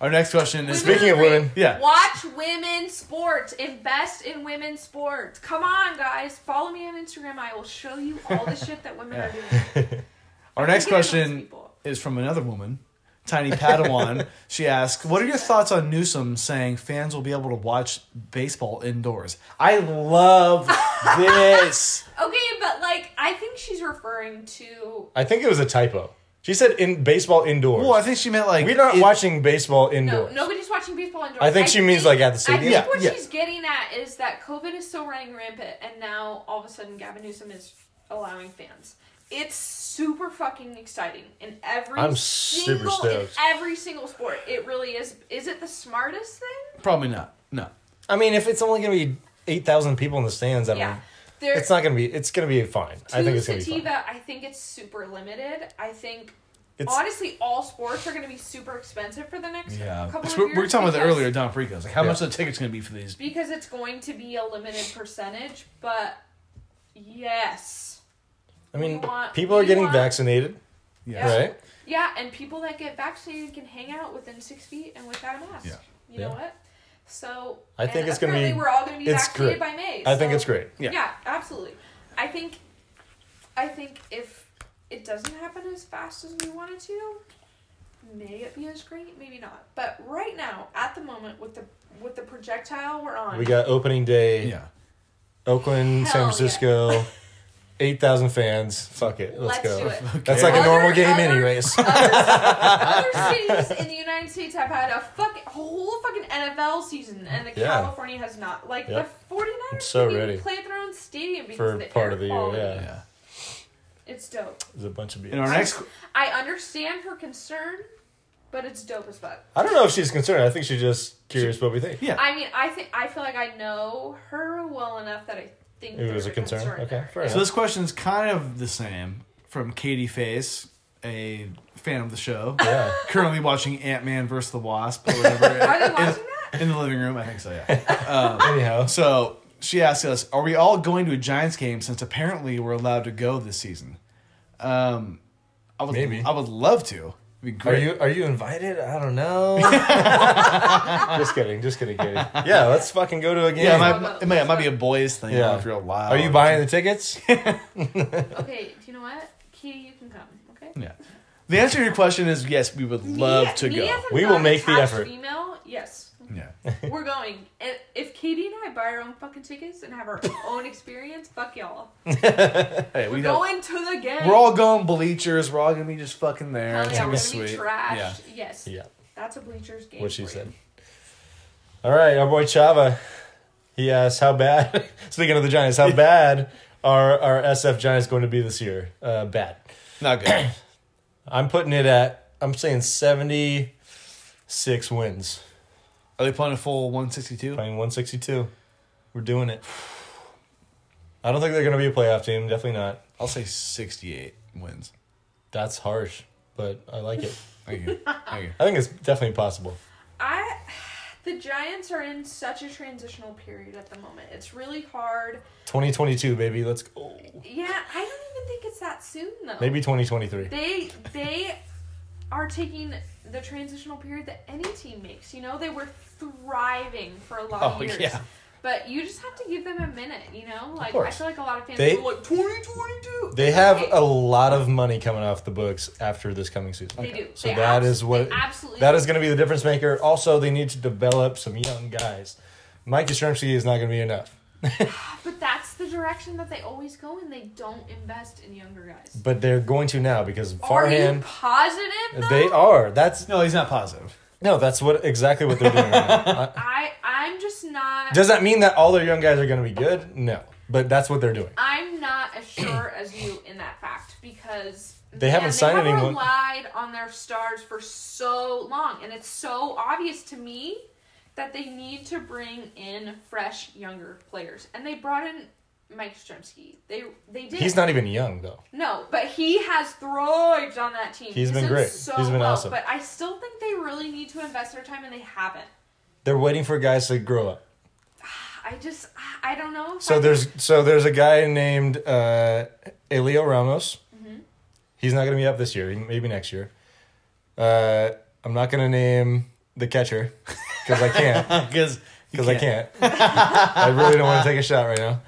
Speaker 2: Our next question is.
Speaker 1: Speaking of women,
Speaker 2: Yeah.
Speaker 3: Watch women's sports. Invest in women's sports. Come on, guys. Follow me on Instagram. I will show you all the shit that women are doing.
Speaker 2: Our next
Speaker 3: Look at those
Speaker 2: question
Speaker 3: people.
Speaker 2: is from another woman, Tiny Padawan. she asks, "What are your thoughts on Newsom saying fans will be able to watch baseball indoors?" I love this.
Speaker 3: Okay, but like, I think she's referring to.
Speaker 1: I think it was a typo. She said in baseball indoors.
Speaker 2: Well, I think she meant like
Speaker 1: We're not
Speaker 2: it-
Speaker 1: watching baseball
Speaker 3: No,
Speaker 1: indoors.
Speaker 3: nobody's watching baseball indoors.
Speaker 1: I think she means, like, at the
Speaker 3: I
Speaker 1: stadium.
Speaker 3: think
Speaker 2: Yeah,
Speaker 3: what
Speaker 2: yeah.
Speaker 3: she's getting at is that COVID is still running rampant, and now all of a sudden Gavin Newsom is allowing fans. It's super fucking exciting in every
Speaker 1: I'm super
Speaker 3: single in
Speaker 1: stoked.
Speaker 3: every single sport. It really is. Is it the smartest thing?
Speaker 2: Probably not. No.
Speaker 1: I mean, if it's only going to be 8,000 people in the stands, I don't
Speaker 3: Yeah,
Speaker 1: know.
Speaker 3: there.
Speaker 1: It's not going to be, it's going to be fine. I think it's going to be fine.
Speaker 3: sativa. I think it's super limited. I think.
Speaker 1: It's-
Speaker 3: Honestly, all sports are going to be super expensive for the next couple of
Speaker 2: we
Speaker 3: years.
Speaker 2: were talking about that
Speaker 3: because-
Speaker 2: earlier. Don Frico's like, how
Speaker 1: Yeah.
Speaker 2: much are the tickets going to be for these?
Speaker 3: because it's going to be a limited percentage, but yes.
Speaker 1: I mean,
Speaker 3: we want-
Speaker 1: people are
Speaker 3: we
Speaker 1: getting
Speaker 3: want-
Speaker 1: vaccinated,
Speaker 2: Yeah.
Speaker 1: right?
Speaker 3: Yeah, and people that get vaccinated can hang out within six feet and without a mask.
Speaker 2: Yeah.
Speaker 3: You know
Speaker 1: Yeah.
Speaker 3: what? So
Speaker 1: I think
Speaker 3: and
Speaker 1: it's gonna
Speaker 3: apparently
Speaker 1: be-
Speaker 3: we're all gonna be
Speaker 1: it's
Speaker 3: vaccinated
Speaker 1: great.
Speaker 3: by May.
Speaker 1: I think
Speaker 3: so-
Speaker 1: it's great.
Speaker 2: Yeah.
Speaker 3: yeah, absolutely. I think I think if it doesn't happen as fast as we want it to, may it be as great, maybe not. But right now, at the moment with the with the projectile we're on
Speaker 1: We got opening day.
Speaker 2: Yeah.
Speaker 1: Oakland,
Speaker 3: Hell
Speaker 1: San
Speaker 3: yeah.
Speaker 1: Francisco, 8,000 fans. Fuck it. Let's,
Speaker 3: Let's
Speaker 1: go.
Speaker 3: do it.
Speaker 1: That's like a
Speaker 3: Other-
Speaker 1: normal game,
Speaker 3: other-
Speaker 1: anyways.
Speaker 3: other, other cities in the United States have had a fucking whole fucking NFL season, and the
Speaker 1: Yeah.
Speaker 3: California has not. Like
Speaker 1: Yep.
Speaker 3: the 49ers
Speaker 1: I'm so
Speaker 3: didn't even
Speaker 1: ready.
Speaker 3: play through Nissan Stadium because
Speaker 1: For
Speaker 3: of the
Speaker 1: part
Speaker 3: air
Speaker 1: of the year,
Speaker 3: quality.
Speaker 1: yeah.
Speaker 2: Yeah.
Speaker 3: It's dope.
Speaker 1: There's a bunch of beers.
Speaker 2: And our next
Speaker 3: I understand her concern, but it's dope as fuck.
Speaker 1: I don't know if she's concerned. I think she's just curious what we think.
Speaker 2: yeah.
Speaker 3: I mean, I think I feel like I know her well enough that I think
Speaker 1: It was
Speaker 3: there's
Speaker 1: a concern. Okay,
Speaker 3: there.
Speaker 1: fair
Speaker 2: So this question's kind of the same from Katie Face, a fan of the show,
Speaker 1: Yeah.
Speaker 2: currently watching Ant Man versus the Wasp or whatever
Speaker 3: Are they watching that?
Speaker 2: in the living room. I think so. Yeah.
Speaker 1: Anyhow,
Speaker 2: So she asked us, "Are we all going to a Giants game since apparently we're allowed to go this season?" Um, I would.
Speaker 1: Maybe.
Speaker 2: I would love to. It'd be
Speaker 1: are
Speaker 2: great.
Speaker 1: you are you invited? I don't know. just kidding, just kidding, Katie. Yeah, let's fucking go to a game.
Speaker 2: Yeah, it might, it might, it might be a boys thing.
Speaker 1: Yeah.
Speaker 2: Yeah. If you're allowed.
Speaker 1: are you buying the tickets?
Speaker 3: Okay, do you know what? Katie, you can come. Okay.
Speaker 2: Yeah. The answer to your question is yes. We would love
Speaker 3: Me-
Speaker 2: to
Speaker 3: me
Speaker 2: go.
Speaker 3: as a
Speaker 1: We will make the
Speaker 3: non-attached
Speaker 1: effort.
Speaker 3: Female, yes,
Speaker 2: yeah.
Speaker 3: we're going. And if Katie and I buy our own fucking tickets and have our own experience, fuck y'all.
Speaker 2: Hey, we
Speaker 3: We're
Speaker 2: don't-
Speaker 3: going to the game.
Speaker 2: We're all going bleachers. We're all gonna be just fucking there.
Speaker 3: Hell
Speaker 2: It's
Speaker 3: yeah,
Speaker 2: gonna
Speaker 3: we're
Speaker 2: be
Speaker 3: gonna
Speaker 2: sweet.
Speaker 3: be trashed.
Speaker 2: Yeah.
Speaker 3: Yes,
Speaker 1: yeah,
Speaker 3: that's a bleachers game.
Speaker 1: what she
Speaker 3: for you.
Speaker 1: said. All right, our boy Chava. He asked, "How bad?" Speaking of the Giants, how bad are our SF Giants going to be this year? Uh, bad.
Speaker 2: Not good.
Speaker 1: I'm putting it at. I'm saying seventy six wins.
Speaker 2: Are they playing a full 162?
Speaker 1: Playing 162. We're doing it. I don't think they're going to be a playoff team. Definitely not.
Speaker 2: I'll say 68 wins.
Speaker 1: That's harsh, but I like it.
Speaker 2: Thank you. Thank you.
Speaker 1: I think it's definitely possible.
Speaker 3: I the Giants are in such a transitional period at the moment. It's really hard.
Speaker 1: 2022, baby. Let's go.
Speaker 3: Yeah, I don't even think it's that soon though.
Speaker 1: Maybe 2023.
Speaker 3: They they are taking the transitional period that any team makes. You know, they were thriving for a lot
Speaker 2: Oh,
Speaker 3: of years.
Speaker 2: yeah.
Speaker 3: But you just have to give them a minute, you know? Like I
Speaker 1: course.
Speaker 3: feel like a lot of fans
Speaker 1: They-
Speaker 3: are like twenty twenty two
Speaker 1: They have a lot of money coming off the books after this coming season.
Speaker 3: They do.
Speaker 1: So
Speaker 3: They
Speaker 1: that
Speaker 3: abs-
Speaker 1: is what
Speaker 3: they absolutely
Speaker 1: that is going to be the difference maker. Also, they need to develop some young guys. Mike Yastrzemski is not going to be enough.
Speaker 3: But that's the direction that they always go in. They don't invest in younger guys.
Speaker 1: But they're going to now because
Speaker 3: Are you
Speaker 1: Farhan,
Speaker 3: positive though?
Speaker 1: they are. That's
Speaker 2: No, he's not positive.
Speaker 1: no, that's what exactly what they're doing. Right now. I-
Speaker 3: I I'm just not
Speaker 1: Does that mean that all their young guys are going to be good? No, but that's what they're doing.
Speaker 3: I'm not as sure as you in that fact because
Speaker 1: They haven't signed
Speaker 3: they
Speaker 1: anyone.
Speaker 3: Relied on their stars for so long, and it's so obvious to me that they need to bring in fresh, younger players. And they brought in Mike Stremski. They they did.
Speaker 1: He's not even young though.
Speaker 3: No, but he has thrived on that team.
Speaker 1: He's been
Speaker 3: done
Speaker 1: great.
Speaker 3: So
Speaker 1: He's been
Speaker 3: well,
Speaker 1: awesome.
Speaker 3: But I still think they really need to invest their time, and they haven't.
Speaker 1: They're waiting for guys to grow up.
Speaker 3: I just I don't know. if I
Speaker 1: So
Speaker 3: can-
Speaker 1: there's so there's a guy named uh, Elio Ramos.
Speaker 3: Mm-hmm.
Speaker 1: He's not going to be up this year. Maybe next year. Uh, I'm not going to name the catcher because I can't.
Speaker 2: Because
Speaker 1: Because I can't. I really don't want to take a shot right now.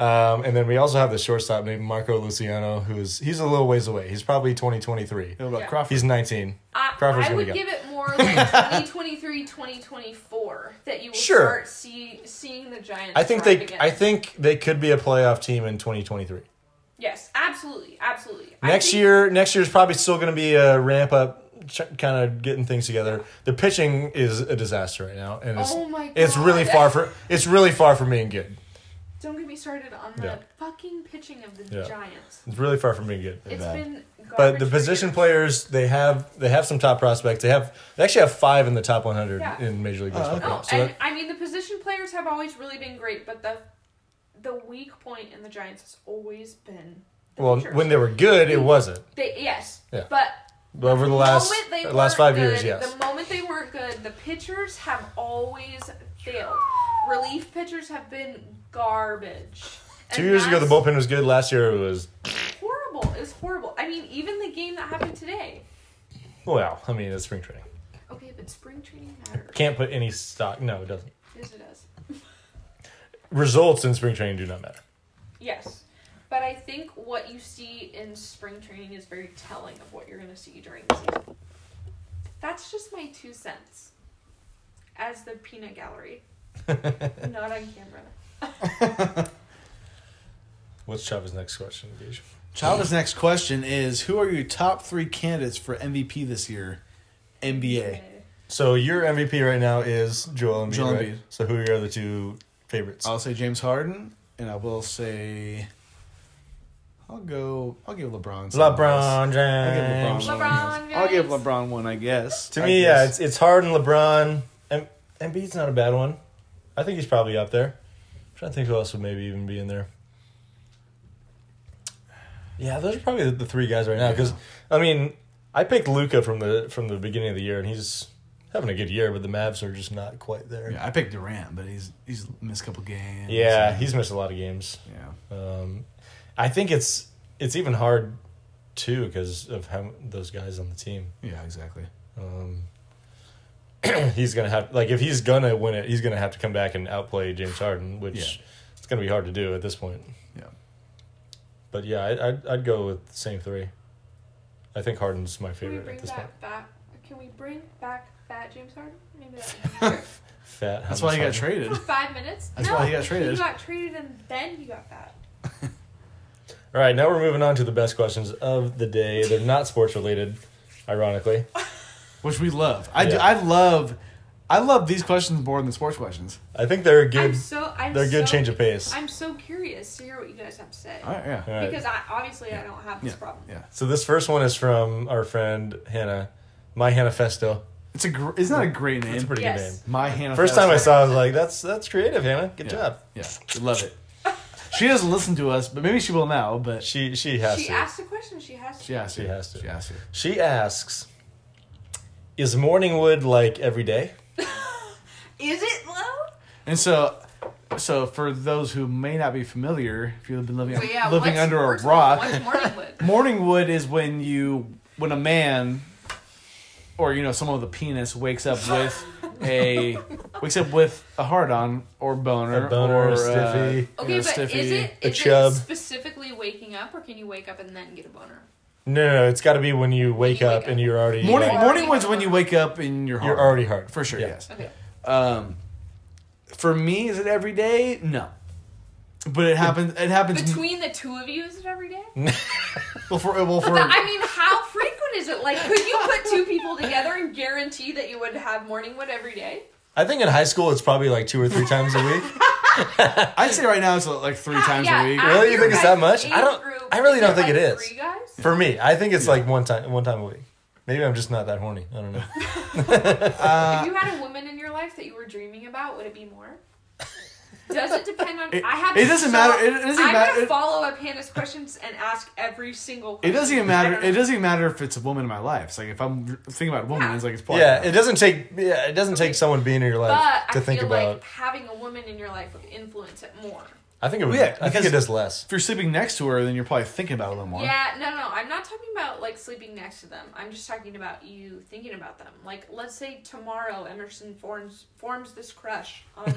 Speaker 1: Um, and then we also have the shortstop named Marco Luciano, who's he's a little ways away. He's probably 2023.
Speaker 2: What about
Speaker 3: Yeah.
Speaker 2: Crawford?
Speaker 1: He's 19.
Speaker 3: I,
Speaker 1: Crawford's
Speaker 3: I
Speaker 1: gonna
Speaker 3: would
Speaker 1: go.
Speaker 3: give it more like 2023, 2024 that you will
Speaker 1: Sure.
Speaker 3: start see, seeing the Giants.
Speaker 1: I think
Speaker 3: thrive
Speaker 1: they
Speaker 3: Again.
Speaker 1: I think they could be a playoff team in 2023.
Speaker 3: yes, absolutely, absolutely. I
Speaker 1: Next
Speaker 3: think-
Speaker 1: year, next year's probably still going to be a ramp up, ch- kind of getting things together. The pitching is a disaster right now, and it's
Speaker 3: Oh my
Speaker 1: it's really
Speaker 3: God.
Speaker 1: far for it's really far from being good.
Speaker 3: Don't get me started on the
Speaker 1: Yeah.
Speaker 3: fucking pitching of the
Speaker 1: Yeah.
Speaker 3: Giants.
Speaker 1: It's really far from being good.
Speaker 3: It's
Speaker 2: bad.
Speaker 3: been. Garbage
Speaker 1: But the
Speaker 3: for
Speaker 1: position
Speaker 3: years.
Speaker 1: players, they have they have some top prospects. They have they actually have five in the top 100
Speaker 3: Yeah.
Speaker 1: in Major League Baseball.
Speaker 2: Oh, okay.
Speaker 3: No,
Speaker 1: So
Speaker 3: Oh, and
Speaker 1: that-
Speaker 3: I mean the position players have always really been great, but the the weak point in the Giants has always been. The
Speaker 1: well,
Speaker 3: pitchers. Mm-hmm.
Speaker 1: when they were good, it wasn't.
Speaker 3: they yes,
Speaker 1: Yeah.
Speaker 3: but
Speaker 1: But over the last
Speaker 3: moment they
Speaker 1: last
Speaker 3: weren't
Speaker 1: five years,
Speaker 3: good-
Speaker 1: yes.
Speaker 3: The moment they weren't good, the pitchers have always failed. Relief pitchers have been garbage.
Speaker 1: Two
Speaker 3: And
Speaker 1: years ago, the
Speaker 3: that's
Speaker 1: bullpen was good. Last year, it was
Speaker 3: horrible. It was horrible. I mean, even the game that happened today.
Speaker 1: well. I mean, it's spring training.
Speaker 3: Okay, but spring training matters.
Speaker 1: Can't put any stock. No, it doesn't.
Speaker 3: Yes, it does.
Speaker 1: Results in spring training do not matter.
Speaker 3: Yes. But I think what you see in spring training is very telling of what you're going to see during the season. That's just my two cents as the peanut gallery. Not on camera.
Speaker 1: What's Chava's next question, Gage?
Speaker 2: Childa's next question is Who are your top three candidates for MVP this year? NBA.
Speaker 1: So your MVP right now is Joel Embiid.
Speaker 2: Joel
Speaker 1: right?
Speaker 2: Embiid.
Speaker 1: So who are your other two favorites?
Speaker 2: I'll say James Harden and I will say, I'll go. I'll give LeBron. some of
Speaker 1: LeBron
Speaker 2: those. I'll give
Speaker 1: James.
Speaker 2: LeBron. one, I
Speaker 3: LeBron
Speaker 2: guess. I'll give
Speaker 3: James.
Speaker 2: LeBron one. I guess.
Speaker 1: To
Speaker 2: I
Speaker 1: me, yeah,
Speaker 2: guess.
Speaker 1: it's it's hard and LeBron. And Embiid's not a bad one. I think he's probably up there. I'm trying to think who else would maybe even be in there. Yeah, those are probably the, the three guys right now. Because I mean, I picked Luca from the from the beginning of the year, and he's having a good year, but the Mavs are just not quite there. Yeah,
Speaker 2: Yeah, I picked Durant, but he's he's missed a couple games.
Speaker 1: he's missed a lot of games.
Speaker 2: yeah.
Speaker 1: Um, I think it's it's even hard too because of how those guys on the team.
Speaker 2: Yeah, exactly.
Speaker 1: Um, he's gonna have like if he's gonna win it, he's gonna have to come back and outplay James Harden, which
Speaker 2: Yeah.
Speaker 1: it's gonna be hard to do at this point.
Speaker 2: Yeah.
Speaker 1: But yeah, I'd I'd, I'd go with the same three. I think Harden's my
Speaker 3: Can we
Speaker 1: favorite
Speaker 3: bring
Speaker 1: at this point.
Speaker 3: that back? Can we bring back Fat James Harden? Maybe that.
Speaker 1: Fat.
Speaker 2: That's why he got
Speaker 1: Harden.
Speaker 2: traded.
Speaker 3: For five minutes.
Speaker 2: That's
Speaker 3: no,
Speaker 2: why he got traded.
Speaker 3: He got traded and then he got that.
Speaker 1: All right, now we're moving on to the best questions of the day. They're not sports related, ironically.
Speaker 2: which we love. I do,
Speaker 1: Yeah.
Speaker 2: I love I love these questions more than sports questions.
Speaker 1: I think they're a
Speaker 3: I'm
Speaker 1: good.
Speaker 3: so. I'm
Speaker 1: They're a good
Speaker 3: so-
Speaker 1: change of pace.
Speaker 3: I'm so curious to hear what you guys have to say.
Speaker 2: All right, yeah.
Speaker 1: All right.
Speaker 3: Because I obviously I don't have this
Speaker 2: Yeah.
Speaker 3: problem.
Speaker 2: Yeah.
Speaker 1: So this first one is from our friend Hannah, my Hannah Festo.
Speaker 2: It's a gr- isn't that a great
Speaker 1: It's a
Speaker 2: name?
Speaker 1: pretty good name.
Speaker 3: Yes.
Speaker 2: My Hannah.
Speaker 1: First
Speaker 2: Fest.
Speaker 1: time I saw, it, I was like, "That's that's creative, Hannah. Good
Speaker 2: yeah.
Speaker 1: job."
Speaker 2: Yeah. We love it. she doesn't listen to us, but maybe she will now, but she,
Speaker 1: She she has
Speaker 3: She
Speaker 1: to.
Speaker 3: asked a question. She has. To.
Speaker 2: has to.
Speaker 1: She has to.
Speaker 2: She has to.
Speaker 1: She asks, "Is morning wood like every day?"
Speaker 3: Is it low?
Speaker 2: And so so for those who may not be familiar, if you've been living
Speaker 3: So yeah,
Speaker 2: living
Speaker 3: what's-
Speaker 2: under a
Speaker 3: what's-
Speaker 2: rock,
Speaker 3: What's morning wood?
Speaker 2: Morning wood is when you when a man or you know someone with a penis wakes up with a wakes up with a hard on or boner,
Speaker 1: A boner,
Speaker 2: or
Speaker 1: a
Speaker 2: uh,
Speaker 1: stiffy.
Speaker 2: you
Speaker 3: Okay,
Speaker 2: know,
Speaker 3: but
Speaker 2: stiffy.
Speaker 3: is it
Speaker 1: a
Speaker 3: is
Speaker 1: chub.
Speaker 3: it specifically waking up, or can you wake up and then get a boner?
Speaker 1: No, no, no it's got to be when you wake
Speaker 3: you wake
Speaker 1: up
Speaker 3: up.
Speaker 1: and you're already
Speaker 2: morning
Speaker 1: like-
Speaker 2: morning wood's when you wake up and you're hard.
Speaker 1: You're already hard
Speaker 2: for sure
Speaker 1: Yeah.
Speaker 2: yes
Speaker 3: Okay.
Speaker 2: um for me is it every day no but it happens it happens
Speaker 3: Between the two of you, is it every day?
Speaker 2: well for well
Speaker 3: But
Speaker 2: for
Speaker 3: I mean, how frequent is it? Like, could you put two people together and guarantee that you would have morning wood every day?
Speaker 1: I think in high school it's probably like two or three times a week.
Speaker 2: I'd say right now it's like three times
Speaker 3: Yeah,
Speaker 2: a week
Speaker 3: out of
Speaker 1: Really? You
Speaker 3: your
Speaker 1: think it's that
Speaker 3: guys'
Speaker 1: much? I
Speaker 3: age
Speaker 1: don't-
Speaker 3: group,
Speaker 1: I really
Speaker 3: is
Speaker 1: don't think
Speaker 3: like
Speaker 1: it is.
Speaker 3: Three guys?
Speaker 1: For me, I think it's like one time one time a week. Maybe I'm just not that horny. I don't know. Uh,
Speaker 3: if you had a woman in your life that you were dreaming about, would it be more? Does it depend on?
Speaker 2: It-
Speaker 3: I have.
Speaker 2: it doesn't matter- it- it doesn't
Speaker 3: I'm
Speaker 2: matter-
Speaker 3: gonna
Speaker 2: it-
Speaker 3: follow up Hannah's questions and ask every single.
Speaker 2: It
Speaker 3: Question.
Speaker 2: doesn't even
Speaker 3: I
Speaker 2: matter.
Speaker 3: don't
Speaker 2: It
Speaker 3: know.
Speaker 2: doesn't even matter if it's a woman in my life. It's like if I'm thinking about a woman, it's like it's probably
Speaker 1: yeah, it doesn't take yeah, it doesn't take someone being in your
Speaker 3: But
Speaker 1: life
Speaker 3: I
Speaker 1: to think
Speaker 3: feel
Speaker 1: about.
Speaker 3: like having a woman in your life would influence it more.
Speaker 1: I think it would.
Speaker 2: Yeah,
Speaker 1: I think
Speaker 2: because-
Speaker 1: it does less.
Speaker 2: if you're sleeping next to her, then you're probably thinking about it a little more.
Speaker 3: Yeah, no, no. I'm not talking about like sleeping next to them. I'm just talking about you thinking about them. Like, let's say tomorrow Emerson forms forms this crush on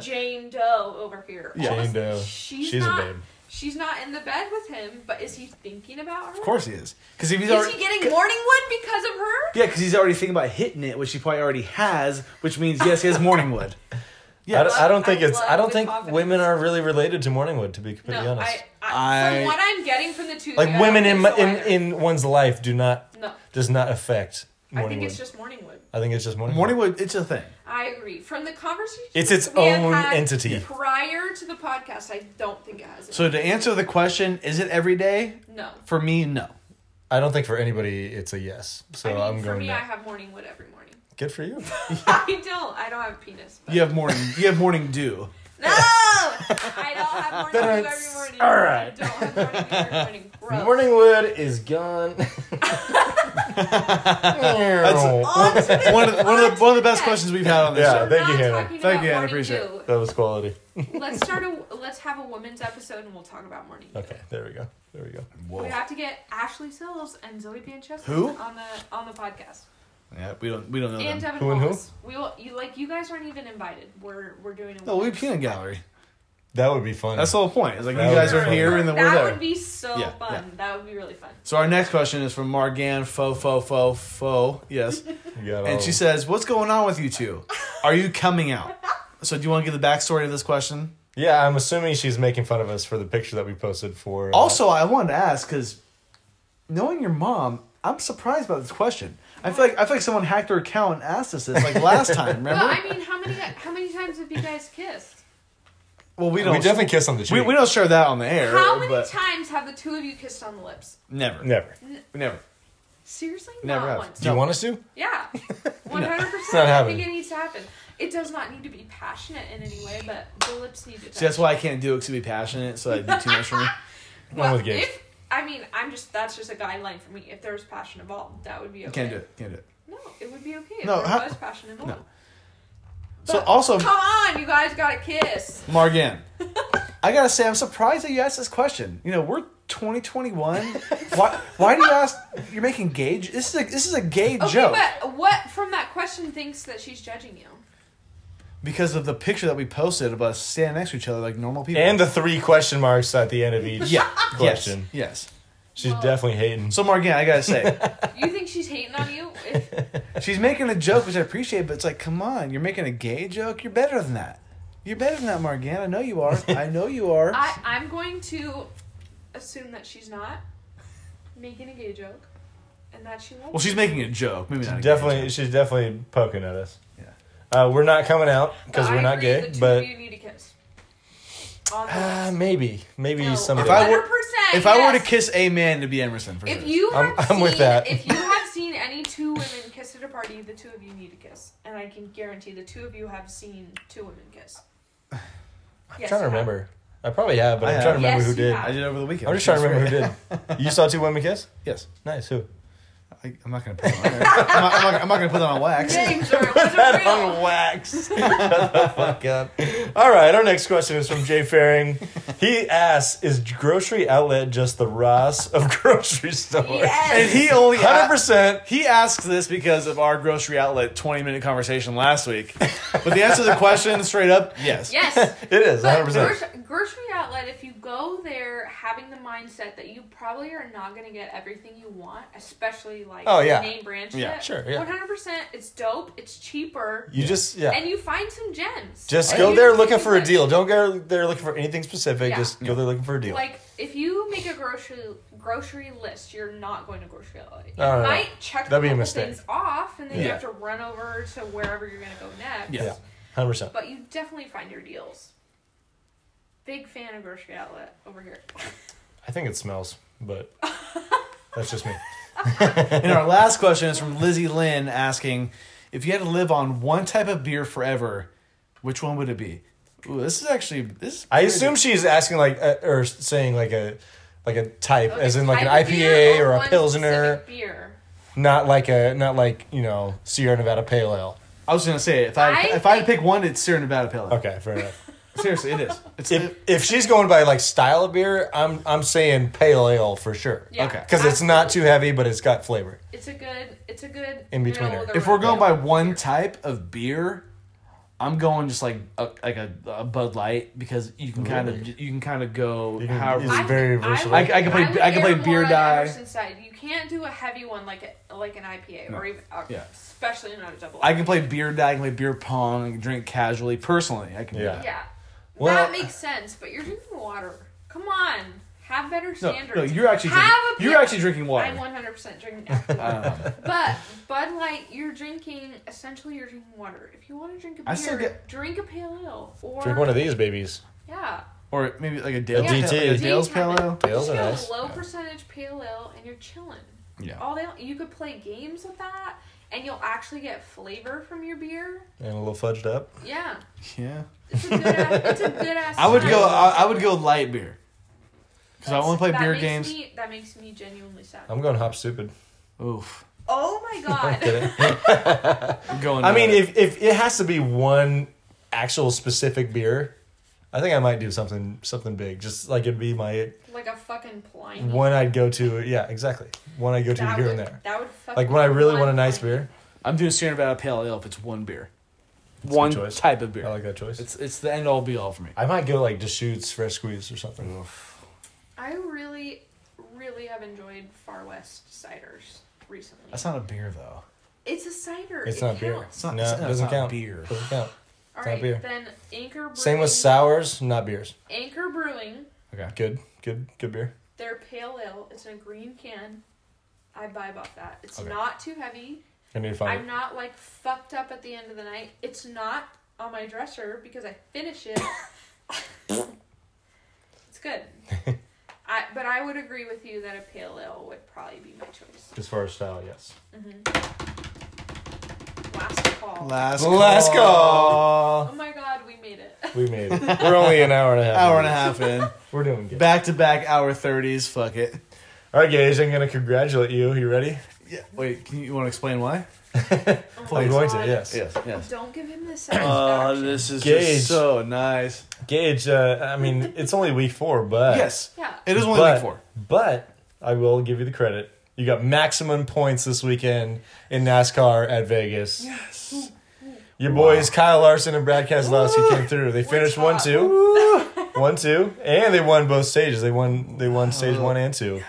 Speaker 3: Jane Doe over here. All
Speaker 2: Yeah.
Speaker 3: of a
Speaker 1: Jane
Speaker 3: sudden,
Speaker 1: Doe.
Speaker 3: She's,
Speaker 1: She's a
Speaker 3: not,
Speaker 1: babe.
Speaker 3: She's not in the bed with him, but is he thinking about her?
Speaker 2: Of course he is. Because if he's
Speaker 3: Is
Speaker 2: already
Speaker 3: he getting morning wood because of her?
Speaker 2: yeah, because he's already thinking about hitting it, which he probably already has, which means yes, he has morning wood.
Speaker 1: I don't, I don't think
Speaker 3: I
Speaker 1: it's. I
Speaker 3: love
Speaker 1: don't
Speaker 3: the
Speaker 1: think
Speaker 3: confidence.
Speaker 1: women are really related to Morningwood. To be completely
Speaker 3: No,
Speaker 1: honest,
Speaker 3: I, I,
Speaker 2: I-
Speaker 3: from what I'm getting from the two, of you, I
Speaker 1: like
Speaker 3: don't
Speaker 1: women in,
Speaker 3: think
Speaker 1: my,
Speaker 3: so
Speaker 1: in
Speaker 3: either.
Speaker 1: in one's life do not
Speaker 3: no,
Speaker 1: does not affect
Speaker 3: I think
Speaker 1: Morningwood.
Speaker 3: it's just morning wood.
Speaker 1: I think it's just Morningwood.
Speaker 2: Morning wood, it's a thing.
Speaker 3: I agree. From the conversation,
Speaker 1: It's its
Speaker 3: we have
Speaker 1: own
Speaker 3: had
Speaker 1: entity.
Speaker 3: Prior to the podcast, I don't think it has. It.
Speaker 2: So to answer the question, is it every day?
Speaker 3: no.
Speaker 2: For me, no.
Speaker 1: I don't think for anybody it's a yes. So
Speaker 3: I mean,
Speaker 1: I'm
Speaker 3: for
Speaker 1: going.
Speaker 3: me,
Speaker 1: no.
Speaker 3: I have morning wood every morning.
Speaker 1: Good for you.
Speaker 2: Ah.
Speaker 3: I don't. I don't have a penis. But.
Speaker 2: You have morning. You have morning dew.
Speaker 3: No, I don't have morning
Speaker 1: Then
Speaker 3: wood every
Speaker 1: it's-
Speaker 3: morning.
Speaker 1: all right.
Speaker 3: I don't have morning wood every morning. Gross.
Speaker 1: Morningwood is gone.
Speaker 3: On to the-
Speaker 2: One of the, one of the, one of the best
Speaker 3: Okay.
Speaker 2: questions we've had on this
Speaker 1: Yeah,
Speaker 2: show.
Speaker 3: We're
Speaker 1: thank you,
Speaker 3: not
Speaker 1: Hannah.
Speaker 3: talking
Speaker 2: Thank
Speaker 3: about
Speaker 2: you, Hannah.
Speaker 3: morning
Speaker 2: Appreciate
Speaker 3: dew.
Speaker 1: that was quality.
Speaker 3: Let's start a. Let's have a women's episode, and we'll talk about morning. dew.
Speaker 1: Okay, there we go. There we go.
Speaker 2: Whoa.
Speaker 3: We have to get Ashley Sills and Zoe Banchester
Speaker 2: Who?
Speaker 3: on the on the podcast.
Speaker 2: Yeah, we don't we don't know
Speaker 3: and uh,
Speaker 2: them.
Speaker 3: Devin
Speaker 1: Who and who?
Speaker 3: Wallace. We will. You like you guys aren't even invited. We're we're doing. A
Speaker 2: Oh, we peanut gallery.
Speaker 1: That would be fun.
Speaker 2: That's the whole point. It's like
Speaker 1: That
Speaker 2: you
Speaker 1: would
Speaker 2: guys
Speaker 1: be
Speaker 2: are
Speaker 1: fun.
Speaker 2: here and then we're
Speaker 3: That
Speaker 2: there.
Speaker 3: would be so
Speaker 2: Yeah,
Speaker 3: fun.
Speaker 2: yeah.
Speaker 3: That would be really fun.
Speaker 2: So our next question is from Margan Fo Fo Fo Fo. Yes.
Speaker 1: You got all-
Speaker 2: And she says, What's going on with you two? Are you coming out? So do you want to give the backstory of this question?
Speaker 1: "Yeah, I'm assuming she's making fun of us for the picture that we posted for." uh,
Speaker 2: Also, I wanted to ask, because knowing your mom, I'm surprised by this question. I feel like I feel like someone hacked her account and asked us this like last time, remember?
Speaker 3: Well, I mean, how many how many times have you guys kissed?
Speaker 2: Well, we
Speaker 1: We
Speaker 2: don't.
Speaker 1: definitely kiss on the cheek.
Speaker 2: we, we don't share that on the air.
Speaker 3: How many
Speaker 2: but
Speaker 3: times have the two of you kissed on the lips?
Speaker 2: Never.
Speaker 1: Never.
Speaker 2: Never.
Speaker 3: Seriously,
Speaker 2: Never
Speaker 3: not
Speaker 2: have.
Speaker 3: once.
Speaker 1: Do you want us to?
Speaker 3: Yeah, one
Speaker 1: It's
Speaker 3: hundred
Speaker 1: not
Speaker 3: percent. I
Speaker 1: happening.
Speaker 3: think it needs to happen. It does not need to be passionate in any way, but the lips need to. Touch.
Speaker 2: See, that's why I can't do it because be passionate, so I do too much for me.
Speaker 1: One with gays.
Speaker 3: if I mean, I'm just that's just a guideline for me. If there was passion involved, that would be okay.
Speaker 2: Can't do it. Can't do it.
Speaker 3: No, it would be okay if
Speaker 2: No,
Speaker 3: there
Speaker 2: how-
Speaker 3: was passion involved.
Speaker 2: no. So also,
Speaker 3: Come on, you guys got to kiss.
Speaker 2: Margan, I gotta say, I'm surprised that you asked this question. You know, we're 2021. why? Why do you ask? You're making gauge. This is a this is a gay
Speaker 3: Okay,
Speaker 2: joke
Speaker 3: but what from that question thinks that she's judging you?
Speaker 2: because of the picture that we posted of us standing next to each other like normal people.
Speaker 1: And the three question marks at the end of each
Speaker 2: yeah,
Speaker 1: question.
Speaker 2: Yes. yes.
Speaker 1: She's
Speaker 3: Well-
Speaker 1: definitely hating.
Speaker 2: So Margan, I gotta say,
Speaker 3: You think she's hating on you? If,
Speaker 2: she's making a joke, which I appreciate, but it's like, come on, you're making a gay joke. You're better than that. You're better than that, Margan. I know you are. I know you are.
Speaker 3: I I'm going to assume that she's not making a gay joke, and that she won't.
Speaker 2: well, she's making a joke. Maybe not. a gay
Speaker 1: Definitely,
Speaker 2: joke.
Speaker 1: she's definitely poking at us.
Speaker 2: Yeah.
Speaker 1: Uh, we're not coming out
Speaker 3: But
Speaker 1: because
Speaker 3: I
Speaker 1: we're not
Speaker 3: agree
Speaker 1: gay,
Speaker 3: The two
Speaker 1: but
Speaker 3: of you need to kiss. On the
Speaker 1: uh,
Speaker 3: lips.
Speaker 1: maybe, maybe
Speaker 3: No,
Speaker 1: someday.
Speaker 2: If I were-
Speaker 3: 100%,
Speaker 2: If I were to
Speaker 3: Uh, yes.
Speaker 2: kiss a man, it'd be Emerson for
Speaker 3: If
Speaker 2: sure.
Speaker 3: you have
Speaker 1: I'm- I'm
Speaker 3: seen,
Speaker 1: with that.
Speaker 3: if you have seen any two women kiss at a party, the two of you need to kiss, and I can guarantee the two of you have seen two women kiss.
Speaker 1: I'm trying to remember. I probably have, but
Speaker 2: I
Speaker 1: I'm
Speaker 2: have.
Speaker 1: trying to remember
Speaker 3: Yes,
Speaker 1: who
Speaker 3: you
Speaker 1: did.
Speaker 3: have.
Speaker 2: I did it over the weekend.
Speaker 1: I'm just trying to remember who did. You saw two women kiss?
Speaker 2: Yes.
Speaker 1: Nice. Who?
Speaker 2: I, I'm not gonna put it on. there. I'm, not, I'm, not, I'm not gonna put that on wax.
Speaker 3: Names are
Speaker 1: That
Speaker 3: wasn't
Speaker 1: on
Speaker 3: real.
Speaker 1: wax. Shut the fuck up. All right, our next question is from Jay Faring. He asks, "Is grocery outlet just the Ross of grocery stores?"
Speaker 3: Yes.
Speaker 2: And he only
Speaker 1: Hundred percent.
Speaker 2: He asks this because of our grocery outlet 20 minute conversation last week. But the answer to the question, straight up, yes.
Speaker 3: Yes.
Speaker 1: It is
Speaker 3: But
Speaker 1: hundred
Speaker 3: grocery,
Speaker 1: percent.
Speaker 3: grocery outlet, if you go there having the mindset that you probably are not going to get everything you want, especially like
Speaker 1: Oh, yeah.
Speaker 3: name brand
Speaker 2: Yeah,
Speaker 3: shit,
Speaker 1: sure, yeah.
Speaker 3: 100% it's dope, it's cheaper,
Speaker 1: You just yeah.
Speaker 3: and you find some gems.
Speaker 1: Just
Speaker 3: Like,
Speaker 1: go
Speaker 3: you-
Speaker 1: there
Speaker 3: you
Speaker 1: looking
Speaker 3: can
Speaker 1: for a
Speaker 3: get-
Speaker 1: deal. Don't go there looking for anything specific.
Speaker 3: Yeah.
Speaker 1: Just go there looking for a deal.
Speaker 3: Like if you make a grocery grocery list, you're not going to grocery outlet. You
Speaker 1: No, no, no.
Speaker 3: might check
Speaker 1: Oh, That'd be a
Speaker 3: couple
Speaker 1: mistake.
Speaker 3: things off, and then you
Speaker 2: Yeah.
Speaker 3: have to run over to wherever you're going to go next.
Speaker 2: Yeah.
Speaker 1: yeah, hundred percent.
Speaker 3: But you definitely find your deals. Big fan of grocery outlet over here.
Speaker 1: I think it smells, but that's just me.
Speaker 2: And our last question is from Lizzie Lynn asking if you had to live on one type of beer forever, which one would it be? Ooh, this is actually this. Is
Speaker 1: I
Speaker 2: pretty-
Speaker 1: assume she's asking like uh, or saying like a like a type,
Speaker 3: Okay,
Speaker 1: as in like an
Speaker 3: type of
Speaker 1: IPA
Speaker 3: beer
Speaker 1: or a
Speaker 3: one
Speaker 1: pilsner,
Speaker 3: specific Beer.
Speaker 1: not like a not like you know Sierra Nevada Pale Ale.
Speaker 2: I was gonna say if I,
Speaker 3: I
Speaker 2: if I had to
Speaker 3: think-
Speaker 2: pick one, it's Sierra Nevada Pale. Ale.
Speaker 1: Okay, fair enough.
Speaker 2: Seriously, it is. It's
Speaker 1: if if she's going by like style of beer, I'm I'm saying Pale Ale for sure.
Speaker 3: Yeah,
Speaker 2: Okay.
Speaker 1: because it's not too heavy, but it's got flavor.
Speaker 3: It's a good. It's a good.
Speaker 1: In betweener.
Speaker 3: middle of the
Speaker 2: if we're
Speaker 3: road
Speaker 2: going by
Speaker 3: beer.
Speaker 2: one type of beer, I'm going just like a, like a, a Bud Light because you can kind of you can kind of go
Speaker 1: You can-
Speaker 2: however.
Speaker 1: it's
Speaker 3: I
Speaker 1: very
Speaker 3: think
Speaker 1: versatile.
Speaker 3: would-
Speaker 2: I- I can play-
Speaker 3: would
Speaker 2: I can play
Speaker 3: err
Speaker 2: beer
Speaker 3: more on the
Speaker 2: dye.
Speaker 3: Emerson side. You can't do a heavy one like a, like an IPA or even or
Speaker 2: Yeah.
Speaker 3: especially not a double.
Speaker 2: I can play beer dad, I can play beer pong, I can drink casually. Personally, I can. do
Speaker 1: Yeah.
Speaker 2: that.
Speaker 3: Yeah,
Speaker 1: Well-
Speaker 3: that makes sense. But you're drinking water. Come on, have better
Speaker 2: No,
Speaker 3: standards.
Speaker 2: no, you're actually
Speaker 3: Have
Speaker 2: drinking,
Speaker 3: a
Speaker 2: you're
Speaker 3: beer-
Speaker 2: actually drinking water.
Speaker 3: I'm 100 percent drinking. alcohol.
Speaker 2: Uh,
Speaker 3: but Bud Light, you're drinking essentially you're drinking water. If you want to drink a beer,
Speaker 2: I still get-
Speaker 3: drink a pale ale or
Speaker 1: Drink one of these babies.
Speaker 3: yeah.
Speaker 2: or maybe like a Dale,
Speaker 1: Yeah.
Speaker 2: like a
Speaker 1: DT.
Speaker 2: Dale's Pale Ale.
Speaker 1: Pales
Speaker 3: Just
Speaker 1: are
Speaker 3: get a
Speaker 1: nice.
Speaker 3: Low
Speaker 1: Yeah.
Speaker 3: percentage pale ale, and you're chilling.
Speaker 2: Yeah.
Speaker 3: all day long. You could play games with that, and you'll actually get flavor from your beer.
Speaker 1: and a little fudged up.
Speaker 3: Yeah,
Speaker 2: Yeah.
Speaker 3: it's a good. ass, it's a good ass.
Speaker 2: I would
Speaker 3: time.
Speaker 2: go. I, I would go light beer. Because I
Speaker 3: That's-
Speaker 2: want to play
Speaker 3: that
Speaker 2: beer
Speaker 3: makes
Speaker 2: games.
Speaker 3: me- that makes me genuinely sad.
Speaker 1: I'm going hop stupid.
Speaker 2: Oof.
Speaker 3: oh my
Speaker 1: I'm
Speaker 3: god!
Speaker 1: kidding.
Speaker 2: I'm going.
Speaker 1: I mean,
Speaker 2: uh,
Speaker 1: if if it has to be one actual specific beer, I think I might do something something big. Just like it'd be my
Speaker 3: like a fucking blind.
Speaker 1: one I'd go to. Yeah, exactly. One I go to
Speaker 3: Mm-hmm. that
Speaker 1: here and
Speaker 3: would,
Speaker 1: there.
Speaker 3: That would fucking
Speaker 1: Like when I really want a
Speaker 3: blind
Speaker 1: nice
Speaker 3: blind.
Speaker 1: beer.
Speaker 2: I'm doing Sierra Nevada Pale Ale if it's one beer,
Speaker 1: a good
Speaker 2: one
Speaker 1: choice.
Speaker 2: type of beer.
Speaker 1: I like that choice.
Speaker 2: It's it's the end all be all for me.
Speaker 1: I might go like Deschutes fresh squeeze or something.
Speaker 3: I really, really have enjoyed Far West ciders recently.
Speaker 2: That's not a beer though.
Speaker 3: it's a cider.
Speaker 1: It's
Speaker 3: it
Speaker 1: not beer.
Speaker 3: counts.
Speaker 2: not-
Speaker 1: no,
Speaker 2: it's
Speaker 1: it
Speaker 2: not-
Speaker 1: doesn't
Speaker 2: it's not
Speaker 1: count.
Speaker 2: beer.
Speaker 1: Doesn't count.
Speaker 3: All
Speaker 1: It's not
Speaker 3: right,
Speaker 1: beer.
Speaker 3: then Anchor. Brewing,
Speaker 1: Same with sours, not beers.
Speaker 3: Anchor Brewing.
Speaker 2: Okay.
Speaker 1: Good, good, good beer.
Speaker 3: They're pale ale. It's in a green can. I vibe off that. It's
Speaker 2: Okay.
Speaker 3: not too heavy.
Speaker 1: I need to find
Speaker 3: I'm
Speaker 1: it.
Speaker 3: not like fucked up at the end of the night. It's not on my dresser because I finish it. It's good. I but I would agree with you that a pale ale would probably be my choice.
Speaker 1: As far as style, yes.
Speaker 3: Last call.
Speaker 2: Last
Speaker 1: Let's
Speaker 3: oh
Speaker 1: go.
Speaker 3: my god, we made it. Oh
Speaker 1: We made it. We're only an hour and a half.
Speaker 2: Hour
Speaker 1: in.
Speaker 2: and a half in.
Speaker 1: We're doing good.
Speaker 2: Back to back hour 30s. Fuck it.
Speaker 1: All right, guys. I'm gonna congratulate you. You ready?
Speaker 2: Yeah. Wait, can you, you want to explain why?
Speaker 3: Oh my
Speaker 1: I'm going to.
Speaker 3: God.
Speaker 1: Yes. Uh,
Speaker 2: yes.
Speaker 3: Don't give him this. satisfaction.
Speaker 2: Oh, this is
Speaker 1: Gauge.
Speaker 2: just so nice.
Speaker 1: Gage. Uh, I mean, it's only week four, but
Speaker 2: Yes.
Speaker 3: yeah.
Speaker 2: It is only
Speaker 1: but,
Speaker 2: week four.
Speaker 1: But I will give you the credit. You got maximum points this weekend in NASCAR at Vegas.
Speaker 2: Yes.
Speaker 1: Your boys Kyle Larson and Brad Keselowski came through. They finished
Speaker 3: job.
Speaker 1: one two, one two, and they won both stages. They won they
Speaker 2: Oh,
Speaker 1: won stage one and two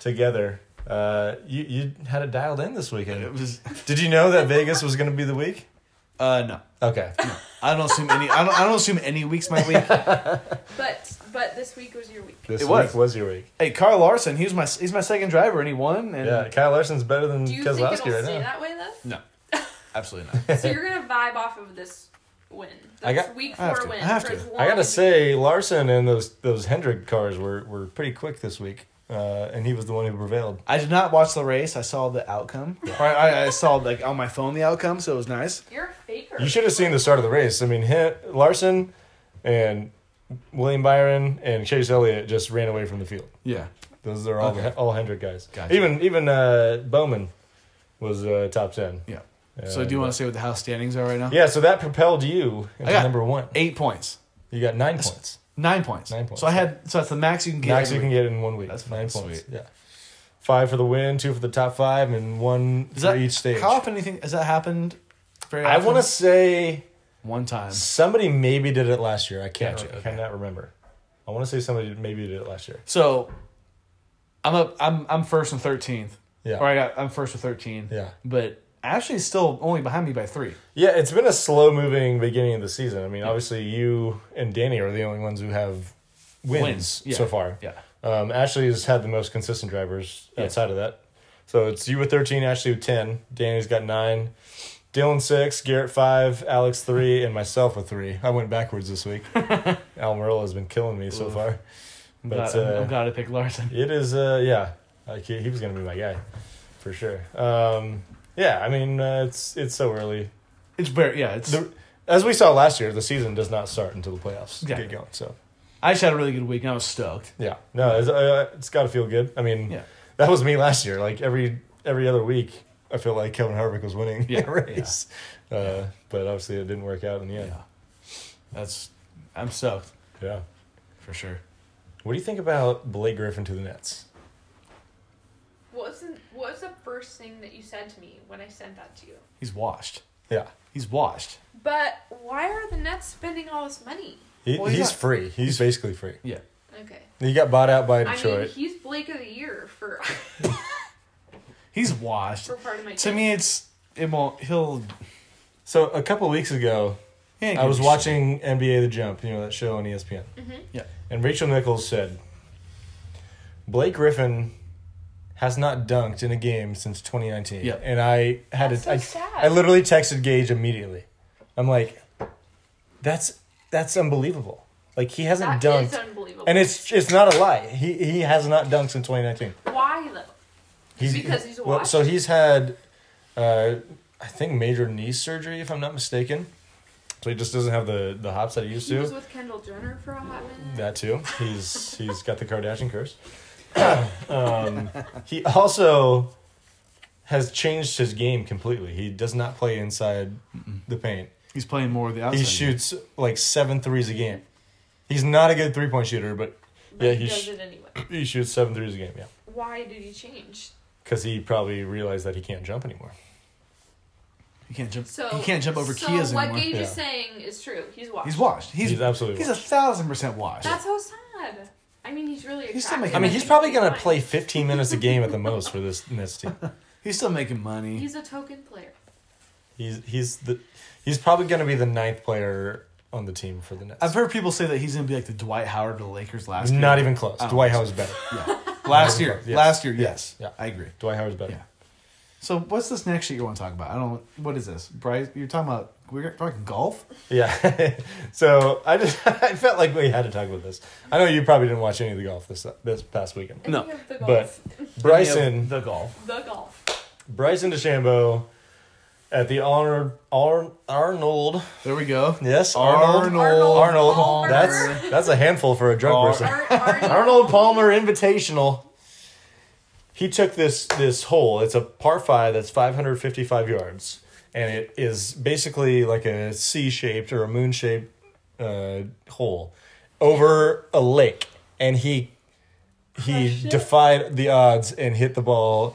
Speaker 1: together. Uh, you you had it dialed in this
Speaker 2: It
Speaker 1: weekend.
Speaker 2: was.
Speaker 1: Did you know that Vegas was going to be the week?
Speaker 2: Uh, no.
Speaker 1: Okay.
Speaker 2: I don't assume any. I don't. I don't assume any weeks my week.
Speaker 3: But but this week was your week.
Speaker 1: This
Speaker 2: It
Speaker 1: week
Speaker 2: was.
Speaker 1: was. your week.
Speaker 2: hey, Carl Larson. He's my. He's my second driver, and he won. And
Speaker 1: Yeah, Kyle Larson's better than
Speaker 3: Do you think it'll
Speaker 1: Keselowski right
Speaker 3: stay
Speaker 1: now.
Speaker 3: that way though?
Speaker 2: no, absolutely not.
Speaker 3: so you're gonna vibe off of this win. This
Speaker 1: I got-
Speaker 3: week
Speaker 2: I have
Speaker 3: four
Speaker 2: to.
Speaker 3: win.
Speaker 2: I have
Speaker 3: for
Speaker 2: to.
Speaker 1: I
Speaker 3: as long
Speaker 1: gotta
Speaker 3: as-
Speaker 1: say, Larson and those those Hendrick cars were, were pretty quick this week, uh, and he was the one who prevailed.
Speaker 2: I did not watch the race. I saw the outcome. Or I, I saw like on my phone the outcome, so it was nice.
Speaker 3: you're a faker.
Speaker 1: You should have seen the start of the race. I mean, he, Larson and William Byron and Chase Elliott just ran away from the field.
Speaker 2: Yeah.
Speaker 1: Those are all
Speaker 2: Okay.
Speaker 1: all Hendrick guys.
Speaker 2: Gotcha.
Speaker 1: Even even uh, Bowman was uh, top ten.
Speaker 2: Yeah.
Speaker 1: Uh,
Speaker 2: so do you want to say what the house standings are right now?
Speaker 1: Yeah, so that propelled you into
Speaker 2: I got-
Speaker 1: number one.
Speaker 2: Eight points.
Speaker 1: You got nine points.
Speaker 2: Nine points.
Speaker 1: Nine points.
Speaker 2: So I had. So that's the max you can get.
Speaker 1: Max
Speaker 2: every
Speaker 1: you can
Speaker 2: week.
Speaker 1: get in one week.
Speaker 2: That's
Speaker 1: nine
Speaker 2: fucking
Speaker 1: points.
Speaker 2: sweet.
Speaker 1: Yeah. Five for the win, two for the top five, and one
Speaker 2: Is
Speaker 1: for
Speaker 2: that
Speaker 1: each stage.
Speaker 2: How often do you think has that happened? Very
Speaker 1: I
Speaker 2: often?
Speaker 1: want to say
Speaker 2: one time.
Speaker 1: somebody maybe did it last year. I can't.
Speaker 2: Gotcha,
Speaker 1: I
Speaker 2: okay.
Speaker 1: cannot remember. I want to say somebody maybe did it last year.
Speaker 2: So I'm up. I'm I'm first and thirteenth.
Speaker 1: Yeah.
Speaker 2: Or I got. I'm first with thirteen.
Speaker 1: Yeah.
Speaker 2: But Ashley's still only behind me by three.
Speaker 1: Yeah, it's been a slow moving beginning of the season. I mean, obviously you and Danny are the only ones who have wins,
Speaker 2: Wins, yeah.
Speaker 1: so far.
Speaker 2: Yeah.
Speaker 1: Um, Ashley has had the most consistent drivers
Speaker 2: Yeah.
Speaker 1: outside of that. So it's you with thirteen, Ashley with ten, Danny's got nine, Dylan six, Garrett five, Alex three, and myself with three. I went backwards this week. Almirola has been killing me so far.
Speaker 2: I'm,
Speaker 1: But,
Speaker 2: glad, I'm-
Speaker 1: uh,
Speaker 2: I'm glad I picked Larson.
Speaker 1: It is, uh, yeah. Like he, he was gonna be my guy, for sure. Um, yeah, I mean, uh, it's it's so early.
Speaker 2: It's very yeah. It's
Speaker 1: The, as we saw last year, the season does not start until the playoffs
Speaker 2: Yeah.
Speaker 1: get going. So
Speaker 2: I actually had a really good week and I was stoked.
Speaker 1: yeah, no, it's, uh, it's got to feel good. I mean,
Speaker 2: Yeah.
Speaker 1: that was me last year. Like every every other week, I feel like Kevin Harvick was winning
Speaker 2: Yeah,
Speaker 1: the race, Uh, but obviously it didn't work out in the
Speaker 2: Yeah.
Speaker 1: end.
Speaker 2: That's I'm stoked
Speaker 1: Yeah.
Speaker 2: for sure.
Speaker 1: What do you think about Blake Griffin to the Nets?
Speaker 3: What was the, what was the first thing that you said to me when I sent that to you?
Speaker 2: He's washed.
Speaker 1: Yeah,
Speaker 2: He's washed.
Speaker 3: But why are the Nets spending all this money?
Speaker 1: he,
Speaker 2: Well,
Speaker 1: he's
Speaker 2: he's not-
Speaker 1: free. He's basically free.
Speaker 2: Yeah.
Speaker 3: Okay.
Speaker 1: He got bought out by
Speaker 3: I mean,
Speaker 1: Detroit.
Speaker 3: he's Blake of the Year for
Speaker 2: He's washed.
Speaker 3: for part of my.
Speaker 2: To me it's it won't he'll
Speaker 1: so a couple weeks ago,
Speaker 2: he ain't
Speaker 1: I
Speaker 2: gonna
Speaker 1: was
Speaker 2: be
Speaker 1: watching NBA The Jump, you know, that show on E ESPN.
Speaker 2: Yeah.
Speaker 1: And Rachel Nichols said, Blake Griffin has not dunked in a game since 2019.
Speaker 2: Yeah.
Speaker 1: And I had
Speaker 3: That's
Speaker 1: it.
Speaker 3: so
Speaker 1: I,
Speaker 3: sad.
Speaker 1: I literally texted Gage immediately. I'm like, that's that's unbelievable. Like he hasn't
Speaker 3: That
Speaker 1: dunked.
Speaker 3: is unbelievable.
Speaker 1: and it's it's not a lie. He he has not dunked since 2019.
Speaker 3: why though?
Speaker 1: He's,
Speaker 3: Because he's
Speaker 1: well, so he's had, uh, I think, major knee surgery, if I'm not mistaken. So he just doesn't have the, the hops that he used
Speaker 3: He
Speaker 1: to.
Speaker 3: was with Kendall Jenner for a hot minute.
Speaker 1: That too. He's he's got the Kardashian curse. um, he also has changed his game completely. He does not play inside the paint.
Speaker 2: He's playing more of the outside.
Speaker 1: He shoots like seven threes a game. He's not a good three point shooter, but
Speaker 3: But
Speaker 1: Yeah,
Speaker 3: he
Speaker 1: he
Speaker 3: does
Speaker 1: sh-
Speaker 3: it anyway.
Speaker 1: he shoots seven threes a game. Yeah,
Speaker 3: Why did he change?
Speaker 1: because he probably realized that he can't jump anymore.
Speaker 2: He can't jump
Speaker 3: So
Speaker 2: he can't jump over
Speaker 3: so
Speaker 2: Kias
Speaker 3: what
Speaker 2: anymore.
Speaker 3: Gage is
Speaker 1: Yeah.
Speaker 3: saying is true. He's washed.
Speaker 2: he's washed. He's,
Speaker 1: He's absolutely
Speaker 2: He's a thousand percent washed.
Speaker 3: That's so sad. I mean, he's really.
Speaker 2: He's still
Speaker 3: attractive.
Speaker 2: making-
Speaker 1: I mean, he's probably gonna
Speaker 3: fine.
Speaker 1: play 15 minutes a game at the most for this Nets team.
Speaker 2: He's still making money.
Speaker 3: He's a token player.
Speaker 1: He's he's the he's probably gonna be the ninth player on the team for the Nets.
Speaker 2: I've heard people say that he's gonna be like the Dwight Howard of the Lakers last year.
Speaker 1: Not even close.
Speaker 2: Oh.
Speaker 1: Dwight Howard's better.
Speaker 2: Yeah. Last year.
Speaker 1: Yes.
Speaker 2: Last year, yes.
Speaker 1: Yeah.
Speaker 2: I agree.
Speaker 1: Dwight Howard's better.
Speaker 2: Yeah.
Speaker 4: So what's this next shit you want to talk about? I don't. What is this, Bryce? You're talking about we're talking golf.
Speaker 1: Yeah. so I just I felt like we had to talk about this. I know you probably didn't watch any of the golf this this past weekend.
Speaker 2: No,
Speaker 3: Any of the
Speaker 1: but-
Speaker 3: golf.
Speaker 1: Bryson
Speaker 2: the golf.
Speaker 3: the golf.
Speaker 1: Bryson DeChambeau at the Arnold Arn, Arnold
Speaker 4: There we go.
Speaker 1: yes
Speaker 4: Arnold.
Speaker 1: Arnold Arnold
Speaker 3: Palmer.
Speaker 1: that's that's a handful for a drunk
Speaker 4: Ar-
Speaker 1: person.
Speaker 3: Ar- Ar-
Speaker 1: Arnold Palmer Invitational. He took this this hole. It's a par five that's five hundred fifty five yards, and it is basically like a C shaped or a moon shaped uh, hole over a lake, and he he
Speaker 3: Crushed it?
Speaker 1: defied the odds and hit the ball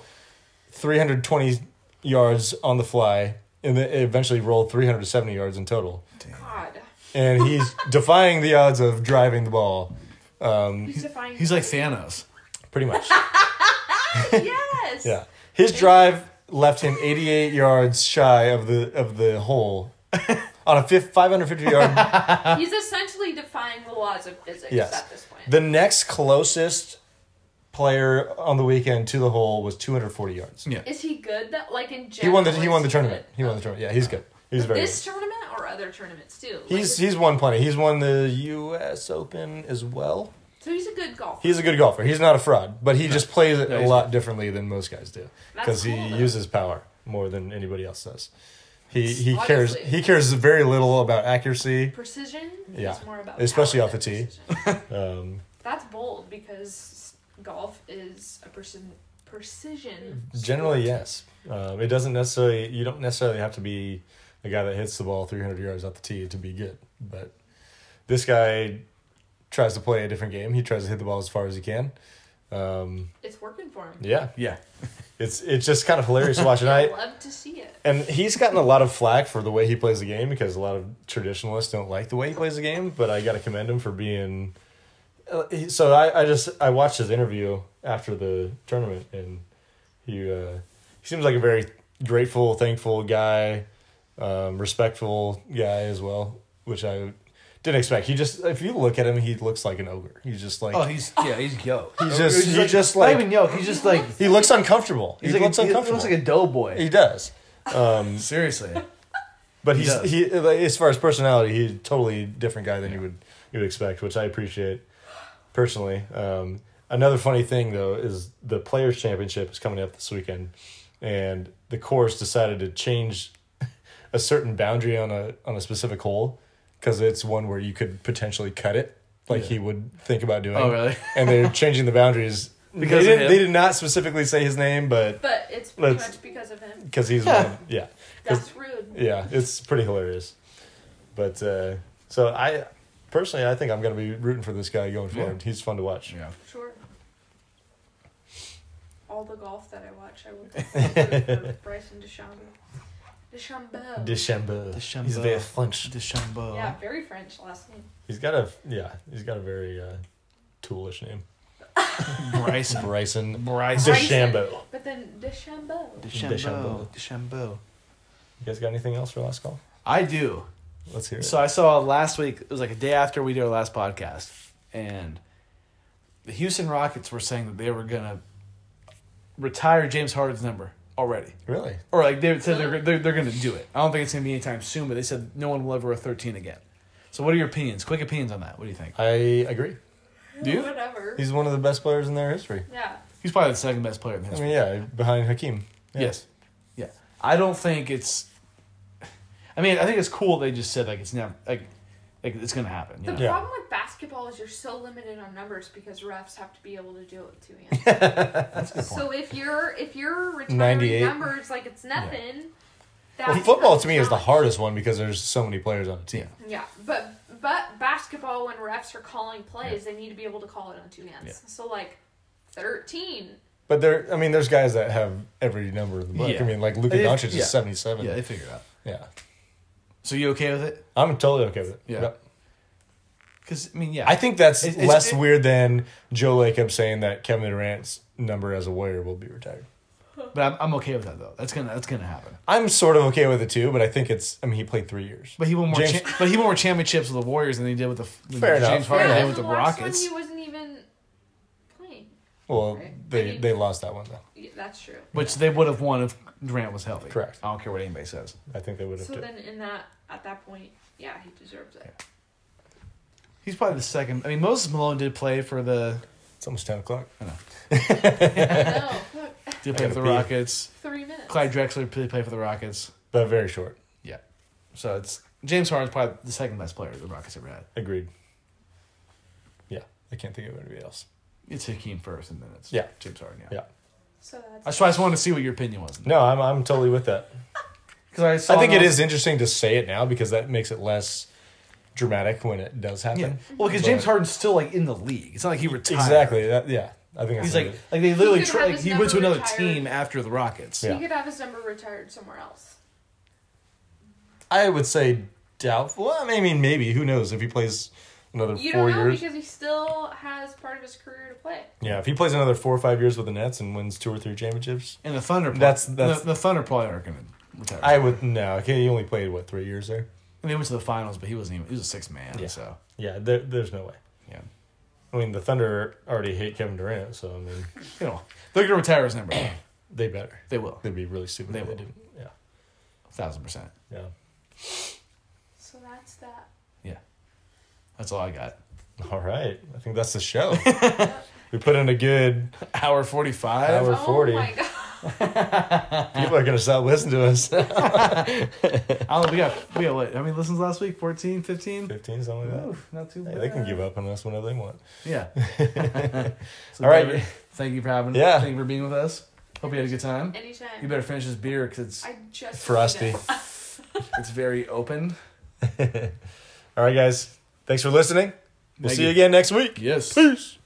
Speaker 1: three hundred twenty yards on the fly, and then it eventually rolled three hundred seventy yards in total.
Speaker 3: God.
Speaker 1: And he's defying the odds of driving the ball, Mm-hmm.
Speaker 3: He's defying.
Speaker 4: He's like Thanos.
Speaker 1: pretty much.
Speaker 3: yes.
Speaker 1: Yeah. His drive left him 88 yards shy of the of the hole on a fif- 550 yard.
Speaker 3: He's essentially defying the laws of physics
Speaker 1: Yes.
Speaker 3: at this point.
Speaker 1: the next closest player on the weekend to the hole was 240 yards.
Speaker 4: Yeah.
Speaker 3: Is he good though? Like in
Speaker 1: He
Speaker 3: general.
Speaker 1: won the he
Speaker 3: is
Speaker 1: won the
Speaker 3: good?
Speaker 1: tournament. He won the tournament. Yeah, he's good. He's very
Speaker 3: This
Speaker 1: good.
Speaker 3: tournament or other tournaments too. Like,
Speaker 1: He's he's won plenty. He's won the U.S. Open as well.
Speaker 3: so he's a good golfer.
Speaker 1: He's a good golfer. He's not a fraud, but he just plays it
Speaker 4: No,
Speaker 1: a
Speaker 4: he's
Speaker 1: lot differently than most guys do
Speaker 3: That's
Speaker 1: because
Speaker 3: cool,
Speaker 1: he
Speaker 3: though.
Speaker 1: uses power more than anybody else does. He he cares
Speaker 3: Obviously.
Speaker 1: he cares very little about accuracy.
Speaker 3: Precision
Speaker 1: Yeah.
Speaker 3: is more about
Speaker 1: Especially
Speaker 3: power
Speaker 1: off
Speaker 3: than
Speaker 1: the tee.
Speaker 3: precision.
Speaker 1: Um,
Speaker 3: That's bold because golf is a person precision.
Speaker 1: generally, yes. Um, it doesn't necessarily. You don't necessarily have to be the guy that hits the ball three hundred yards off the tee to be good. But this guy tries to play a different game. He tries to hit the ball as far as he can. Um,
Speaker 3: It's working for him.
Speaker 1: yeah,
Speaker 4: Yeah.
Speaker 1: it's it's just kind of hilarious to watch. And I
Speaker 3: love to see it.
Speaker 1: and he's gotten a lot of flack for the way he plays the game because a lot of traditionalists don't like the way he plays the game. But I got to commend him for being. uh, he- So I, I just I watched his interview after the tournament and he uh, he seems like a very grateful, thankful guy, um, respectful guy as well, which I didn't expect. He just if you look at him, he looks like an ogre. He's just like
Speaker 2: Oh, he's yeah, he's yoke.
Speaker 1: He's just-
Speaker 2: Oh, he's
Speaker 1: he
Speaker 2: like,
Speaker 1: just
Speaker 2: not
Speaker 1: like-
Speaker 2: even yoke. He's just like
Speaker 1: he looks uncomfortable.
Speaker 2: he's
Speaker 1: he
Speaker 2: like
Speaker 1: looks
Speaker 2: a, he
Speaker 1: uncomfortable.
Speaker 2: looks like a doughboy.
Speaker 1: he does. Um,
Speaker 2: Seriously,
Speaker 1: But
Speaker 2: He
Speaker 1: he's
Speaker 2: does.
Speaker 1: he like, as far as personality, he's a totally different guy than you would you would expect, which I appreciate personally. Um, another funny thing though is the Players Championship is coming up this weekend, and the course decided to change a certain boundary on a on a specific hole because it's one where you could potentially cut it, like he would think about doing.
Speaker 4: Oh, really?
Speaker 1: and they're changing the boundaries
Speaker 4: Because
Speaker 1: because
Speaker 4: of
Speaker 1: they, didn't,
Speaker 4: him?
Speaker 1: they did not specifically say his name, but
Speaker 3: But it's pretty
Speaker 1: Let's-
Speaker 3: much because of him.
Speaker 1: because he's one, yeah. 'Cause-
Speaker 3: That's rude.
Speaker 1: yeah, it's pretty hilarious. But uh, so I personally, I think I'm going to be rooting for this guy going forward. He's fun to watch.
Speaker 4: Yeah.
Speaker 3: Sure. All the golf that I watch, I would root for Bryson DeChambeau. DeChambeau.
Speaker 1: December.
Speaker 4: Deschambeau.
Speaker 1: He's very French.
Speaker 4: Deschambeau.
Speaker 3: yeah, very French last name.
Speaker 1: He's got a yeah. He's got a very uh, toolish name.
Speaker 4: Bryson.
Speaker 1: Bryson
Speaker 4: Bryson.
Speaker 1: DeChambeau.
Speaker 3: But then DeChambeau.
Speaker 4: Deschambeau.
Speaker 1: Deschambeau.
Speaker 4: Deschambeau.
Speaker 1: You guys got anything else for last call?
Speaker 4: I do.
Speaker 1: Let's hear it.
Speaker 4: So I saw last week. It was like a day after we did our last podcast, and the Houston Rockets were saying that they were gonna retire James Harden's number already,
Speaker 1: really?
Speaker 4: or like they said they're they're, they're gonna do it. I don't think it's gonna be anytime soon, but they said no one will ever wear thirteen again. So what are your opinions? Quick opinions on that. What do you think?
Speaker 1: I agree.
Speaker 4: Do you?
Speaker 3: Whatever.
Speaker 1: He's one of the best players in their history.
Speaker 3: yeah.
Speaker 4: He's probably the second best player in the
Speaker 1: I
Speaker 4: history.
Speaker 1: mean, yeah, behind Hakeem. Yeah.
Speaker 4: Yes. Yeah. I don't think it's. I mean, I think it's cool they just said like it's never like like it's gonna happen. You
Speaker 3: The
Speaker 4: know?
Speaker 1: Yeah.
Speaker 3: problem with basketball is you're so limited on numbers because refs have to be able to do it with two hands. so if you're if you're retiring
Speaker 1: 98.
Speaker 3: numbers like it's nothing. that
Speaker 1: Well, football to me is the
Speaker 3: becomes-
Speaker 1: hardest one because there's so many players on a team.
Speaker 3: Yeah, but but basketball when refs are calling plays, they need to be able to call it on two hands. So like thirteen.
Speaker 1: But there, I mean, there's guys that have every number in the book.
Speaker 4: Yeah.
Speaker 1: I mean, like Luka
Speaker 4: It-
Speaker 1: Doncic
Speaker 4: yeah.
Speaker 1: is 77.
Speaker 4: Yeah,
Speaker 1: Yeah.
Speaker 4: they figure it out. So you okay with it?
Speaker 1: I'm totally okay with it.
Speaker 4: Yeah.
Speaker 1: Yep.
Speaker 4: Because I mean, yeah,
Speaker 1: I think that's
Speaker 4: It's- it's-
Speaker 1: less
Speaker 4: it-
Speaker 1: weird than Joe Lacob saying that Kevin Durant's number as a Warrior will be retired.
Speaker 4: but I'm, I'm okay with that though. That's gonna that's gonna happen.
Speaker 1: I'm sort of okay with it too, but I think it's, I mean, he played three years.
Speaker 4: But he won more.
Speaker 1: James-
Speaker 4: cha- but he won more championships with the Warriors than he did with the than
Speaker 1: Fair enough,
Speaker 4: James
Speaker 1: fair
Speaker 4: Harden
Speaker 1: enough.
Speaker 4: did with the,
Speaker 3: last one,
Speaker 4: Rockets.
Speaker 3: he wasn't even playing.
Speaker 1: Well,
Speaker 3: Right. I
Speaker 1: they,
Speaker 3: mean-
Speaker 1: they lost that one though.
Speaker 3: Yeah, that's true.
Speaker 4: Which they would have won if
Speaker 2: Durant was healthy.
Speaker 1: Correct.
Speaker 2: I don't care what anybody says.
Speaker 1: I think they would have.
Speaker 3: So
Speaker 1: too.
Speaker 3: then, in that at that point, yeah, he deserves it.
Speaker 2: He's probably the second. I mean, Moses Malone did play for the
Speaker 1: it's almost ten o'clock.
Speaker 3: no, look,
Speaker 2: did
Speaker 1: I
Speaker 2: play for
Speaker 1: gotta
Speaker 2: the
Speaker 1: pee.
Speaker 2: Rockets.
Speaker 3: three minutes.
Speaker 2: Clyde Drexler did play for the Rockets.
Speaker 1: But very short.
Speaker 2: So it's James Harden's probably the second best player the Rockets ever had.
Speaker 1: Agreed. Yeah, I can't think of anybody else.
Speaker 2: It's Hakeem first, and then it's
Speaker 1: Yeah.
Speaker 2: James Harden. Yeah.
Speaker 1: Yeah.
Speaker 3: So that's.
Speaker 2: That's why I just wanted to see what your opinion was.
Speaker 1: No, I'm I'm totally with that.
Speaker 2: Because I,
Speaker 1: I
Speaker 2: saw
Speaker 1: think it
Speaker 2: those-
Speaker 1: is interesting to say it now because that makes it less dramatic when it does happen.
Speaker 2: Yeah. Well, because
Speaker 1: But-
Speaker 2: James Harden's still like in the league. It's not like he retired.
Speaker 1: Exactly. That, yeah, I think
Speaker 2: He's
Speaker 1: that's
Speaker 2: like
Speaker 1: it.
Speaker 2: like they literally
Speaker 3: He could
Speaker 2: tra-
Speaker 3: have
Speaker 2: like,
Speaker 3: his
Speaker 2: he went to
Speaker 3: number
Speaker 2: another
Speaker 3: retired.
Speaker 2: team after the Rockets.
Speaker 1: Yeah.
Speaker 3: He could have his number retired somewhere else.
Speaker 1: I would say doubtful. Well, I mean, maybe who knows if he plays another
Speaker 3: You
Speaker 1: four
Speaker 3: don't know
Speaker 1: years.
Speaker 3: because he still has part of his career to play.
Speaker 1: yeah, if he plays another four or five years with the Nets and wins two or three championships,
Speaker 2: And the Thunder. Probably,
Speaker 1: That's- that's-
Speaker 2: the, the Thunder probably aren't going to retire.
Speaker 1: I would no. okay, He only played what three years there.
Speaker 2: and they went to the finals, but he wasn't even. He was a six man.
Speaker 1: Yeah.
Speaker 2: So
Speaker 1: Yeah, there, there's no way.
Speaker 2: yeah,
Speaker 1: I mean, the Thunder already hate Kevin Durant, so I mean,
Speaker 2: you know they're going to retire his number.
Speaker 1: they better.
Speaker 2: they will.
Speaker 1: They'd be really stupid.
Speaker 2: They
Speaker 1: if
Speaker 2: will.
Speaker 1: didn't. Yeah,
Speaker 2: Thousand percent.
Speaker 1: yeah.
Speaker 3: So that's that.
Speaker 2: That's all I got.
Speaker 1: All right, I think that's the show. we put in a good
Speaker 2: Hour forty five.
Speaker 1: Hour- We're
Speaker 3: oh
Speaker 1: 40.
Speaker 3: my god.
Speaker 1: People are gonna stop listening to us.
Speaker 2: I don't. We got. We got what? How many listens last week? 14, 15?
Speaker 1: Fifteen, something like that.
Speaker 2: Oof, not too bad.
Speaker 1: Hey, they can give up on us whenever they want.
Speaker 2: Yeah. so
Speaker 1: All right.
Speaker 2: David, thank you for having.
Speaker 1: Yeah.
Speaker 2: Thank you for being with us. Hope you had a good time.
Speaker 3: Anytime.
Speaker 2: You better finish this beer because it's
Speaker 3: I just
Speaker 1: Frosty.
Speaker 3: need it.
Speaker 2: it's very open.
Speaker 1: All right, guys. Thanks for listening. We'll
Speaker 2: Thank
Speaker 1: see
Speaker 2: you.
Speaker 1: you again next week.
Speaker 2: Yes.
Speaker 1: Peace.